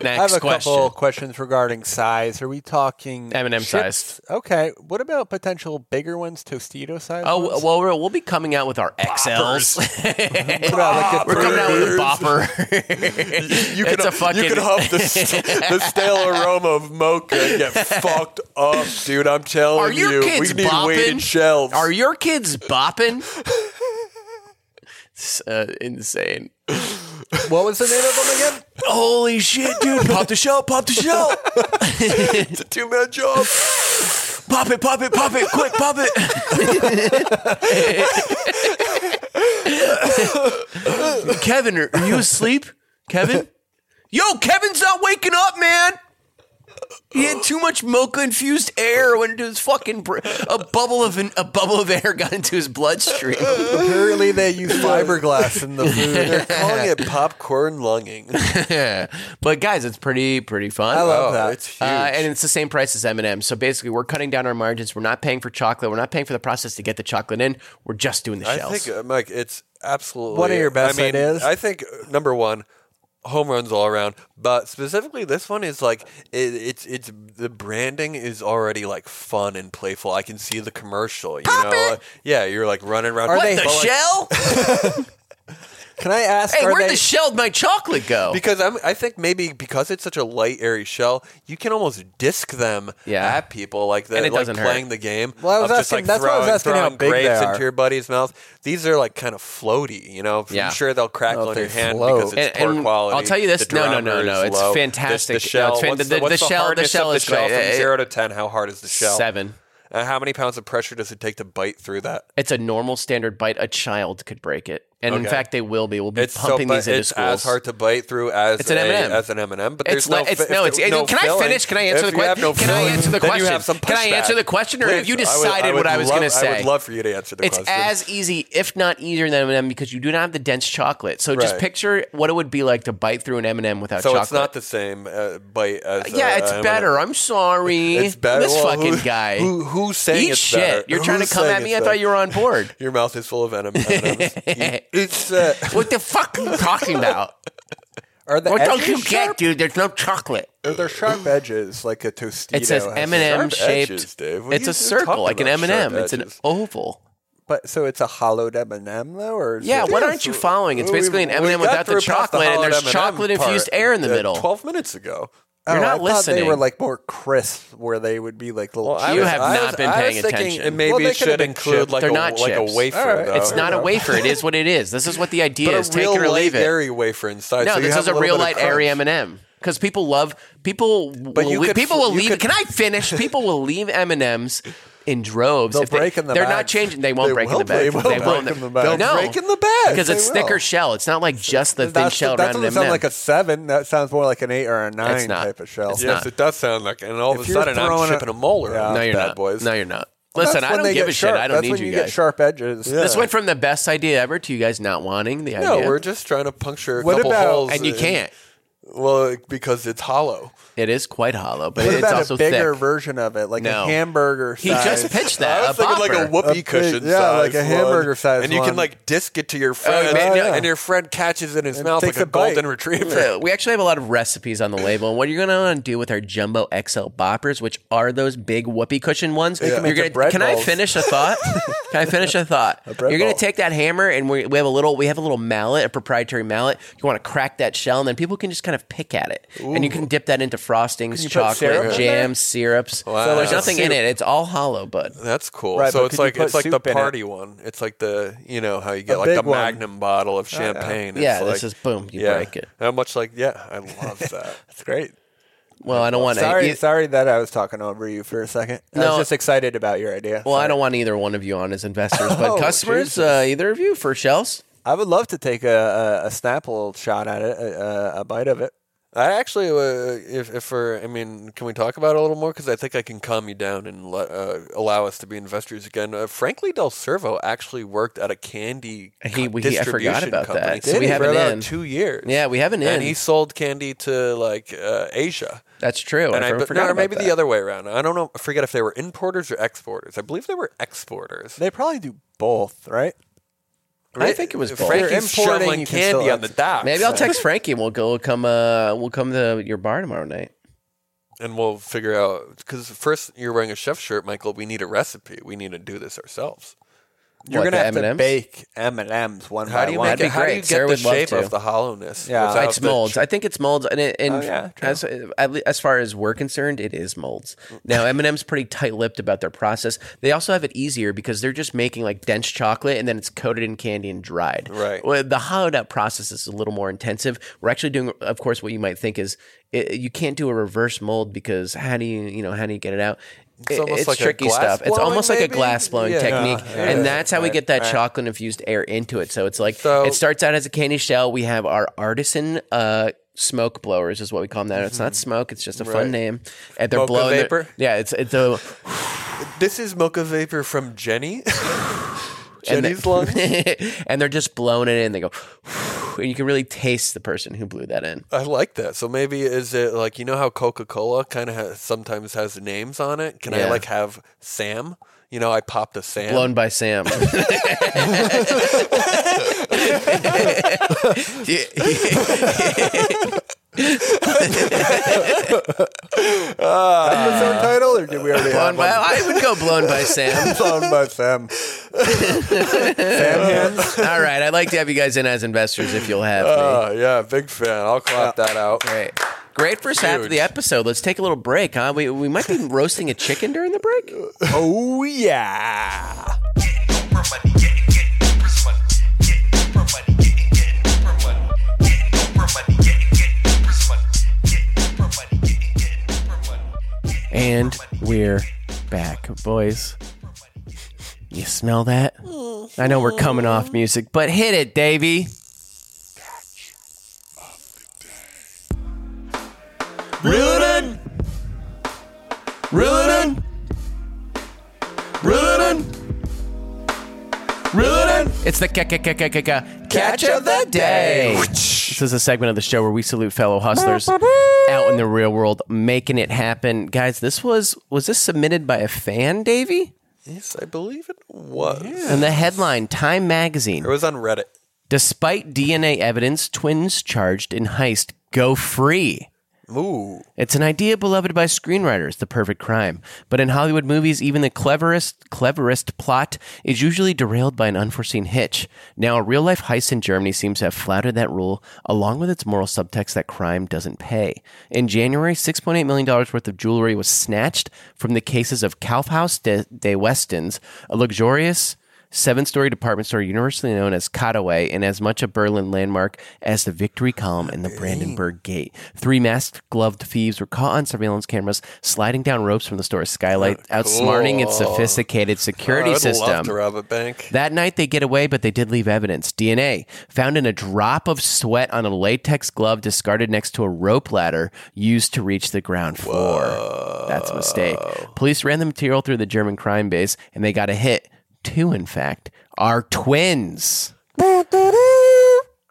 [SPEAKER 5] I have
[SPEAKER 3] Next
[SPEAKER 5] a couple
[SPEAKER 3] question.
[SPEAKER 5] questions regarding size. Are we talking
[SPEAKER 3] M&M
[SPEAKER 5] chips?
[SPEAKER 3] size.
[SPEAKER 5] Okay. What about potential bigger ones, Tostito size?
[SPEAKER 3] Oh
[SPEAKER 5] ones?
[SPEAKER 3] well, we'll- we'll be coming out with our XLs.
[SPEAKER 5] What about like a
[SPEAKER 3] [LAUGHS] We're coming out with a [LAUGHS]
[SPEAKER 5] three-
[SPEAKER 3] bopper.
[SPEAKER 4] You
[SPEAKER 3] [LAUGHS] it's
[SPEAKER 4] can,
[SPEAKER 3] a fucking.
[SPEAKER 4] you can
[SPEAKER 3] [LAUGHS]
[SPEAKER 4] huff the, st- the stale aroma of mocha and get fucked up, dude. I'm telling
[SPEAKER 3] Are your
[SPEAKER 4] you,
[SPEAKER 3] kids
[SPEAKER 4] we need
[SPEAKER 3] bopping?
[SPEAKER 4] weighted shelves.
[SPEAKER 3] Are your kids [LAUGHS] bopping? It's, uh, insane.
[SPEAKER 5] What was the name of
[SPEAKER 4] [LAUGHS]
[SPEAKER 5] them again?
[SPEAKER 3] Holy shit, dude! Pop the shell, pop the shell,
[SPEAKER 4] it's a two man job.
[SPEAKER 3] pop it, pop it, pop it, quick, pop it. Kevin, are are you asleep? Kevin, yo, Kevin's not waking up, man. He had too much mocha infused air went into his fucking br- a bubble of an, a bubble of air got into his
[SPEAKER 5] [LAUGHS]
[SPEAKER 3] bloodstream.
[SPEAKER 5] Apparently, they use fiberglass in
[SPEAKER 4] [LAUGHS]
[SPEAKER 5] the
[SPEAKER 4] They're
[SPEAKER 5] food.
[SPEAKER 4] calling it popcorn lunging. Oh,
[SPEAKER 3] but guys, it's pretty pretty fun.
[SPEAKER 5] I love that.
[SPEAKER 4] it's huge.
[SPEAKER 3] Uh, and it's the same price as M&M. So basically, we're cutting down our margins. We're not paying for chocolate. We're not paying for the process to get the chocolate in. We're just doing the
[SPEAKER 4] I
[SPEAKER 3] shells.
[SPEAKER 4] think, uh, Mike, it's absolutely
[SPEAKER 5] One of your best
[SPEAKER 4] I mean,
[SPEAKER 5] ideas?
[SPEAKER 4] I think uh, number one, home runs all around. But specifically, this one is like it, it's it's the branding is already like fun and playful. I can see the commercial. You know, Like, yeah, you're like running around.
[SPEAKER 5] Are
[SPEAKER 4] But,
[SPEAKER 5] they-
[SPEAKER 4] like,
[SPEAKER 3] the shell?
[SPEAKER 5] Can I ask?
[SPEAKER 3] hey,
[SPEAKER 5] are
[SPEAKER 3] where'd
[SPEAKER 5] they-
[SPEAKER 3] the shell of my chocolate go?
[SPEAKER 4] Because I'm, I think maybe because it's such a light, airy shell, you can almost disc them
[SPEAKER 3] Yeah.
[SPEAKER 4] at people like the,
[SPEAKER 3] And it
[SPEAKER 4] like
[SPEAKER 3] doesn't hurt.
[SPEAKER 4] playing the game.
[SPEAKER 5] Well, I was
[SPEAKER 4] of just, like,
[SPEAKER 5] asking- that's why I was
[SPEAKER 4] throwing-
[SPEAKER 5] asking how
[SPEAKER 4] throwing
[SPEAKER 5] big they
[SPEAKER 4] grapes
[SPEAKER 5] are.
[SPEAKER 4] into your buddy's mouth. These are like kind of floaty, you know.
[SPEAKER 3] Yeah.
[SPEAKER 4] I'm sure they'll crackle
[SPEAKER 5] Oh,
[SPEAKER 4] in
[SPEAKER 5] they
[SPEAKER 4] your hand
[SPEAKER 5] float.
[SPEAKER 4] because it's
[SPEAKER 3] And-
[SPEAKER 4] poor
[SPEAKER 3] and
[SPEAKER 4] quality.
[SPEAKER 3] I'll tell you this-
[SPEAKER 4] The
[SPEAKER 3] no, no, no,
[SPEAKER 4] drummer
[SPEAKER 3] no,
[SPEAKER 4] is
[SPEAKER 3] it's
[SPEAKER 4] low.
[SPEAKER 3] fantastic.
[SPEAKER 4] This- The, shell.
[SPEAKER 3] No, it's fan-
[SPEAKER 4] what's
[SPEAKER 3] the-
[SPEAKER 4] the,
[SPEAKER 3] the
[SPEAKER 4] what's the
[SPEAKER 3] shell- the
[SPEAKER 4] hardness
[SPEAKER 3] shell
[SPEAKER 4] of
[SPEAKER 3] is
[SPEAKER 4] the shell
[SPEAKER 3] great. It-
[SPEAKER 4] from zero to ten. How hard is the shell?
[SPEAKER 3] Seven.
[SPEAKER 4] Uh, how many pounds of pressure does it take to bite through that?
[SPEAKER 3] It's a normal standard bite. A child could break it, and in
[SPEAKER 4] Okay.
[SPEAKER 3] fact, they will be. We'll be
[SPEAKER 4] It's
[SPEAKER 3] pumping
[SPEAKER 4] so, but
[SPEAKER 3] these into
[SPEAKER 4] it's
[SPEAKER 3] schools.
[SPEAKER 4] as hard to bite through as
[SPEAKER 3] It's an
[SPEAKER 4] a-
[SPEAKER 3] M&M.
[SPEAKER 4] as an M and m But
[SPEAKER 3] It's
[SPEAKER 4] there's no,
[SPEAKER 3] le- it's
[SPEAKER 4] fi-
[SPEAKER 3] no,
[SPEAKER 4] if
[SPEAKER 3] it's,
[SPEAKER 4] there- no
[SPEAKER 3] can
[SPEAKER 4] filling,
[SPEAKER 3] I finish? Can I answer
[SPEAKER 4] if
[SPEAKER 3] the
[SPEAKER 4] you have
[SPEAKER 3] question?
[SPEAKER 4] no
[SPEAKER 3] can I
[SPEAKER 4] filling,
[SPEAKER 3] answer the
[SPEAKER 4] then
[SPEAKER 3] question?
[SPEAKER 4] You have some
[SPEAKER 3] can I
[SPEAKER 4] pushback.
[SPEAKER 3] answer the question, or have
[SPEAKER 4] Please,
[SPEAKER 3] you
[SPEAKER 4] I would- I
[SPEAKER 3] decided
[SPEAKER 4] would
[SPEAKER 3] what I was
[SPEAKER 4] love-
[SPEAKER 3] going to say?
[SPEAKER 4] I would love for you to answer the
[SPEAKER 3] It's
[SPEAKER 4] question.
[SPEAKER 3] as easy, if not easier than M&M because you do not have the dense chocolate. So just
[SPEAKER 4] Right.
[SPEAKER 3] picture what it would be like to bite through an M&M without
[SPEAKER 4] so
[SPEAKER 3] chocolate.
[SPEAKER 4] it's not the same uh, bite as.
[SPEAKER 3] yeah,
[SPEAKER 4] uh,
[SPEAKER 3] it's
[SPEAKER 4] M&M.
[SPEAKER 3] better. I'm sorry.
[SPEAKER 4] It's better.
[SPEAKER 3] This
[SPEAKER 4] Well,
[SPEAKER 3] fucking
[SPEAKER 4] who-
[SPEAKER 3] guy.
[SPEAKER 4] Who, who's saying
[SPEAKER 3] Eat
[SPEAKER 4] it's
[SPEAKER 3] shit.
[SPEAKER 4] better?
[SPEAKER 3] You're trying
[SPEAKER 4] Who's
[SPEAKER 3] to come at
[SPEAKER 4] saying
[SPEAKER 3] me.
[SPEAKER 4] it's
[SPEAKER 3] I
[SPEAKER 4] better?
[SPEAKER 3] thought you were on
[SPEAKER 4] [LAUGHS]
[SPEAKER 3] board.
[SPEAKER 4] Your mouth is full of venom.
[SPEAKER 3] [LAUGHS]
[SPEAKER 4] M&Ms. You- it's uh,
[SPEAKER 3] what the fuck are you talking about?
[SPEAKER 5] are the
[SPEAKER 3] What don't you
[SPEAKER 5] edges
[SPEAKER 3] get,
[SPEAKER 5] sharp?
[SPEAKER 3] dude? There's no chocolate.
[SPEAKER 5] Are there sharp edges like a Tostito?
[SPEAKER 3] It says
[SPEAKER 5] has
[SPEAKER 3] M and M
[SPEAKER 4] sharp
[SPEAKER 3] shaped.
[SPEAKER 4] edges, Dave. What are
[SPEAKER 3] It's
[SPEAKER 4] you-
[SPEAKER 3] a
[SPEAKER 4] you're
[SPEAKER 3] circle,
[SPEAKER 4] talking
[SPEAKER 3] like an M
[SPEAKER 4] about
[SPEAKER 3] and M.
[SPEAKER 4] sharp
[SPEAKER 3] It's an
[SPEAKER 4] edges.
[SPEAKER 3] oval.
[SPEAKER 5] But so it's a hollowed M and M though, or is
[SPEAKER 3] Yeah,
[SPEAKER 5] it-
[SPEAKER 3] why aren't you following? It's
[SPEAKER 4] We-
[SPEAKER 3] basically an
[SPEAKER 4] we
[SPEAKER 3] M and M
[SPEAKER 4] got
[SPEAKER 3] without the
[SPEAKER 4] through past
[SPEAKER 3] chocolate, and
[SPEAKER 4] hollow
[SPEAKER 3] there's
[SPEAKER 4] M&M
[SPEAKER 3] chocolate infused
[SPEAKER 4] part,
[SPEAKER 3] air in the
[SPEAKER 4] uh,
[SPEAKER 3] middle.
[SPEAKER 4] Twelve minutes ago.
[SPEAKER 5] Oh,
[SPEAKER 3] You're not
[SPEAKER 5] I thought They were
[SPEAKER 3] listening.
[SPEAKER 5] like more crisp, where they would be like little.
[SPEAKER 4] Well, I
[SPEAKER 3] You
[SPEAKER 4] was-
[SPEAKER 3] have
[SPEAKER 4] I
[SPEAKER 3] not
[SPEAKER 4] was-
[SPEAKER 3] been
[SPEAKER 4] I
[SPEAKER 3] paying
[SPEAKER 4] was thinking
[SPEAKER 3] attention.
[SPEAKER 4] It maybe
[SPEAKER 5] Well, they could've
[SPEAKER 4] should
[SPEAKER 5] been
[SPEAKER 4] include
[SPEAKER 5] chips.
[SPEAKER 4] like
[SPEAKER 3] They're
[SPEAKER 4] a,
[SPEAKER 3] not
[SPEAKER 4] like a
[SPEAKER 3] chips.
[SPEAKER 4] wafer.
[SPEAKER 5] All right.
[SPEAKER 4] though.
[SPEAKER 3] It's
[SPEAKER 5] Oh,
[SPEAKER 3] not a
[SPEAKER 5] yeah.
[SPEAKER 3] wafer. It is what it is. This is what the idea
[SPEAKER 4] but
[SPEAKER 3] is.
[SPEAKER 4] a
[SPEAKER 3] Take
[SPEAKER 4] real
[SPEAKER 3] it or
[SPEAKER 4] light
[SPEAKER 3] leave it.
[SPEAKER 4] dairy wafer inside.
[SPEAKER 3] No,
[SPEAKER 4] so you
[SPEAKER 3] this
[SPEAKER 4] have
[SPEAKER 3] is a
[SPEAKER 4] little
[SPEAKER 3] real
[SPEAKER 4] bit of
[SPEAKER 3] light airy M and
[SPEAKER 4] crunch.
[SPEAKER 3] M because people love people.
[SPEAKER 4] But
[SPEAKER 3] will
[SPEAKER 4] you
[SPEAKER 3] le-
[SPEAKER 4] could-
[SPEAKER 3] people will
[SPEAKER 4] you
[SPEAKER 3] leave.
[SPEAKER 4] could-
[SPEAKER 3] can I finish? People will leave M and M's in droves.
[SPEAKER 5] They'll
[SPEAKER 3] if they,
[SPEAKER 5] break in the
[SPEAKER 3] They're not
[SPEAKER 5] bags.
[SPEAKER 3] changing. They won't
[SPEAKER 5] They
[SPEAKER 3] break in
[SPEAKER 5] will
[SPEAKER 3] the bag.
[SPEAKER 5] break-
[SPEAKER 3] they
[SPEAKER 5] they'll
[SPEAKER 3] won't.
[SPEAKER 5] break in the bag.
[SPEAKER 3] No,
[SPEAKER 5] They'll
[SPEAKER 4] break in the bag.
[SPEAKER 3] because it's
[SPEAKER 5] They
[SPEAKER 3] thicker
[SPEAKER 5] will.
[SPEAKER 3] shell. It's not like just the thin
[SPEAKER 5] That's-
[SPEAKER 3] shell
[SPEAKER 5] That
[SPEAKER 3] around an
[SPEAKER 5] doesn't
[SPEAKER 3] M
[SPEAKER 5] sound
[SPEAKER 3] and
[SPEAKER 5] like a
[SPEAKER 3] m
[SPEAKER 5] seven. That sounds more like an eight or a nine
[SPEAKER 3] not.
[SPEAKER 5] type of shell.
[SPEAKER 3] It's
[SPEAKER 4] Yes,
[SPEAKER 3] not.
[SPEAKER 4] it does sound like, and all of a
[SPEAKER 5] If you're
[SPEAKER 4] sudden I'm
[SPEAKER 5] throwing a-
[SPEAKER 4] shipping a molar.
[SPEAKER 5] Yeah.
[SPEAKER 4] out,
[SPEAKER 3] No, you're
[SPEAKER 4] bad
[SPEAKER 3] not.
[SPEAKER 4] boys.
[SPEAKER 3] No, you're not.
[SPEAKER 5] That's
[SPEAKER 3] Listen, I
[SPEAKER 5] when
[SPEAKER 3] don't
[SPEAKER 5] they
[SPEAKER 3] give
[SPEAKER 5] get
[SPEAKER 3] a shit.
[SPEAKER 5] sharp.
[SPEAKER 3] I don't
[SPEAKER 5] That's
[SPEAKER 3] need
[SPEAKER 5] when
[SPEAKER 3] you
[SPEAKER 5] you
[SPEAKER 3] guys.
[SPEAKER 5] Get sharp edges.
[SPEAKER 3] This went from the best idea ever to you guys not wanting the
[SPEAKER 4] No,
[SPEAKER 3] idea.
[SPEAKER 4] we're just trying to puncture a
[SPEAKER 5] What
[SPEAKER 4] couple
[SPEAKER 5] about-
[SPEAKER 4] holes,
[SPEAKER 3] and you
[SPEAKER 4] in-
[SPEAKER 3] can't.
[SPEAKER 4] Well, because it's hollow.
[SPEAKER 3] It is quite hollow, but
[SPEAKER 5] What
[SPEAKER 3] it's
[SPEAKER 5] about
[SPEAKER 3] also
[SPEAKER 5] a bigger
[SPEAKER 3] thick.
[SPEAKER 5] version of it, like
[SPEAKER 3] No.
[SPEAKER 5] a hamburger?
[SPEAKER 3] He
[SPEAKER 5] size?
[SPEAKER 3] just pitched that.
[SPEAKER 4] I
[SPEAKER 3] a
[SPEAKER 4] was thinking like
[SPEAKER 3] bopper.
[SPEAKER 4] a whoopee
[SPEAKER 5] A
[SPEAKER 4] cushion
[SPEAKER 5] big- yeah, like
[SPEAKER 4] size
[SPEAKER 5] a hamburger
[SPEAKER 4] one.
[SPEAKER 5] size
[SPEAKER 4] and you can
[SPEAKER 5] one. Oh,
[SPEAKER 4] like disc it to your friend,
[SPEAKER 3] man,
[SPEAKER 5] yeah.
[SPEAKER 4] and your friend catches it in his
[SPEAKER 5] And
[SPEAKER 4] mouth like
[SPEAKER 5] takes
[SPEAKER 4] a,
[SPEAKER 5] a bite.
[SPEAKER 4] golden retriever.
[SPEAKER 3] So uh, we actually have a lot of recipes on the label, and what you're going to do with our jumbo XL boppers, which are those big whoopee cushion ones,
[SPEAKER 5] them
[SPEAKER 3] you're
[SPEAKER 5] into
[SPEAKER 3] gonna,
[SPEAKER 5] bread
[SPEAKER 3] can I
[SPEAKER 5] balls.
[SPEAKER 3] finish a
[SPEAKER 5] [LAUGHS]
[SPEAKER 3] thought? can I finish a thought?
[SPEAKER 5] bread
[SPEAKER 3] you're going
[SPEAKER 5] ball.
[SPEAKER 3] to take that hammer, and we, we have a little we have a little mallet, a proprietary mallet. You want to crack that shell, and then people can just kind of pick at it, and you can dip that into frostings,
[SPEAKER 5] you put syrup
[SPEAKER 3] chocolate,
[SPEAKER 5] in
[SPEAKER 3] jam, syrups.
[SPEAKER 4] Wow.
[SPEAKER 3] There's
[SPEAKER 4] So
[SPEAKER 3] nothing in it; it's all hollow. But
[SPEAKER 4] That's cool.
[SPEAKER 5] Right,
[SPEAKER 4] so
[SPEAKER 5] but
[SPEAKER 4] it's
[SPEAKER 5] could you
[SPEAKER 4] like
[SPEAKER 5] put
[SPEAKER 4] it's like the
[SPEAKER 5] soup in it?
[SPEAKER 4] party one. It's like the you know how you get
[SPEAKER 5] A
[SPEAKER 4] like the
[SPEAKER 5] big one. Oh,
[SPEAKER 4] Magnum bottle of champagne. It's
[SPEAKER 3] yeah,
[SPEAKER 4] like,
[SPEAKER 3] this is boom. You
[SPEAKER 4] yeah.
[SPEAKER 3] break it.
[SPEAKER 4] How much like yeah, I
[SPEAKER 5] [LAUGHS]
[SPEAKER 4] love that.
[SPEAKER 5] That's great.
[SPEAKER 3] Well, I don't want
[SPEAKER 5] Sorry,
[SPEAKER 3] to.
[SPEAKER 5] sorry that I was talking over you for a second. I
[SPEAKER 3] e- No.
[SPEAKER 5] was just excited about your idea.
[SPEAKER 3] Well, I
[SPEAKER 5] Sorry.
[SPEAKER 3] don't want either one of you on as investors, but
[SPEAKER 5] Oh,
[SPEAKER 3] customers,
[SPEAKER 5] Jesus.
[SPEAKER 3] uh, either of you for shells.
[SPEAKER 5] I would love to take a, a, a Snapple shot at it, a, a- a bite of it.
[SPEAKER 4] I actually, uh, if if for, I mean, can we talk about it a little more? Because I think I can calm you down and let, uh, allow us to be investors again. Uh, frankly, Del Servo actually worked at a candy
[SPEAKER 3] He-
[SPEAKER 4] co-
[SPEAKER 3] we- he- I
[SPEAKER 4] distribution
[SPEAKER 3] forgot about
[SPEAKER 4] company
[SPEAKER 3] that. So we have
[SPEAKER 4] for
[SPEAKER 3] an
[SPEAKER 4] about
[SPEAKER 3] in.
[SPEAKER 4] two years.
[SPEAKER 3] Yeah, we have an in.
[SPEAKER 4] and he sold candy to like uh, Asia.
[SPEAKER 3] That's true.
[SPEAKER 4] And
[SPEAKER 3] Oh, I,
[SPEAKER 4] I, but,
[SPEAKER 3] forgot
[SPEAKER 4] no, or
[SPEAKER 3] about
[SPEAKER 4] maybe
[SPEAKER 3] that.
[SPEAKER 4] the other way around. I don't know. I forget if they were importers or exporters. I believe they were exporters.
[SPEAKER 5] They probably do both, right?
[SPEAKER 3] I think it was both.
[SPEAKER 4] Frankie's
[SPEAKER 5] You're importing,
[SPEAKER 4] shoveling
[SPEAKER 5] you can still
[SPEAKER 4] candy on the
[SPEAKER 5] have-
[SPEAKER 4] docks.
[SPEAKER 3] Maybe
[SPEAKER 4] [LAUGHS]
[SPEAKER 3] I'll text Frankie and we'll go. We'll come. Uh, we'll come to your bar tomorrow night.
[SPEAKER 4] and we'll figure out because first you're wearing a chef shirt, Michael. We need a recipe. We need to do this ourselves.
[SPEAKER 5] You're
[SPEAKER 3] What,
[SPEAKER 5] gonna
[SPEAKER 3] the
[SPEAKER 5] have
[SPEAKER 3] M&Ms?
[SPEAKER 5] to bake M and M's one
[SPEAKER 4] How
[SPEAKER 5] by
[SPEAKER 4] do you
[SPEAKER 5] one.
[SPEAKER 4] make
[SPEAKER 3] be
[SPEAKER 4] it? How do
[SPEAKER 3] great.
[SPEAKER 4] you get
[SPEAKER 3] Sarah
[SPEAKER 4] the
[SPEAKER 3] would love
[SPEAKER 4] shape
[SPEAKER 3] to.
[SPEAKER 4] of the hollowness?
[SPEAKER 5] Yeah.
[SPEAKER 4] without
[SPEAKER 5] Out
[SPEAKER 3] it's
[SPEAKER 4] the-
[SPEAKER 3] molds. I think it's molds, and it, and
[SPEAKER 5] Oh, yeah, true.
[SPEAKER 3] as at le- as far as we're concerned, it is molds. Now M&M's pretty tight-lipped about their process. They also have it easier because they're just making like dense chocolate, and then it's coated in candy and dried.
[SPEAKER 4] Right.
[SPEAKER 3] Well, the hollowed out process is a little more intensive. We're actually doing, of course, what you might think is it, you can't do a reverse mold because how do you you know how do you get it out? It-
[SPEAKER 4] almost like a
[SPEAKER 3] tricky
[SPEAKER 4] glass
[SPEAKER 3] stuff. It's
[SPEAKER 4] blowing,
[SPEAKER 3] almost like a
[SPEAKER 4] maybe?
[SPEAKER 3] glass blowing
[SPEAKER 4] Yeah.
[SPEAKER 3] technique,
[SPEAKER 4] Yeah.
[SPEAKER 3] and
[SPEAKER 4] Yeah.
[SPEAKER 3] that's how we
[SPEAKER 4] Right.
[SPEAKER 3] get that
[SPEAKER 4] Right.
[SPEAKER 3] chocolate infused air into it. So it's like
[SPEAKER 4] So-
[SPEAKER 3] it starts out as a candy shell. We have our artisan uh, smoke blowers, is what we call them. Now it's not smoke; it's just a fun
[SPEAKER 4] Mm-hmm. Right.
[SPEAKER 3] name. And they're
[SPEAKER 4] Mocha
[SPEAKER 3] blowing their-
[SPEAKER 4] vapor?
[SPEAKER 3] yeah, it's it's a
[SPEAKER 4] This is mocha vapor from Jenny. [LAUGHS]
[SPEAKER 3] and they-
[SPEAKER 4] Jenny's lungs.
[SPEAKER 3] [LAUGHS] and they're just blowing it in. They go, and you can really taste the person who blew that in.
[SPEAKER 4] I like that. So maybe is it like you know how Coca Cola kind of ha sometimes has names on it? Can
[SPEAKER 3] Yeah.
[SPEAKER 4] I like have Sam? You know, I popped a Sam. [LAUGHS]
[SPEAKER 3] Blown by Sam. [LAUGHS]
[SPEAKER 5] Episode title, or did we already [LAUGHS]
[SPEAKER 3] blown
[SPEAKER 5] have
[SPEAKER 3] by,
[SPEAKER 5] one?
[SPEAKER 3] I would go blown by Sam.
[SPEAKER 5] Blown by Sam. Sam hands.
[SPEAKER 3] All right, I'd like to have you guys in as investors if you'll have me.
[SPEAKER 4] Uh, yeah, big fan. I'll clap that out.
[SPEAKER 3] Great. Great first half of the
[SPEAKER 4] Huge.
[SPEAKER 3] episode. Let's take a little break, huh? We, we might be roasting a chicken during the break.
[SPEAKER 5] Oh yeah.
[SPEAKER 2] Getting Oprah money, getting, getting Oprah's money. Getting Oprah money, getting, getting Oprah money. Getting Oprah money, getting, getting Oprah's money. Getting Oprah money, getting, getting Oprah money. Getting
[SPEAKER 3] And
[SPEAKER 2] Oprah money,
[SPEAKER 3] we're back, boys. You smell that? I know we're coming off music, but hit it, Davey.
[SPEAKER 4] Reel it in. Reel it in. Reel it in. Reel it in.
[SPEAKER 3] It's the ca- ca- ca- ca- ca- ca- catch of the day. This is a segment of the show where we salute fellow hustlers out in the real world, making it happen. Guys, this was was this submitted by a fan, Davey?
[SPEAKER 4] Yes, I believe it was.
[SPEAKER 3] And the headline, Time Magazine.
[SPEAKER 4] It was on Reddit.
[SPEAKER 3] Despite DNA evidence, twins charged in heist go free.
[SPEAKER 4] Ooh.
[SPEAKER 3] It's an idea beloved by screenwriters, the perfect crime. But in Hollywood movies, even the cleverest, cleverest plot is usually derailed by an unforeseen hitch. Now, a real life heist in Germany seems to have flouted that rule, along with its moral subtext that crime doesn't pay. In January, $6.8 million worth of jewelry was snatched from the cases of Kaufhaus de, de Westens, a luxurious seven story department store universally known as Cutaway and as much a Berlin landmark as the Victory Column and the Brandenburg Gate. Three masked, gloved thieves were caught on surveillance cameras sliding down ropes from the store's skylight, outsmarting its sophisticated security
[SPEAKER 4] I would
[SPEAKER 3] system.
[SPEAKER 4] love to rob a bank.
[SPEAKER 3] That night they get away, but they did leave evidence. DNA found in a drop of sweat on a latex glove discarded next to a rope ladder used to reach the ground floor. That's a mistake. Police ran the material through the German crime base and they got a hit. Two, in fact, are twins.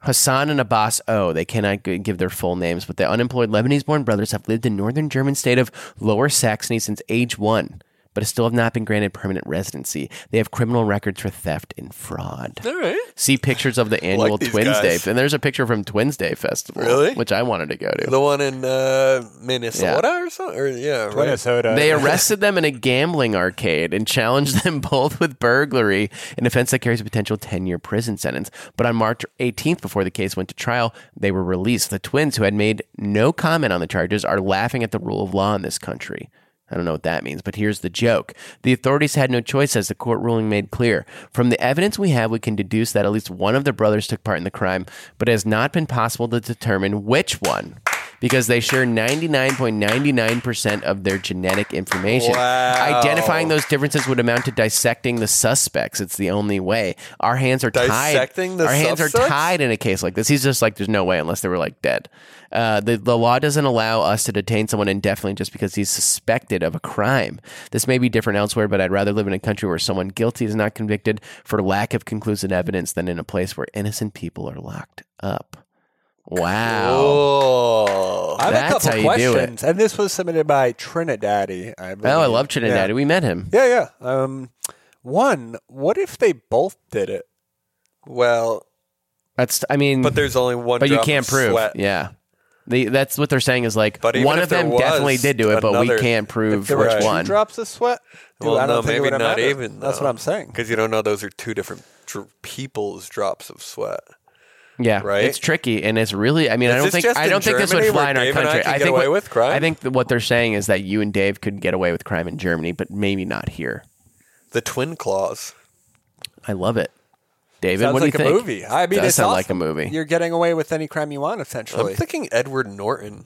[SPEAKER 3] Hassan and Abbas O. They cannot g- give their full names, but the unemployed Lebanese born brothers have lived in northern German state of Lower Saxony since age one, but still have not been granted permanent residency. They have criminal records for theft and fraud.
[SPEAKER 4] All right.
[SPEAKER 3] See pictures
[SPEAKER 4] [LAUGHS]
[SPEAKER 3] of the annual
[SPEAKER 4] these
[SPEAKER 3] Twins
[SPEAKER 4] guys.
[SPEAKER 3] Day. And there's a picture from Twins Day Festival,
[SPEAKER 4] Really?
[SPEAKER 3] which I wanted to go to.
[SPEAKER 4] The one in uh, Minnesota or something? Or, yeah. right.
[SPEAKER 5] Minnesota.
[SPEAKER 3] They arrested them in a gambling arcade and challenged them [LAUGHS] both with burglary, an offense that carries a potential 10 year prison sentence. But on March 18th, before the case went to trial, they were released. The twins, who had made no comment on the charges, are laughing at the rule of law in this country. I don't know what that means, but here's the joke. The authorities had no choice, as the court ruling made clear. From the evidence we have, we can deduce that at least one of the brothers took part in the crime, but it has not been possible to determine which one because they share 99.99% of their genetic information.
[SPEAKER 4] Wow.
[SPEAKER 3] Identifying those differences would amount to dissecting the suspects. It's the only way. Our hands are
[SPEAKER 4] Dissecting
[SPEAKER 3] tied.
[SPEAKER 4] the
[SPEAKER 3] Our hands are
[SPEAKER 4] suspects?
[SPEAKER 3] tied in a case like this. He's just like, there's no way unless they were like dead. Uh, the, the law doesn't allow us to detain someone indefinitely just because he's suspected of a crime. This may be different elsewhere, but I'd rather live in a country where someone guilty is not convicted for lack of conclusive evidence than in a place where innocent people are locked up. Wow.
[SPEAKER 4] Oh.
[SPEAKER 5] I have
[SPEAKER 3] That's
[SPEAKER 5] a
[SPEAKER 3] how
[SPEAKER 5] couple
[SPEAKER 3] you do it.
[SPEAKER 5] questions, and this was submitted by Trinidaddy. I believe.
[SPEAKER 3] Oh, I love Trinidad.
[SPEAKER 5] Yeah.
[SPEAKER 3] We met him.
[SPEAKER 5] Yeah, yeah. Um, one, what if they both did it? Well,
[SPEAKER 3] That's I mean,
[SPEAKER 4] But there's only one.
[SPEAKER 3] but you
[SPEAKER 4] drop
[SPEAKER 3] can't
[SPEAKER 4] of
[SPEAKER 3] prove.
[SPEAKER 4] Sweat.
[SPEAKER 3] Yeah, the, that's what they're saying is like
[SPEAKER 4] But even
[SPEAKER 3] one
[SPEAKER 4] if
[SPEAKER 3] of
[SPEAKER 4] there
[SPEAKER 3] them definitely
[SPEAKER 4] was
[SPEAKER 3] did do it, but we
[SPEAKER 4] another-
[SPEAKER 3] can't prove
[SPEAKER 5] there were
[SPEAKER 3] which
[SPEAKER 5] two
[SPEAKER 3] one.
[SPEAKER 5] drops of sweat. Dude,
[SPEAKER 4] Well,
[SPEAKER 5] I don't
[SPEAKER 4] no,
[SPEAKER 5] think it
[SPEAKER 4] maybe
[SPEAKER 5] would've
[SPEAKER 4] not
[SPEAKER 5] mattered.
[SPEAKER 4] even.
[SPEAKER 5] That's what I'm saying.
[SPEAKER 4] Because you don't know; those are two different dr- people's drops of sweat.
[SPEAKER 3] yeah,
[SPEAKER 4] right?
[SPEAKER 3] It's tricky, and it's really. I mean, I
[SPEAKER 4] Is
[SPEAKER 3] don't
[SPEAKER 4] this
[SPEAKER 3] think
[SPEAKER 4] just
[SPEAKER 3] I
[SPEAKER 4] in
[SPEAKER 3] don't think this would
[SPEAKER 4] Germany
[SPEAKER 3] fly
[SPEAKER 4] where
[SPEAKER 3] in our
[SPEAKER 4] Dave and I
[SPEAKER 3] country.
[SPEAKER 4] could
[SPEAKER 3] I
[SPEAKER 4] get
[SPEAKER 3] think
[SPEAKER 4] away
[SPEAKER 3] what,
[SPEAKER 4] with crime?
[SPEAKER 3] I think that what they're saying is that you and Dave could get away with crime in Germany, but maybe not here.
[SPEAKER 4] The twin claws.
[SPEAKER 3] I love it, David.
[SPEAKER 5] Sounds
[SPEAKER 3] what do
[SPEAKER 5] like
[SPEAKER 3] you
[SPEAKER 5] a
[SPEAKER 3] think?
[SPEAKER 5] movie. I mean,
[SPEAKER 3] Does
[SPEAKER 5] it's
[SPEAKER 3] sound
[SPEAKER 5] awesome.
[SPEAKER 3] like a movie.
[SPEAKER 5] You're getting away with any crime you want,
[SPEAKER 4] I'm
[SPEAKER 5] essentially.
[SPEAKER 4] thinking Edward Norton.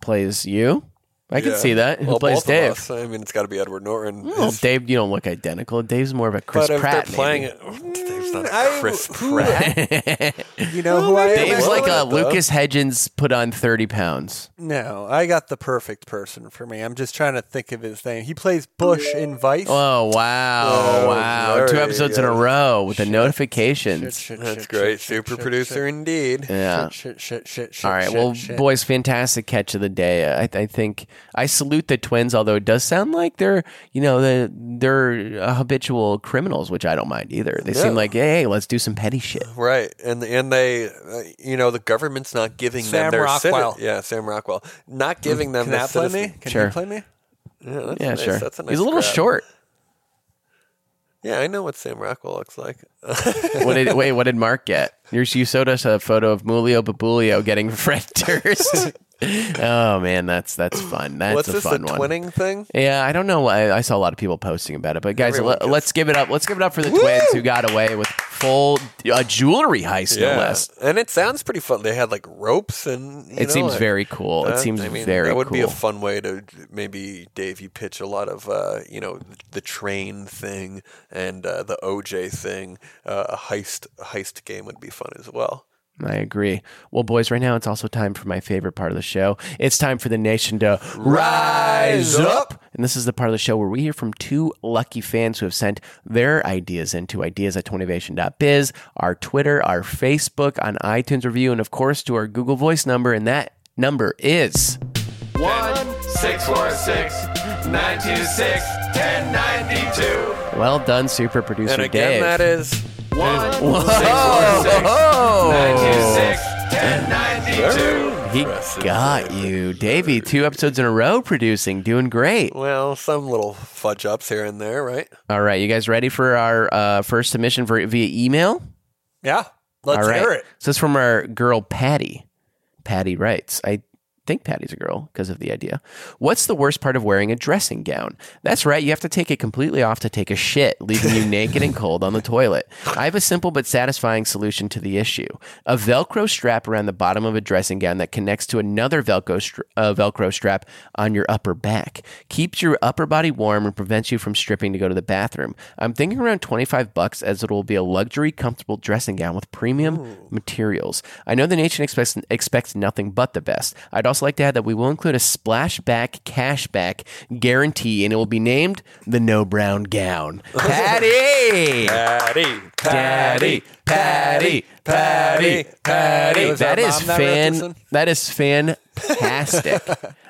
[SPEAKER 3] Plays you. I can
[SPEAKER 4] Yeah.
[SPEAKER 3] see that. Who
[SPEAKER 4] Well,
[SPEAKER 3] plays
[SPEAKER 4] both of
[SPEAKER 3] Dave? Mm,
[SPEAKER 4] us. I mean, it's got to be Edward Norton.
[SPEAKER 3] Well,
[SPEAKER 4] It's-
[SPEAKER 3] Dave, you don't look identical. Dave's more of a Chris
[SPEAKER 4] but if
[SPEAKER 3] Pratt.
[SPEAKER 4] they're playing
[SPEAKER 3] maybe.
[SPEAKER 4] it, Dave's not
[SPEAKER 5] Mm, I-
[SPEAKER 4] a Chris
[SPEAKER 5] who-
[SPEAKER 4] Pratt.
[SPEAKER 5] [LAUGHS] you know who I am?
[SPEAKER 3] Dave's
[SPEAKER 4] Well,
[SPEAKER 3] like a
[SPEAKER 4] though.
[SPEAKER 3] Lucas Hedgens put on thirty pounds.
[SPEAKER 5] No, I got the perfect person for me. I'm just trying to think of his name. He plays Bush in Vice.
[SPEAKER 3] Oh wow!
[SPEAKER 4] Oh,
[SPEAKER 3] wow!
[SPEAKER 4] very
[SPEAKER 3] Two episodes in a
[SPEAKER 4] good.
[SPEAKER 3] row with the notifications.
[SPEAKER 5] Shit, shit,
[SPEAKER 4] That's
[SPEAKER 5] shit,
[SPEAKER 4] great,
[SPEAKER 5] shit, shit,
[SPEAKER 4] super
[SPEAKER 5] shit,
[SPEAKER 4] producer
[SPEAKER 5] shit,
[SPEAKER 4] indeed.
[SPEAKER 3] Yeah.
[SPEAKER 5] Shit, shit, shit, shit.
[SPEAKER 3] All right.
[SPEAKER 5] shit,
[SPEAKER 3] well,
[SPEAKER 5] shit.
[SPEAKER 3] boys, fantastic catch of the day. I, I think I salute the twins, although it does sound like they're you know the, they're uh, habitual criminals, which I don't mind either. They seem
[SPEAKER 4] No.
[SPEAKER 3] like hey, let's do some petty shit.
[SPEAKER 4] Right, and and they, uh, you know, the government's not giving
[SPEAKER 5] Sam
[SPEAKER 4] them their
[SPEAKER 5] Rockwell.
[SPEAKER 4] citi- yeah, Sam Rockwell, not giving them
[SPEAKER 5] Can
[SPEAKER 4] their
[SPEAKER 5] that play
[SPEAKER 4] citizen-
[SPEAKER 5] me? Can
[SPEAKER 3] Sure.
[SPEAKER 5] you play me?
[SPEAKER 4] Yeah, that's
[SPEAKER 3] Yeah,
[SPEAKER 4] nice.
[SPEAKER 3] sure.
[SPEAKER 4] That's a nice
[SPEAKER 3] He's a little
[SPEAKER 4] grab.
[SPEAKER 3] short.
[SPEAKER 4] Yeah, I know what Sam Rockwell looks like.
[SPEAKER 3] What did wait? What did Mark get? You're, you showed us a photo of Mulio Babulio getting [LAUGHS] Fred Durst. oh man, that's that's fun. That's
[SPEAKER 4] What's
[SPEAKER 3] a
[SPEAKER 4] this? The
[SPEAKER 3] fun one.
[SPEAKER 4] twinning thing?
[SPEAKER 3] Yeah, I don't know why I saw a lot of people posting about it, but guys,
[SPEAKER 4] Everyone
[SPEAKER 3] let, us give it up. Let's give it up for the twins who got away with full uh, jewelry heist, no less.
[SPEAKER 4] and it sounds pretty fun. They had like ropes, and you
[SPEAKER 3] It
[SPEAKER 4] know,
[SPEAKER 3] seems
[SPEAKER 4] like,
[SPEAKER 3] very cool.
[SPEAKER 4] uh,
[SPEAKER 3] it seems
[SPEAKER 4] I mean,
[SPEAKER 3] very
[SPEAKER 4] That would
[SPEAKER 3] cool.
[SPEAKER 4] be a fun way to maybe Dave. You pitch a lot of uh, you know the train thing and uh, the OJ thing. Uh, a heist heist game would be fun as well.
[SPEAKER 3] I agree. Well, boys, right now it's also time for my favorite part of the show. It's time for the nation to rise up. And this is the part of the show where we hear from two lucky fans who have sent their ideas into ideas at twinnovation.biz, our Twitter, our Facebook, on iTunes review, and of course to our Google Voice number. And that number is.
[SPEAKER 2] 926
[SPEAKER 3] Well done, super producer
[SPEAKER 4] And
[SPEAKER 3] Dave.
[SPEAKER 4] again, that is
[SPEAKER 3] he got you, Davey. Two episodes in a row producing, doing great.
[SPEAKER 4] well some little fudge ups here and there, right?
[SPEAKER 3] All right, you guys ready for our uh, first submission for, via email?
[SPEAKER 5] Yeah. Let's
[SPEAKER 3] All right.
[SPEAKER 5] hear it.
[SPEAKER 3] So this is from our girl Patty. Patty writes, I think Patty's a girl because of the idea. What's the worst part of wearing a dressing gown? That's right, you have to take it completely off to take a shit, leaving you naked and cold on the toilet. I have a simple but satisfying solution to the issue. A Velcro strap around the bottom of a dressing gown that connects to another Velcro, str- uh, Velcro strap on your upper back. Keeps your upper body warm and prevents you from stripping to go to the bathroom. I'm thinking around 25 bucks as it will be a luxury, comfortable dressing gown with premium materials. I know the nation expects, expects nothing but the best. I'd also like to add that we will include a splashback cashback guarantee and it will be named the No Brown Gown.
[SPEAKER 5] [LAUGHS]
[SPEAKER 3] Patty!
[SPEAKER 4] Patty,
[SPEAKER 3] Patty, Patty, Patty, Patty.
[SPEAKER 5] Was
[SPEAKER 3] That
[SPEAKER 5] that
[SPEAKER 3] is
[SPEAKER 5] mom that wrote
[SPEAKER 3] fan.
[SPEAKER 5] this one?
[SPEAKER 3] That is
[SPEAKER 4] [LAUGHS]
[SPEAKER 3] fantastic.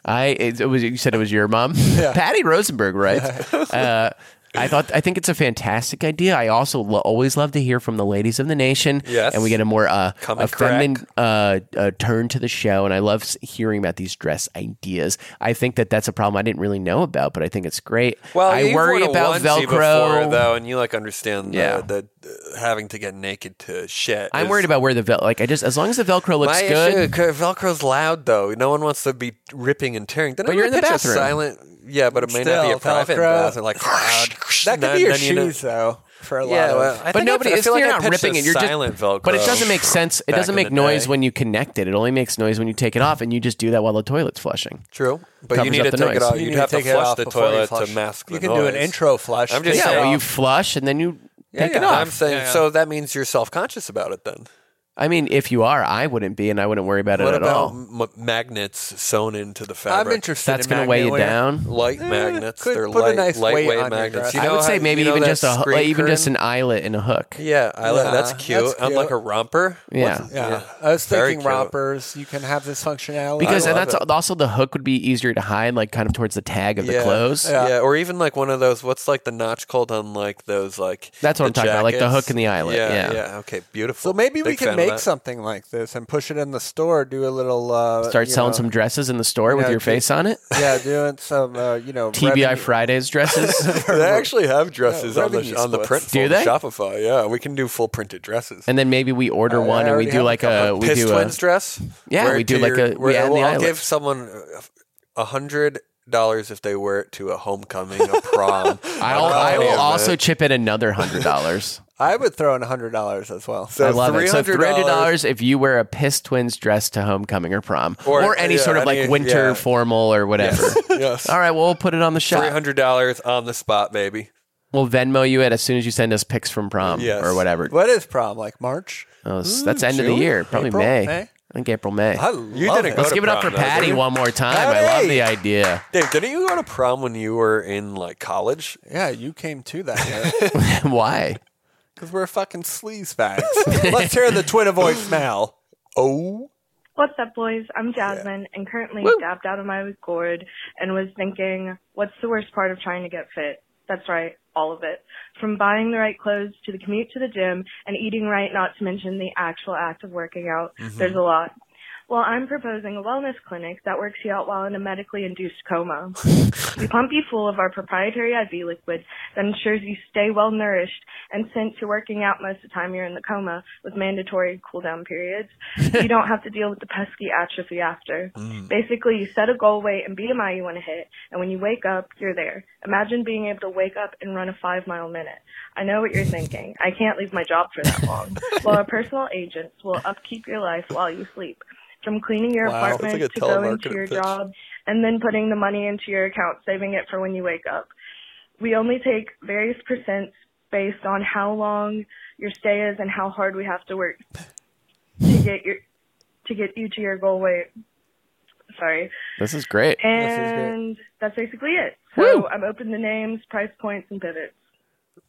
[SPEAKER 3] I it, it was you said it was your mom, [LAUGHS] Patty Rosenberg, right?
[SPEAKER 4] [LAUGHS]
[SPEAKER 3] Uh, I thought I think it's a fantastic idea. I also lo- always love to hear from the ladies of the nation.
[SPEAKER 4] Yes.
[SPEAKER 3] and we get a more uh,
[SPEAKER 4] Come
[SPEAKER 3] a
[SPEAKER 4] and crack.
[SPEAKER 3] feminine uh, uh, turn to the show, and I love s- hearing about these dress ideas. I think that that's a problem I didn't really know about, but I think it's great.
[SPEAKER 4] Well,
[SPEAKER 3] I
[SPEAKER 4] you've
[SPEAKER 3] worry
[SPEAKER 4] worn a
[SPEAKER 3] about Velcro
[SPEAKER 4] onesie before, though, and you like understand the,
[SPEAKER 3] Yeah.
[SPEAKER 4] the uh, having to get naked to shit.
[SPEAKER 3] I'm
[SPEAKER 4] is-
[SPEAKER 3] worried about where the vel- like I just as long as the Velcro looks
[SPEAKER 4] My
[SPEAKER 3] good.
[SPEAKER 4] issue, c- Velcro's loud though. No one wants to be ripping and tearing. Then
[SPEAKER 3] But
[SPEAKER 4] I
[SPEAKER 3] you're in
[SPEAKER 4] might
[SPEAKER 3] the
[SPEAKER 4] pitch a
[SPEAKER 3] bathroom.
[SPEAKER 4] Silent, yeah, but it may not be a
[SPEAKER 5] Still,
[SPEAKER 4] private
[SPEAKER 5] Velcro.
[SPEAKER 4] bathroom.
[SPEAKER 5] [LAUGHS]
[SPEAKER 4] Like
[SPEAKER 5] That could
[SPEAKER 4] then-
[SPEAKER 5] be your
[SPEAKER 4] then you know-
[SPEAKER 5] shoes, though, for a lot
[SPEAKER 4] Yeah,
[SPEAKER 5] of.
[SPEAKER 4] well, I
[SPEAKER 3] but
[SPEAKER 4] think I-
[SPEAKER 3] nobody,
[SPEAKER 4] I
[SPEAKER 3] it's
[SPEAKER 4] feel like
[SPEAKER 3] you're
[SPEAKER 4] I
[SPEAKER 3] not
[SPEAKER 4] pitched
[SPEAKER 3] ripping
[SPEAKER 4] a
[SPEAKER 3] it. You're just
[SPEAKER 4] silent Velcro.
[SPEAKER 3] But it doesn't
[SPEAKER 4] [LAUGHS]
[SPEAKER 3] make sense. It
[SPEAKER 4] back
[SPEAKER 3] doesn't
[SPEAKER 4] in the
[SPEAKER 3] make noise
[SPEAKER 4] day.
[SPEAKER 3] when you connect it. It only makes noise when you take it off, and you just do that while the toilet's flushing.
[SPEAKER 4] True, but
[SPEAKER 3] Covers
[SPEAKER 4] you need
[SPEAKER 3] up
[SPEAKER 4] to
[SPEAKER 3] the
[SPEAKER 4] take
[SPEAKER 3] noise.
[SPEAKER 4] it off.
[SPEAKER 3] You
[SPEAKER 4] You'd
[SPEAKER 5] need to
[SPEAKER 4] have to
[SPEAKER 5] take it
[SPEAKER 4] flush
[SPEAKER 5] off
[SPEAKER 4] the
[SPEAKER 5] before you
[SPEAKER 4] toilet
[SPEAKER 5] flush.
[SPEAKER 4] to mask
[SPEAKER 5] You
[SPEAKER 4] the
[SPEAKER 5] can do an
[SPEAKER 4] noise.
[SPEAKER 5] intro flush,
[SPEAKER 4] I'm just
[SPEAKER 5] take it
[SPEAKER 3] Yeah,
[SPEAKER 4] saying.
[SPEAKER 3] well, you flush and then you
[SPEAKER 4] Yeah,
[SPEAKER 3] take it
[SPEAKER 4] yeah.
[SPEAKER 3] off.
[SPEAKER 4] I'm saying so that means you're self conscious about it then.
[SPEAKER 3] I mean, if you are, I wouldn't be, and I wouldn't worry about it
[SPEAKER 4] What
[SPEAKER 3] at
[SPEAKER 4] about
[SPEAKER 3] all.
[SPEAKER 4] m- magnets sewn into the fabric?
[SPEAKER 5] I'm interested.
[SPEAKER 3] That's
[SPEAKER 5] in
[SPEAKER 3] gonna weigh you
[SPEAKER 5] magnet
[SPEAKER 3] down.
[SPEAKER 4] Light magnets.
[SPEAKER 5] could
[SPEAKER 4] They're
[SPEAKER 5] put a
[SPEAKER 4] light,
[SPEAKER 5] nice weight
[SPEAKER 4] lightweight
[SPEAKER 5] on your
[SPEAKER 4] magnets.
[SPEAKER 5] dress.
[SPEAKER 4] You
[SPEAKER 5] I
[SPEAKER 4] know
[SPEAKER 3] I would
[SPEAKER 4] how-
[SPEAKER 3] say maybe
[SPEAKER 4] you know
[SPEAKER 3] even
[SPEAKER 4] that
[SPEAKER 3] just a ho-
[SPEAKER 4] screen
[SPEAKER 3] like, even just
[SPEAKER 4] curtain?
[SPEAKER 3] an eyelet and a hook.
[SPEAKER 4] Yeah, I like-
[SPEAKER 5] Yeah,
[SPEAKER 4] that's
[SPEAKER 5] that's
[SPEAKER 4] cute. I'm
[SPEAKER 5] cute.
[SPEAKER 4] like a romper.
[SPEAKER 3] Yeah.
[SPEAKER 4] What's-
[SPEAKER 5] Yeah. I was
[SPEAKER 4] Very
[SPEAKER 5] thinking
[SPEAKER 4] cute.
[SPEAKER 5] rompers. You can have this functionality
[SPEAKER 3] Because
[SPEAKER 4] I
[SPEAKER 3] and
[SPEAKER 4] love
[SPEAKER 3] that's
[SPEAKER 4] it.
[SPEAKER 3] also the hook would be easier to hide, like kind of towards the tag of the
[SPEAKER 4] yeah.
[SPEAKER 3] clothes.
[SPEAKER 4] Yeah. or even like one of those. What's like the notch called on like those like?
[SPEAKER 3] That's what
[SPEAKER 4] the
[SPEAKER 3] I'm talking about, like the
[SPEAKER 4] jackets?
[SPEAKER 3] hook and the eyelet, yeah.
[SPEAKER 4] Yeah, Okay, beautiful.
[SPEAKER 5] So maybe we
[SPEAKER 4] Big
[SPEAKER 5] can
[SPEAKER 4] fan of
[SPEAKER 5] make
[SPEAKER 4] that.
[SPEAKER 5] something like this and push it in the store. Do a little uh,
[SPEAKER 3] Start
[SPEAKER 5] you
[SPEAKER 3] selling
[SPEAKER 5] know,
[SPEAKER 3] some dresses in the store with
[SPEAKER 5] Yeah,
[SPEAKER 3] your
[SPEAKER 5] do-
[SPEAKER 3] face
[SPEAKER 4] [LAUGHS]
[SPEAKER 3] on it.
[SPEAKER 5] Yeah, doing some uh, you know
[SPEAKER 3] TBI
[SPEAKER 5] revenue- [LAUGHS]
[SPEAKER 3] Fridays dresses,
[SPEAKER 4] [LAUGHS] They actually have dresses on the
[SPEAKER 5] revenue
[SPEAKER 4] on the
[SPEAKER 5] splits.
[SPEAKER 4] print
[SPEAKER 3] Do
[SPEAKER 4] full
[SPEAKER 3] they?
[SPEAKER 4] Shopify. Yeah, we can do full printed dresses.
[SPEAKER 3] and then maybe we order
[SPEAKER 5] I
[SPEAKER 3] one and we
[SPEAKER 5] already
[SPEAKER 3] do
[SPEAKER 5] have a
[SPEAKER 3] like a
[SPEAKER 5] couple.
[SPEAKER 3] we
[SPEAKER 4] Piss
[SPEAKER 3] do a
[SPEAKER 4] twins dress.
[SPEAKER 3] Yeah,
[SPEAKER 4] Wear
[SPEAKER 3] we
[SPEAKER 4] it
[SPEAKER 3] do
[SPEAKER 4] to
[SPEAKER 3] like
[SPEAKER 4] your-
[SPEAKER 3] a-
[SPEAKER 4] wear-
[SPEAKER 3] we add
[SPEAKER 4] well,
[SPEAKER 3] the
[SPEAKER 4] I'll
[SPEAKER 3] eyelets.
[SPEAKER 4] give someone uh, a hundred dollars if they wear it to a homecoming, a prom.
[SPEAKER 3] I'll,
[SPEAKER 4] a
[SPEAKER 3] I will
[SPEAKER 4] company
[SPEAKER 3] also
[SPEAKER 4] event.
[SPEAKER 3] chip in another hundred
[SPEAKER 4] [LAUGHS]
[SPEAKER 3] dollars.
[SPEAKER 5] [LAUGHS] I would throw in hundred dollars as well.
[SPEAKER 4] So
[SPEAKER 3] I love it. So three hundred
[SPEAKER 4] $300
[SPEAKER 5] [LAUGHS]
[SPEAKER 3] dollars if you wear a Piss Twins dress to homecoming or prom or,
[SPEAKER 4] Or-
[SPEAKER 3] any
[SPEAKER 4] yeah,
[SPEAKER 3] sort of like
[SPEAKER 4] any-
[SPEAKER 3] winter
[SPEAKER 4] yeah.
[SPEAKER 3] formal or whatever. [LAUGHS]
[SPEAKER 4] Yes.
[SPEAKER 3] All right, well, we'll put it on the shop.
[SPEAKER 4] Three hundred dollars on the spot, baby.
[SPEAKER 3] We'll Venmo you it as soon as you send us pics from prom
[SPEAKER 4] Yes. mm,
[SPEAKER 3] or whatever.
[SPEAKER 5] What is
[SPEAKER 4] uh,
[SPEAKER 5] prom like March?
[SPEAKER 3] Oh, s- that's end of
[SPEAKER 5] June?
[SPEAKER 3] the year, probably
[SPEAKER 5] April?
[SPEAKER 3] May.
[SPEAKER 5] May?
[SPEAKER 3] I think April May.
[SPEAKER 5] I
[SPEAKER 4] You
[SPEAKER 5] love
[SPEAKER 4] didn't
[SPEAKER 5] it.
[SPEAKER 4] go
[SPEAKER 3] Let's
[SPEAKER 4] to
[SPEAKER 3] give it up for
[SPEAKER 4] prom, though,
[SPEAKER 3] Patty
[SPEAKER 4] didn't you?
[SPEAKER 3] one more time. I love the idea. [LAUGHS]
[SPEAKER 4] Dave, didn't you go to prom when you were in like college?
[SPEAKER 5] Yeah, you came
[SPEAKER 4] [LAUGHS]
[SPEAKER 5] to that
[SPEAKER 3] Why?
[SPEAKER 5] because we're fucking sleaze
[SPEAKER 4] [LAUGHS]
[SPEAKER 5] bags. Let's hear the twin of voicemail.
[SPEAKER 4] Oh,
[SPEAKER 6] What's up, boys? I'm Jasmine and currently dabbed out of my gourd and was thinking, what's the worst part of trying to get fit? That's right, all of it. From buying the right clothes to the commute to the gym and eating right, not to mention the actual act of working out, there's a lot. Well, I'm proposing a wellness clinic that works you out while in a medically induced coma. we pump you full of our proprietary IV liquid that ensures you stay well nourished and sent to working out most of the time you're in the coma with mandatory cool down periods. you don't have to deal with the pesky atrophy
[SPEAKER 4] [LAUGHS]
[SPEAKER 6] after.
[SPEAKER 4] Mm.
[SPEAKER 6] Basically, you set a goal weight and BMI you want to hit, and when you wake up, you're there. Imagine being able to wake up and run a five mile minute. I know what you're thinking. I can't leave my job for
[SPEAKER 4] [LAUGHS]
[SPEAKER 6] that long. well, our personal agents will upkeep your life while you sleep. From cleaning your
[SPEAKER 5] Wow, that's
[SPEAKER 6] apartment
[SPEAKER 4] like a
[SPEAKER 6] to going to
[SPEAKER 4] telemarketing
[SPEAKER 6] your
[SPEAKER 4] pitch.
[SPEAKER 6] job and then putting the money into your account, saving it for when you wake up. We only take various percents based on how long your stay is and how hard we have
[SPEAKER 3] [LAUGHS]
[SPEAKER 6] to work to get your to get you to your goal weight. Sorry.
[SPEAKER 3] This is great.
[SPEAKER 6] And that's basically it. So I'm open to names, price points, and pivots.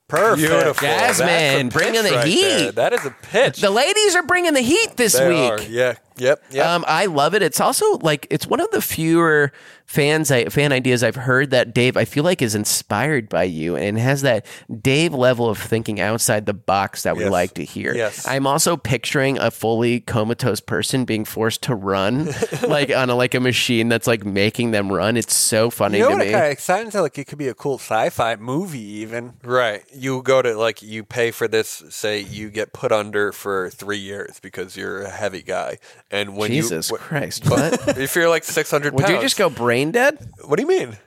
[SPEAKER 4] perfect, beautiful. That's a
[SPEAKER 3] Jasmine, bring in
[SPEAKER 4] pitch
[SPEAKER 3] the
[SPEAKER 4] right
[SPEAKER 3] heat.
[SPEAKER 4] there. That is a pitch.
[SPEAKER 3] The ladies are bringing the heat this
[SPEAKER 4] They
[SPEAKER 3] week.
[SPEAKER 4] are. Yeah. Yep. Yep.
[SPEAKER 3] Um, I love it. It's also like it's one of the fewer fans I, fan ideas I've heard that Dave I feel like is inspired by you and has that Dave level of thinking outside the box that we
[SPEAKER 4] Yes.
[SPEAKER 3] like to hear.
[SPEAKER 4] Yes.
[SPEAKER 3] I'm also picturing a fully comatose person being forced to run
[SPEAKER 4] [LAUGHS]
[SPEAKER 3] like on a like a machine that's like making them run. It's so funny
[SPEAKER 5] You know
[SPEAKER 3] to
[SPEAKER 5] what?
[SPEAKER 3] me.
[SPEAKER 5] It kind of sounds like it could be a cool sci-fi movie, even.
[SPEAKER 4] Right. You go to like you pay for this. Say you get put under for three years because you're a heavy guy, and when
[SPEAKER 3] Jesus
[SPEAKER 4] you, wh-
[SPEAKER 3] Christ,
[SPEAKER 4] but if you're like six hundred
[SPEAKER 3] Would
[SPEAKER 4] pounds,
[SPEAKER 3] you just go brain dead?
[SPEAKER 4] What do you mean?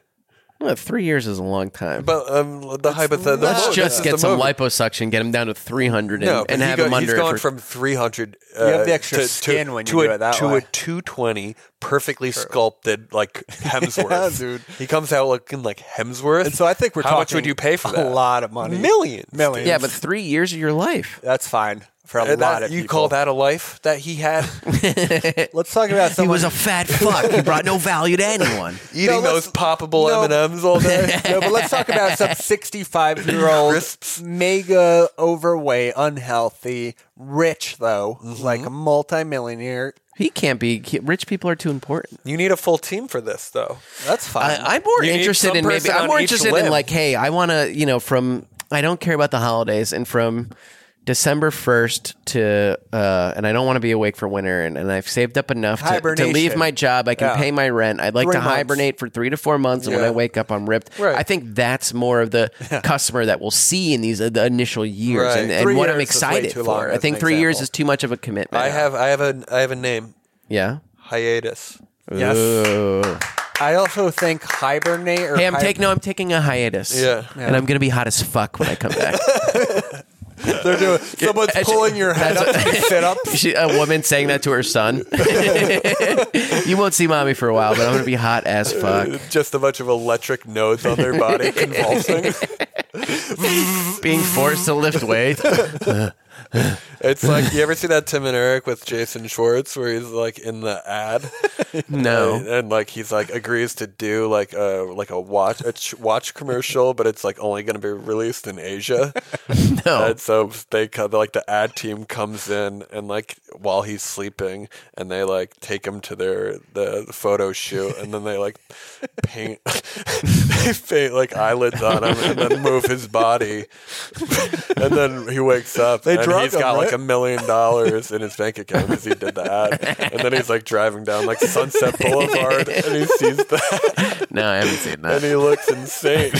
[SPEAKER 3] Well, three years is a long time.
[SPEAKER 4] But oh, um, the hypothetical.
[SPEAKER 3] Let's just get some
[SPEAKER 4] life.
[SPEAKER 3] liposuction, get him down to 300 and,
[SPEAKER 4] No, but
[SPEAKER 3] and
[SPEAKER 4] he
[SPEAKER 3] have
[SPEAKER 4] go-
[SPEAKER 3] him under
[SPEAKER 4] he's
[SPEAKER 3] it
[SPEAKER 4] going
[SPEAKER 3] for-
[SPEAKER 4] from 300 uh,
[SPEAKER 5] You have the extra
[SPEAKER 4] to, to-
[SPEAKER 5] skin when you
[SPEAKER 4] to
[SPEAKER 5] do
[SPEAKER 4] a,
[SPEAKER 5] it that
[SPEAKER 4] to
[SPEAKER 5] way.
[SPEAKER 4] a 220 perfectly
[SPEAKER 3] [LAUGHS]
[SPEAKER 4] sculpted like Hemsworth.
[SPEAKER 5] dude.
[SPEAKER 4] He comes out looking like Hemsworth.
[SPEAKER 5] And so I think we're
[SPEAKER 4] How
[SPEAKER 5] talking
[SPEAKER 4] much would you pay for
[SPEAKER 5] a
[SPEAKER 4] that?
[SPEAKER 5] lot of money.
[SPEAKER 4] Millions. dude.
[SPEAKER 5] Millions.
[SPEAKER 3] Yeah, but three years of your life.
[SPEAKER 5] That's fine for a
[SPEAKER 4] And that-
[SPEAKER 5] lot of
[SPEAKER 4] you
[SPEAKER 5] people.
[SPEAKER 4] call that a life that he
[SPEAKER 5] [LAUGHS]
[SPEAKER 4] had
[SPEAKER 5] Let's talk
[SPEAKER 4] [LAUGHS]
[SPEAKER 5] about
[SPEAKER 3] He
[SPEAKER 5] someone. [LAUGHS]
[SPEAKER 3] was a fat fuck. He brought no value to anyone.
[SPEAKER 4] eating
[SPEAKER 5] let's-
[SPEAKER 4] those poppable
[SPEAKER 5] no.
[SPEAKER 4] M&Ms all day?
[SPEAKER 5] [LAUGHS] no, but let's talk about
[SPEAKER 4] [LAUGHS]
[SPEAKER 5] some 65 year old mega overweight, unhealthy, rich though,
[SPEAKER 4] Mm-hmm.
[SPEAKER 5] like a multimillionaire.
[SPEAKER 3] [LAUGHS] He can't be. he- rich people are too important.
[SPEAKER 4] you need a full team for this though.
[SPEAKER 5] That's fine.
[SPEAKER 3] I, I'm more
[SPEAKER 4] You need
[SPEAKER 3] interested
[SPEAKER 4] some
[SPEAKER 3] in maybe.
[SPEAKER 4] person
[SPEAKER 3] I'm
[SPEAKER 4] on
[SPEAKER 3] more
[SPEAKER 4] each
[SPEAKER 3] interested in
[SPEAKER 4] limb.
[SPEAKER 3] like, hey, I want to, you know, from I don't care about the holidays, and from December 1st to, uh, and I don't want to be awake for winter, and, and I've saved up enough to, to
[SPEAKER 5] Hibernation.
[SPEAKER 3] leave my job. I can
[SPEAKER 5] Yeah.
[SPEAKER 3] pay my rent. I'd like
[SPEAKER 5] Three
[SPEAKER 3] to
[SPEAKER 5] months.
[SPEAKER 3] hibernate for three to four months, and when
[SPEAKER 4] Yeah.
[SPEAKER 3] I wake up, I'm ripped.
[SPEAKER 4] Right.
[SPEAKER 3] I think that's more of
[SPEAKER 5] [LAUGHS]
[SPEAKER 3] the customer that we'll see in these uh, the initial years,
[SPEAKER 4] Right.
[SPEAKER 3] and, and
[SPEAKER 5] Three
[SPEAKER 3] what I'm
[SPEAKER 5] years is way
[SPEAKER 3] excited
[SPEAKER 5] too long
[SPEAKER 3] for.
[SPEAKER 5] as
[SPEAKER 3] I
[SPEAKER 5] an
[SPEAKER 3] think three years
[SPEAKER 5] example.
[SPEAKER 3] is too much of a commitment.
[SPEAKER 4] I have I have a I have a name.
[SPEAKER 3] yeah.
[SPEAKER 4] Hiatus.
[SPEAKER 5] yes.
[SPEAKER 3] Ooh.
[SPEAKER 5] I also think hibernate or
[SPEAKER 3] Hey, I'm
[SPEAKER 5] hi-
[SPEAKER 3] taking no, I'm taking a hiatus.
[SPEAKER 4] Yeah.
[SPEAKER 3] and I'm gonna be hot as fuck when I come
[SPEAKER 5] [LAUGHS]
[SPEAKER 3] back.
[SPEAKER 5] They're doing someone's
[SPEAKER 3] Actually,
[SPEAKER 5] pulling your head up to sit [LAUGHS] up.
[SPEAKER 3] she, a woman saying that to her son. [LAUGHS] you won't see mommy for a while, but I'm gonna be hot as fuck.
[SPEAKER 4] Just a bunch of electric nodes on their
[SPEAKER 5] [LAUGHS]
[SPEAKER 4] body convulsing.
[SPEAKER 5] [LAUGHS]
[SPEAKER 3] Being forced to lift weight.
[SPEAKER 4] It's like you ever see that Tim and Eric with Jason Schwartz where he's like in the ad, and,
[SPEAKER 3] [LAUGHS] No.
[SPEAKER 4] and, like he's like agrees to do like a like a watch a ch- watch commercial, but it's like only going to be released in Asia.
[SPEAKER 3] No.
[SPEAKER 4] And so they co- like the ad team comes in and like while he's sleeping, and they like take him to their the photo shoot, and then they like paint [LAUGHS] they paint like eyelids on him, and then move his body, and then he wakes up.
[SPEAKER 5] They
[SPEAKER 4] and
[SPEAKER 5] drug
[SPEAKER 4] he's
[SPEAKER 5] him,
[SPEAKER 4] got like
[SPEAKER 5] right?
[SPEAKER 4] a million dollars in his bank account because he did the ad, and then he's like driving down like Sunset Boulevard, and he sees that,
[SPEAKER 3] No, I haven't seen
[SPEAKER 4] and
[SPEAKER 3] that.
[SPEAKER 4] he looks [LAUGHS] insane.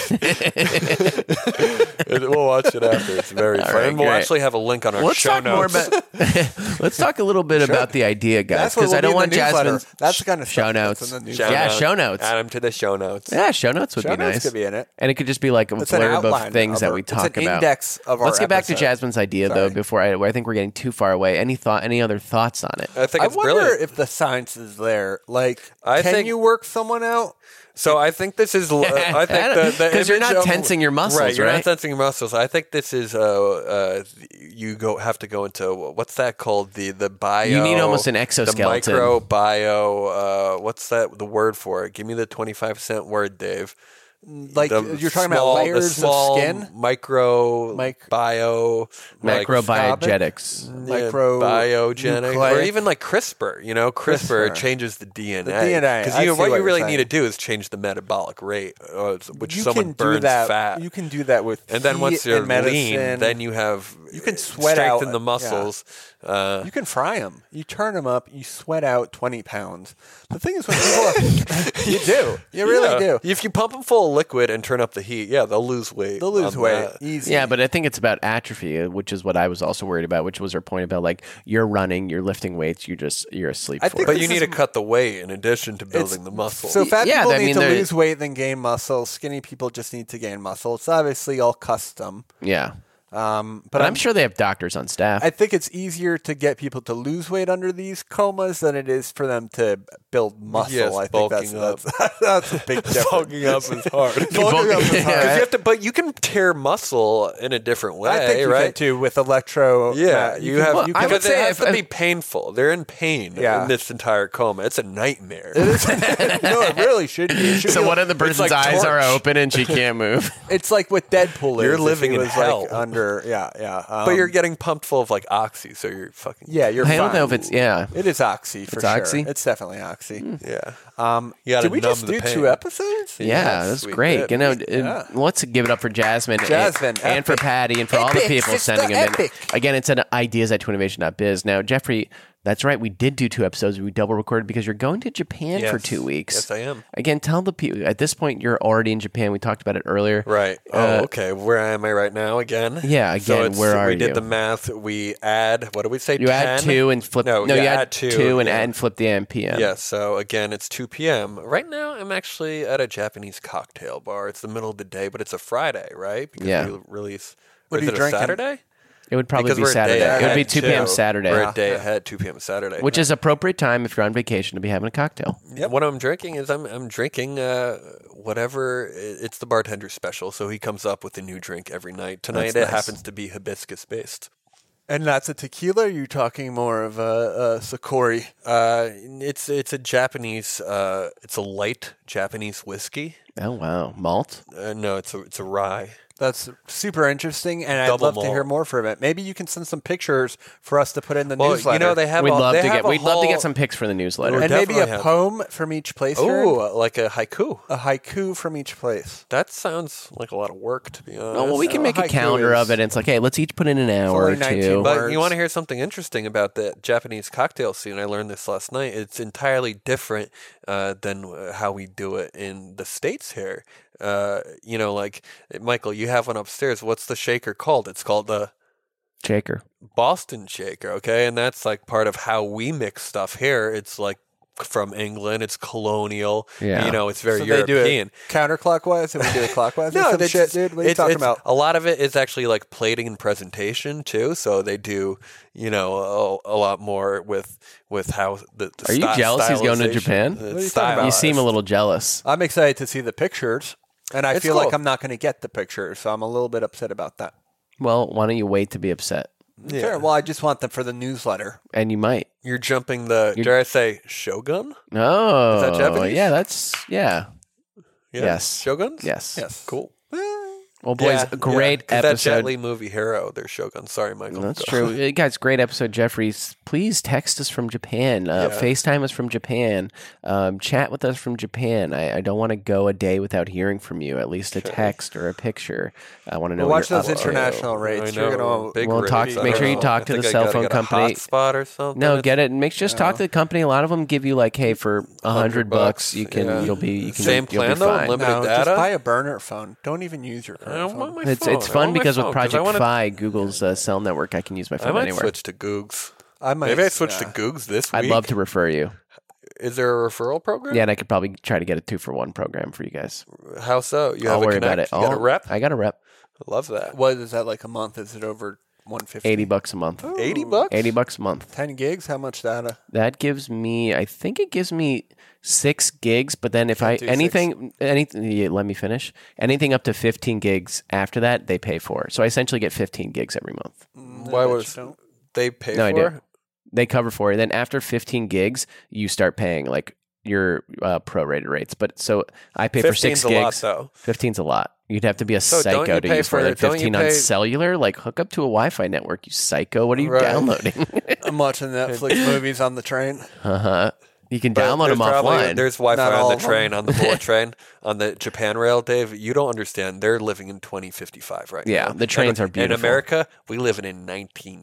[SPEAKER 4] And we'll watch it after. It's very
[SPEAKER 3] All
[SPEAKER 4] funny.
[SPEAKER 3] right,
[SPEAKER 4] and we'll
[SPEAKER 3] great.
[SPEAKER 4] actually have a link on our
[SPEAKER 3] Let's
[SPEAKER 4] show
[SPEAKER 3] talk
[SPEAKER 4] notes.
[SPEAKER 3] more about. [LAUGHS] let's talk a little bit about the idea, guys,
[SPEAKER 5] That's what
[SPEAKER 3] because
[SPEAKER 5] will
[SPEAKER 3] I
[SPEAKER 5] be
[SPEAKER 3] don't
[SPEAKER 5] in the
[SPEAKER 3] want
[SPEAKER 5] newsletter.
[SPEAKER 3] Jasmine's
[SPEAKER 5] That's the kind of
[SPEAKER 3] show
[SPEAKER 5] stuff that's
[SPEAKER 3] notes.
[SPEAKER 5] in the
[SPEAKER 3] yeah,
[SPEAKER 5] newsletter.
[SPEAKER 3] show notes.
[SPEAKER 4] Add them to the show notes.
[SPEAKER 3] Yeah, show notes would
[SPEAKER 5] Show
[SPEAKER 3] be
[SPEAKER 5] notes
[SPEAKER 3] nice.
[SPEAKER 5] could be in it.
[SPEAKER 3] and it could just be like a
[SPEAKER 5] It's an
[SPEAKER 3] blurb
[SPEAKER 5] outline
[SPEAKER 3] of things
[SPEAKER 5] of
[SPEAKER 3] that
[SPEAKER 5] our-
[SPEAKER 3] we
[SPEAKER 5] it's
[SPEAKER 3] talk
[SPEAKER 5] an
[SPEAKER 3] about.
[SPEAKER 5] index of our
[SPEAKER 3] Let's get back to
[SPEAKER 5] episode.
[SPEAKER 3] Jasmine's idea though.
[SPEAKER 5] Sorry.
[SPEAKER 3] Before I, I think we're getting too far away. Any thought? Any other thoughts on it?
[SPEAKER 4] I think
[SPEAKER 5] I
[SPEAKER 4] it's
[SPEAKER 5] wonder
[SPEAKER 4] brilliant.
[SPEAKER 5] if the science is there. Like,
[SPEAKER 4] I
[SPEAKER 5] can
[SPEAKER 4] think-
[SPEAKER 5] you work someone out?
[SPEAKER 4] so I think this is. uh,
[SPEAKER 3] [LAUGHS]
[SPEAKER 4] I
[SPEAKER 3] I
[SPEAKER 4] think
[SPEAKER 3] don't-
[SPEAKER 4] the
[SPEAKER 3] 'cause you're
[SPEAKER 4] image
[SPEAKER 3] not
[SPEAKER 4] of-
[SPEAKER 3] tensing your muscles,
[SPEAKER 4] right? You're
[SPEAKER 3] right?
[SPEAKER 4] not tensing your muscles. I think this is. Uh, uh, you go have to go into what's that called? The the bio.
[SPEAKER 3] You need almost an exoskeleton.
[SPEAKER 4] The micro bio. Uh, what's that? The word for it? Give me the twenty five cent word, Dave.
[SPEAKER 5] Like,
[SPEAKER 4] The
[SPEAKER 5] you're talking
[SPEAKER 4] small-
[SPEAKER 5] about
[SPEAKER 4] the
[SPEAKER 5] layers
[SPEAKER 4] small
[SPEAKER 5] of skin,
[SPEAKER 4] micro,
[SPEAKER 5] Mic-
[SPEAKER 4] bio, like,
[SPEAKER 3] Macrobiogenics.
[SPEAKER 4] Yeah,
[SPEAKER 5] micro
[SPEAKER 4] biogenic or
[SPEAKER 5] nucleic-
[SPEAKER 4] even like CRISPR. You know, CRISPR,
[SPEAKER 5] CRISPR.
[SPEAKER 4] changes the DNA.
[SPEAKER 5] DNA, I
[SPEAKER 4] you know,
[SPEAKER 5] see
[SPEAKER 4] what,
[SPEAKER 5] what
[SPEAKER 4] you
[SPEAKER 5] you're
[SPEAKER 4] really
[SPEAKER 5] saying.
[SPEAKER 4] need to do is change the metabolic rate, uh, which
[SPEAKER 5] you
[SPEAKER 4] someone
[SPEAKER 5] can
[SPEAKER 4] burns
[SPEAKER 5] do that.
[SPEAKER 4] fat.
[SPEAKER 5] You can do that with
[SPEAKER 4] and then
[SPEAKER 5] heat
[SPEAKER 4] once you're
[SPEAKER 5] and medicine.
[SPEAKER 4] lean, then you have you
[SPEAKER 5] can sweat out,
[SPEAKER 4] strengthen the
[SPEAKER 5] uh, yeah.
[SPEAKER 4] muscles. Uh,
[SPEAKER 5] You can fry them. You turn them up. You sweat out twenty pounds. The thing is, when
[SPEAKER 4] [LAUGHS]
[SPEAKER 5] people, you do, you really
[SPEAKER 4] yeah.
[SPEAKER 5] do.
[SPEAKER 4] If you pump them full of liquid and turn up the heat, yeah, they'll lose weight.
[SPEAKER 5] They'll lose
[SPEAKER 4] on
[SPEAKER 5] weight
[SPEAKER 4] that.
[SPEAKER 5] easy.
[SPEAKER 3] Yeah, but I think it's about atrophy, uh, which is what I was also worried about, which was her point about like you're running, you're lifting weights, you just you're asleep
[SPEAKER 5] I
[SPEAKER 3] for
[SPEAKER 5] think
[SPEAKER 3] it.
[SPEAKER 4] But you
[SPEAKER 5] This
[SPEAKER 4] need to
[SPEAKER 5] is-
[SPEAKER 4] cut the weight in addition to building the muscle.
[SPEAKER 5] So fat
[SPEAKER 3] Yeah,
[SPEAKER 5] people
[SPEAKER 3] I
[SPEAKER 5] need
[SPEAKER 3] mean,
[SPEAKER 5] to
[SPEAKER 3] they're-
[SPEAKER 5] lose weight than gain muscle. Skinny people just need to gain muscle. It's obviously all custom.
[SPEAKER 3] yeah.
[SPEAKER 5] Um, but,
[SPEAKER 3] But
[SPEAKER 5] I'm,
[SPEAKER 3] I'm sure they have doctors on staff.
[SPEAKER 5] I think it's easier to get people to lose weight under these comas than it is for them to build muscle.
[SPEAKER 4] Yes,
[SPEAKER 5] I think that's,
[SPEAKER 4] bulking up.
[SPEAKER 5] that's [LAUGHS] that's a
[SPEAKER 4] [LAUGHS]
[SPEAKER 5] big difference.
[SPEAKER 4] Bulking up is hard.
[SPEAKER 5] [LAUGHS] bulking up
[SPEAKER 4] [LAUGHS]
[SPEAKER 5] is
[SPEAKER 4] Because you
[SPEAKER 5] hard.
[SPEAKER 4] have to, but you can tear muscle in a different way,
[SPEAKER 5] I think you
[SPEAKER 4] right?
[SPEAKER 5] can too with electro.
[SPEAKER 4] Yeah,
[SPEAKER 5] uh,
[SPEAKER 4] you,
[SPEAKER 5] can-
[SPEAKER 4] have.
[SPEAKER 3] Well,
[SPEAKER 4] you
[SPEAKER 3] I
[SPEAKER 4] can,
[SPEAKER 3] would
[SPEAKER 4] because it
[SPEAKER 3] say
[SPEAKER 4] has
[SPEAKER 3] if-
[SPEAKER 4] to be painful. They're in pain
[SPEAKER 5] Yeah.
[SPEAKER 4] in this entire coma. It's a nightmare. [LAUGHS]
[SPEAKER 5] [LAUGHS] no, it really should be. It should
[SPEAKER 3] so
[SPEAKER 5] be
[SPEAKER 3] one of the
[SPEAKER 4] it's
[SPEAKER 3] person's
[SPEAKER 4] like
[SPEAKER 3] eyes are
[SPEAKER 4] torch.
[SPEAKER 3] open and she can't
[SPEAKER 5] [LAUGHS]
[SPEAKER 3] move.
[SPEAKER 5] It's like what Deadpool is.
[SPEAKER 4] You're
[SPEAKER 5] if he
[SPEAKER 4] living in
[SPEAKER 5] was
[SPEAKER 4] hell.
[SPEAKER 5] like under. Yeah, yeah. Um,
[SPEAKER 4] but you're getting pumped full of like oxy, so you're fucking
[SPEAKER 5] Yeah, you're.
[SPEAKER 3] I don't
[SPEAKER 5] fine.
[SPEAKER 3] know if it's yeah.
[SPEAKER 5] It is oxy for
[SPEAKER 3] It's
[SPEAKER 5] sure.
[SPEAKER 3] oxy? Hmm.
[SPEAKER 5] It's definitely oxy.
[SPEAKER 4] yeah.
[SPEAKER 5] Um,
[SPEAKER 4] You gotta
[SPEAKER 5] did we
[SPEAKER 4] numb
[SPEAKER 5] just
[SPEAKER 4] the
[SPEAKER 5] do
[SPEAKER 4] pain.
[SPEAKER 5] two episodes?
[SPEAKER 3] Yeah,
[SPEAKER 4] Yes,
[SPEAKER 3] that's
[SPEAKER 4] we
[SPEAKER 3] great.
[SPEAKER 4] did.
[SPEAKER 3] You know, uh,
[SPEAKER 4] We-
[SPEAKER 5] yeah.
[SPEAKER 3] let's give it up for Jasmine, and-
[SPEAKER 5] Jasmine,
[SPEAKER 3] and, for
[SPEAKER 5] epic.
[SPEAKER 3] Patty, and for all the
[SPEAKER 5] Epic,
[SPEAKER 3] people
[SPEAKER 5] sister,
[SPEAKER 3] sending them in.
[SPEAKER 5] epic.
[SPEAKER 3] Again, it's at ideas at twinnovation.biz. Now, Jeffrey, that's right. We did do two episodes. We double recorded because you're going to Japan for
[SPEAKER 4] Yes.
[SPEAKER 3] two weeks.
[SPEAKER 4] Yes, I am.
[SPEAKER 3] Again, tell the people at this point you're already in Japan. We talked about it earlier.
[SPEAKER 4] Right.
[SPEAKER 3] Uh,
[SPEAKER 4] oh, okay. Where am I right now again?
[SPEAKER 3] Yeah,
[SPEAKER 4] So
[SPEAKER 3] again,
[SPEAKER 4] it's-
[SPEAKER 3] where are
[SPEAKER 4] We did
[SPEAKER 3] you?
[SPEAKER 4] the math. We add. What do we say?
[SPEAKER 3] You add
[SPEAKER 4] 10?
[SPEAKER 3] two and flip.
[SPEAKER 4] No,
[SPEAKER 3] you
[SPEAKER 4] yeah,
[SPEAKER 3] add, two, and,
[SPEAKER 4] yeah.
[SPEAKER 3] and flip the MPM.
[SPEAKER 4] Yeah, so again, it's 2 p.m. Right now, I'm actually at a Japanese cocktail bar. It's the middle of the day, but it's a Friday, right? Because
[SPEAKER 3] Yeah.
[SPEAKER 4] we release.
[SPEAKER 5] What
[SPEAKER 4] is
[SPEAKER 5] are you
[SPEAKER 4] it a
[SPEAKER 5] drinking?
[SPEAKER 4] Saturday?
[SPEAKER 3] It would probably
[SPEAKER 4] because we're
[SPEAKER 3] be
[SPEAKER 4] a day
[SPEAKER 3] Saturday. It would be
[SPEAKER 4] ahead,
[SPEAKER 3] 2 p.m.
[SPEAKER 4] too.
[SPEAKER 3] Saturday,
[SPEAKER 4] We're a day ahead, 2 p.m. Saturday.
[SPEAKER 3] which is appropriate time if you're on vacation to be having a cocktail.
[SPEAKER 4] What I'm drinking is I'm I'm drinking uh, whatever. It's the bartender's special, so he comes up with a new drink every night. Tonight
[SPEAKER 3] That's
[SPEAKER 4] it
[SPEAKER 3] nice.
[SPEAKER 4] happens to be hibiscus based.
[SPEAKER 5] And that's a tequila. Are you talking more of a, a Sakori?
[SPEAKER 4] Uh, it's it's a Japanese. Uh, it's a light Japanese whiskey.
[SPEAKER 3] Oh wow, malt.
[SPEAKER 4] Uh, no, it's a it's a rye.
[SPEAKER 5] That's super interesting, and
[SPEAKER 4] Double
[SPEAKER 5] I'd love to hear
[SPEAKER 4] malt.
[SPEAKER 5] more from it. Maybe you can send some pictures for us to put in the
[SPEAKER 4] Well,
[SPEAKER 5] newsletter.
[SPEAKER 4] you know they have.
[SPEAKER 3] We'd
[SPEAKER 4] all-
[SPEAKER 3] love
[SPEAKER 4] they
[SPEAKER 3] to
[SPEAKER 4] have
[SPEAKER 3] get.
[SPEAKER 4] a
[SPEAKER 3] We'd love to
[SPEAKER 4] whole-
[SPEAKER 3] get some pics for the newsletter.
[SPEAKER 5] and maybe a
[SPEAKER 4] definitely have-
[SPEAKER 5] poem from each place.
[SPEAKER 4] Ooh,
[SPEAKER 5] Ooh,
[SPEAKER 4] uh, like a haiku.
[SPEAKER 5] a haiku from each place.
[SPEAKER 4] That sounds like a lot of work, to be honest.
[SPEAKER 3] Oh, well, we can make a
[SPEAKER 5] haiku
[SPEAKER 3] calendar
[SPEAKER 5] is-
[SPEAKER 3] of it. And it's like, hey, let's each put in an hour or
[SPEAKER 5] only 19
[SPEAKER 3] two.
[SPEAKER 4] But
[SPEAKER 5] words.
[SPEAKER 4] you want to hear something interesting about the Japanese cocktail scene? I learned this last night. It's entirely different uh, than uh, how we do it in the states here. Uh, you know, like Michael, you have one upstairs. What's the shaker called? It's called the
[SPEAKER 3] Shaker.
[SPEAKER 4] Boston shaker, okay? And that's like part of how we mix stuff here. It's like from England, it's colonial.
[SPEAKER 3] Yeah.
[SPEAKER 4] You know, it's very
[SPEAKER 5] so
[SPEAKER 4] European.
[SPEAKER 5] they do it counterclockwise, and we
[SPEAKER 4] [LAUGHS]
[SPEAKER 5] do it clockwise. or some
[SPEAKER 4] that's
[SPEAKER 5] shit, dude. What are you talking about?
[SPEAKER 4] A lot of it is actually like plating and presentation too. So they do, you know, a, a lot more with with how the. the
[SPEAKER 3] Are you
[SPEAKER 4] sty-
[SPEAKER 3] jealous he's going to
[SPEAKER 4] stylization-
[SPEAKER 3] Japan?
[SPEAKER 4] the
[SPEAKER 3] What
[SPEAKER 5] are you talking about?
[SPEAKER 3] You
[SPEAKER 4] stylized.
[SPEAKER 3] seem a little jealous.
[SPEAKER 5] I'm excited to see the pictures, and I
[SPEAKER 4] It's
[SPEAKER 5] feel like
[SPEAKER 4] cool.
[SPEAKER 5] I'm not going to get the pictures, so I'm a little bit upset about that.
[SPEAKER 3] Well, why don't you wait to be upset?
[SPEAKER 5] Yeah. Sure. Well, I just want them for the newsletter.
[SPEAKER 3] and you might.
[SPEAKER 4] You're jumping the,
[SPEAKER 3] You're-
[SPEAKER 4] dare I say, Shogun?
[SPEAKER 3] Oh,
[SPEAKER 4] that Japanese?
[SPEAKER 3] Yeah, that's yeah.
[SPEAKER 4] Yeah.
[SPEAKER 3] Yes.
[SPEAKER 4] Shoguns?
[SPEAKER 3] Yes.
[SPEAKER 5] Yes. Eh,
[SPEAKER 4] Cool.
[SPEAKER 3] Well, boys,
[SPEAKER 4] Yeah,
[SPEAKER 3] great
[SPEAKER 4] yeah. 'Cause That Jet
[SPEAKER 3] episode.
[SPEAKER 4] Li movie hero, they're Shogun. Sorry, Michael.
[SPEAKER 3] That's
[SPEAKER 4] Go.
[SPEAKER 3] [LAUGHS] true. Uh, Guys, great episode, Jeffries. Please text us from Japan. Uh,
[SPEAKER 4] Yeah.
[SPEAKER 3] FaceTime us from Japan. Um, chat with us from Japan. I, I don't want to go a day without hearing from you, at least a text or a picture. I want to know
[SPEAKER 5] Well,
[SPEAKER 3] what
[SPEAKER 5] watch
[SPEAKER 3] you're
[SPEAKER 5] those
[SPEAKER 3] up uh, to.
[SPEAKER 5] international
[SPEAKER 4] I
[SPEAKER 5] rates.
[SPEAKER 4] know.
[SPEAKER 5] You're gonna
[SPEAKER 4] Big
[SPEAKER 3] Well, talk-
[SPEAKER 4] rates. I
[SPEAKER 3] make sure you
[SPEAKER 4] don't
[SPEAKER 3] talk
[SPEAKER 4] know.
[SPEAKER 3] to
[SPEAKER 4] I
[SPEAKER 3] the
[SPEAKER 4] think I
[SPEAKER 3] cell
[SPEAKER 4] gotta
[SPEAKER 3] phone
[SPEAKER 4] get a
[SPEAKER 3] company.
[SPEAKER 4] hotspot or something.
[SPEAKER 3] No,
[SPEAKER 4] It's-
[SPEAKER 3] get it. Make just talk to the company. A lot of them give you like, "Hey, for a hundred bucks, you can
[SPEAKER 4] yeah.
[SPEAKER 3] you'll be you can
[SPEAKER 4] Same
[SPEAKER 3] you'll
[SPEAKER 4] plan,
[SPEAKER 3] be
[SPEAKER 4] though,
[SPEAKER 3] fine.
[SPEAKER 4] unlimited-
[SPEAKER 5] no, just
[SPEAKER 4] data?
[SPEAKER 5] buy a burner phone. Don't even use your
[SPEAKER 4] I
[SPEAKER 5] current
[SPEAKER 4] don't
[SPEAKER 5] phone.
[SPEAKER 4] want my
[SPEAKER 3] It's
[SPEAKER 4] phone.
[SPEAKER 3] it's
[SPEAKER 4] I
[SPEAKER 3] fun
[SPEAKER 4] want my
[SPEAKER 3] because with
[SPEAKER 4] phone 'cause I
[SPEAKER 3] Project
[SPEAKER 4] wanna-
[SPEAKER 3] Fi, Google's uh, cell network, I can use my
[SPEAKER 4] I
[SPEAKER 3] phone
[SPEAKER 4] might
[SPEAKER 3] anywhere.
[SPEAKER 4] switch to Googs.
[SPEAKER 5] I might,
[SPEAKER 4] Maybe I switch to
[SPEAKER 5] yeah.
[SPEAKER 4] Googs this week.
[SPEAKER 3] I'd love to refer you.
[SPEAKER 4] Is there a referral program?
[SPEAKER 3] Yeah, and I could probably try to get a two for one program for you guys.
[SPEAKER 4] How so? You
[SPEAKER 3] I'll
[SPEAKER 4] have a
[SPEAKER 3] worry about it.
[SPEAKER 4] Connect? You got
[SPEAKER 3] I'll-
[SPEAKER 4] a rep?
[SPEAKER 3] I got a rep.
[SPEAKER 4] love that.
[SPEAKER 5] What is that like a month? Is it over 150?
[SPEAKER 3] Eighty bucks a month.
[SPEAKER 4] 80 bucks?
[SPEAKER 3] Eighty bucks a month.
[SPEAKER 5] 10 gigs? How much
[SPEAKER 3] [LAUGHS]
[SPEAKER 5] uh, data?
[SPEAKER 3] That gives me. I think it gives me six gigs. But then if I
[SPEAKER 5] do
[SPEAKER 3] anything anything, yeah, let me finish. Anything up to fifteen gigs after that, they pay for. So I essentially get fifteen gigs every month.
[SPEAKER 4] Mm, Why was they pay
[SPEAKER 3] No, I
[SPEAKER 4] for?
[SPEAKER 3] do. They cover for it. Then after fifteen gigs, you start paying like your uh, prorated rates. But so I pay for
[SPEAKER 4] 15's
[SPEAKER 3] six
[SPEAKER 4] a lot,
[SPEAKER 3] gigs.
[SPEAKER 4] though.
[SPEAKER 3] 15's a lot. You'd have to be a
[SPEAKER 4] So don't
[SPEAKER 3] psycho
[SPEAKER 4] you
[SPEAKER 3] to
[SPEAKER 4] pay
[SPEAKER 3] use
[SPEAKER 4] for
[SPEAKER 3] more than
[SPEAKER 4] it, don't you
[SPEAKER 3] 15
[SPEAKER 4] pay-
[SPEAKER 3] on cellular. Like, hook up to a Wi Fi network, you psycho. What are you
[SPEAKER 4] Right.
[SPEAKER 3] downloading?
[SPEAKER 4] [LAUGHS]
[SPEAKER 3] [LAUGHS]
[SPEAKER 5] I'm watching Netflix movies on the train.
[SPEAKER 3] uh huh. You can
[SPEAKER 4] But
[SPEAKER 3] download
[SPEAKER 4] there's
[SPEAKER 3] them
[SPEAKER 4] probably-
[SPEAKER 3] offline.
[SPEAKER 4] There's Wi
[SPEAKER 5] Not
[SPEAKER 4] Fi
[SPEAKER 5] all
[SPEAKER 4] on
[SPEAKER 5] of
[SPEAKER 4] the
[SPEAKER 5] them.
[SPEAKER 4] train, on the
[SPEAKER 5] [LAUGHS]
[SPEAKER 4] bullet train, on the Japan Rail, Dave. You don't understand. They're living in 2055 right
[SPEAKER 3] Yeah,
[SPEAKER 4] now.
[SPEAKER 3] the trains
[SPEAKER 4] And-
[SPEAKER 3] are beautiful.
[SPEAKER 4] In America, we live in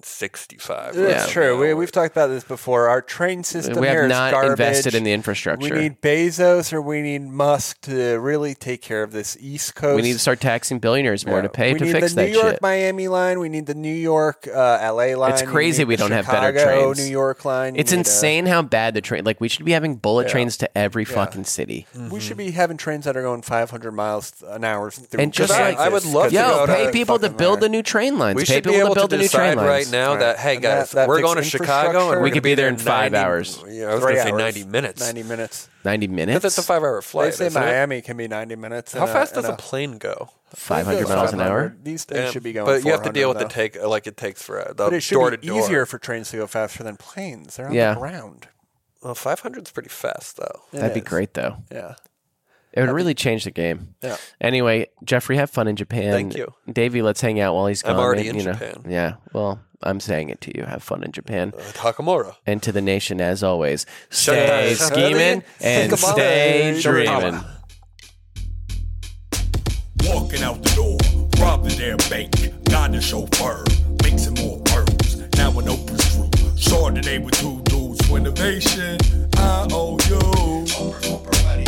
[SPEAKER 4] 1965. right
[SPEAKER 5] That's
[SPEAKER 3] Yeah.
[SPEAKER 5] true.
[SPEAKER 4] now.
[SPEAKER 5] We, we've talked about this before. Our train system
[SPEAKER 3] we
[SPEAKER 5] here
[SPEAKER 3] have
[SPEAKER 5] is
[SPEAKER 3] not
[SPEAKER 5] garbage.
[SPEAKER 3] invested in the infrastructure.
[SPEAKER 5] We
[SPEAKER 3] We need,
[SPEAKER 5] need Bezos or we need Musk to really take care of this East Coast.
[SPEAKER 3] to start taxing billionaires more to pay
[SPEAKER 5] we
[SPEAKER 3] to
[SPEAKER 5] need
[SPEAKER 3] fix
[SPEAKER 5] the
[SPEAKER 3] that
[SPEAKER 5] New York
[SPEAKER 3] shit.
[SPEAKER 5] Miami line. We need the New York uh, LA line.
[SPEAKER 3] crazy
[SPEAKER 5] need
[SPEAKER 3] we
[SPEAKER 5] the
[SPEAKER 3] don't have better
[SPEAKER 5] Chicago,
[SPEAKER 3] trains.
[SPEAKER 5] New York line. You
[SPEAKER 3] It's
[SPEAKER 5] need uh, a-
[SPEAKER 3] insane how bad the train. Like, we should be having bullet trains to every fucking city.
[SPEAKER 4] Mm-hmm.
[SPEAKER 5] We should be having trains that are going 500 miles an hour. Through
[SPEAKER 3] And just
[SPEAKER 5] Kansas
[SPEAKER 3] like- I
[SPEAKER 4] would love
[SPEAKER 5] because
[SPEAKER 4] to
[SPEAKER 5] they're
[SPEAKER 4] go
[SPEAKER 3] Yo,
[SPEAKER 5] going
[SPEAKER 3] pay
[SPEAKER 4] to
[SPEAKER 3] people to
[SPEAKER 5] fucking uh,
[SPEAKER 3] build
[SPEAKER 5] there.
[SPEAKER 3] the new train lines.
[SPEAKER 4] We
[SPEAKER 3] pay
[SPEAKER 4] should
[SPEAKER 3] people
[SPEAKER 4] be able
[SPEAKER 3] build
[SPEAKER 4] to
[SPEAKER 3] the new train
[SPEAKER 4] decide
[SPEAKER 3] lines.
[SPEAKER 4] right now that hey
[SPEAKER 5] And
[SPEAKER 4] guys,
[SPEAKER 5] that- that
[SPEAKER 4] we're
[SPEAKER 5] fixed
[SPEAKER 4] going to Chicago and
[SPEAKER 5] infrastructure-
[SPEAKER 4] we're
[SPEAKER 5] We
[SPEAKER 4] going to
[SPEAKER 3] could
[SPEAKER 4] be
[SPEAKER 3] be there
[SPEAKER 4] there
[SPEAKER 3] in five
[SPEAKER 4] 90
[SPEAKER 3] hours.
[SPEAKER 4] Yeah, I was
[SPEAKER 5] Three
[SPEAKER 4] going to say
[SPEAKER 5] hours.
[SPEAKER 4] 90 minutes.
[SPEAKER 5] 90 minutes.
[SPEAKER 3] 90 minutes?
[SPEAKER 4] That's a five-hour
[SPEAKER 5] They
[SPEAKER 4] flight.
[SPEAKER 5] say
[SPEAKER 4] isn't it?
[SPEAKER 5] Miami can be 90 minutes.
[SPEAKER 4] How
[SPEAKER 5] in a-
[SPEAKER 4] fast
[SPEAKER 5] in
[SPEAKER 4] does a
[SPEAKER 5] a-
[SPEAKER 4] plane go?
[SPEAKER 3] 500 miles an hour?
[SPEAKER 5] These things
[SPEAKER 4] Yeah,
[SPEAKER 5] should be going.
[SPEAKER 4] But you have to
[SPEAKER 5] 400
[SPEAKER 4] deal with
[SPEAKER 5] though.
[SPEAKER 4] the take like it takes for uh, the
[SPEAKER 5] But it should
[SPEAKER 4] door
[SPEAKER 5] be
[SPEAKER 4] to door.
[SPEAKER 5] easier for trains to go faster than planes. They're on
[SPEAKER 3] Yeah.
[SPEAKER 5] the ground.
[SPEAKER 4] Well, 500 is pretty fast though.
[SPEAKER 3] That'd be
[SPEAKER 5] is.
[SPEAKER 3] great, though.
[SPEAKER 5] Yeah.
[SPEAKER 3] It would really change the game.
[SPEAKER 5] Yeah.
[SPEAKER 3] Anyway, Jeffrey, have fun in Japan.
[SPEAKER 4] Thank you.
[SPEAKER 3] Davey, let's hang out while he's gone.
[SPEAKER 4] I'm already
[SPEAKER 3] Maybe,
[SPEAKER 4] in
[SPEAKER 3] you know.
[SPEAKER 4] Japan.
[SPEAKER 3] Yeah. Well, I'm saying it to you. Have fun in Japan.
[SPEAKER 4] Uh, Takamura.
[SPEAKER 3] And to the nation, as always, stay
[SPEAKER 4] up, Shut up.
[SPEAKER 3] scheming and
[SPEAKER 5] Shut up.
[SPEAKER 3] stay
[SPEAKER 5] Shut up.
[SPEAKER 3] dreaming.
[SPEAKER 2] Walking out the door, robbing their bank, got the chauffeur, mixing more pearls. Now an open screw. Sure today with two dudes for innovation. I owe you.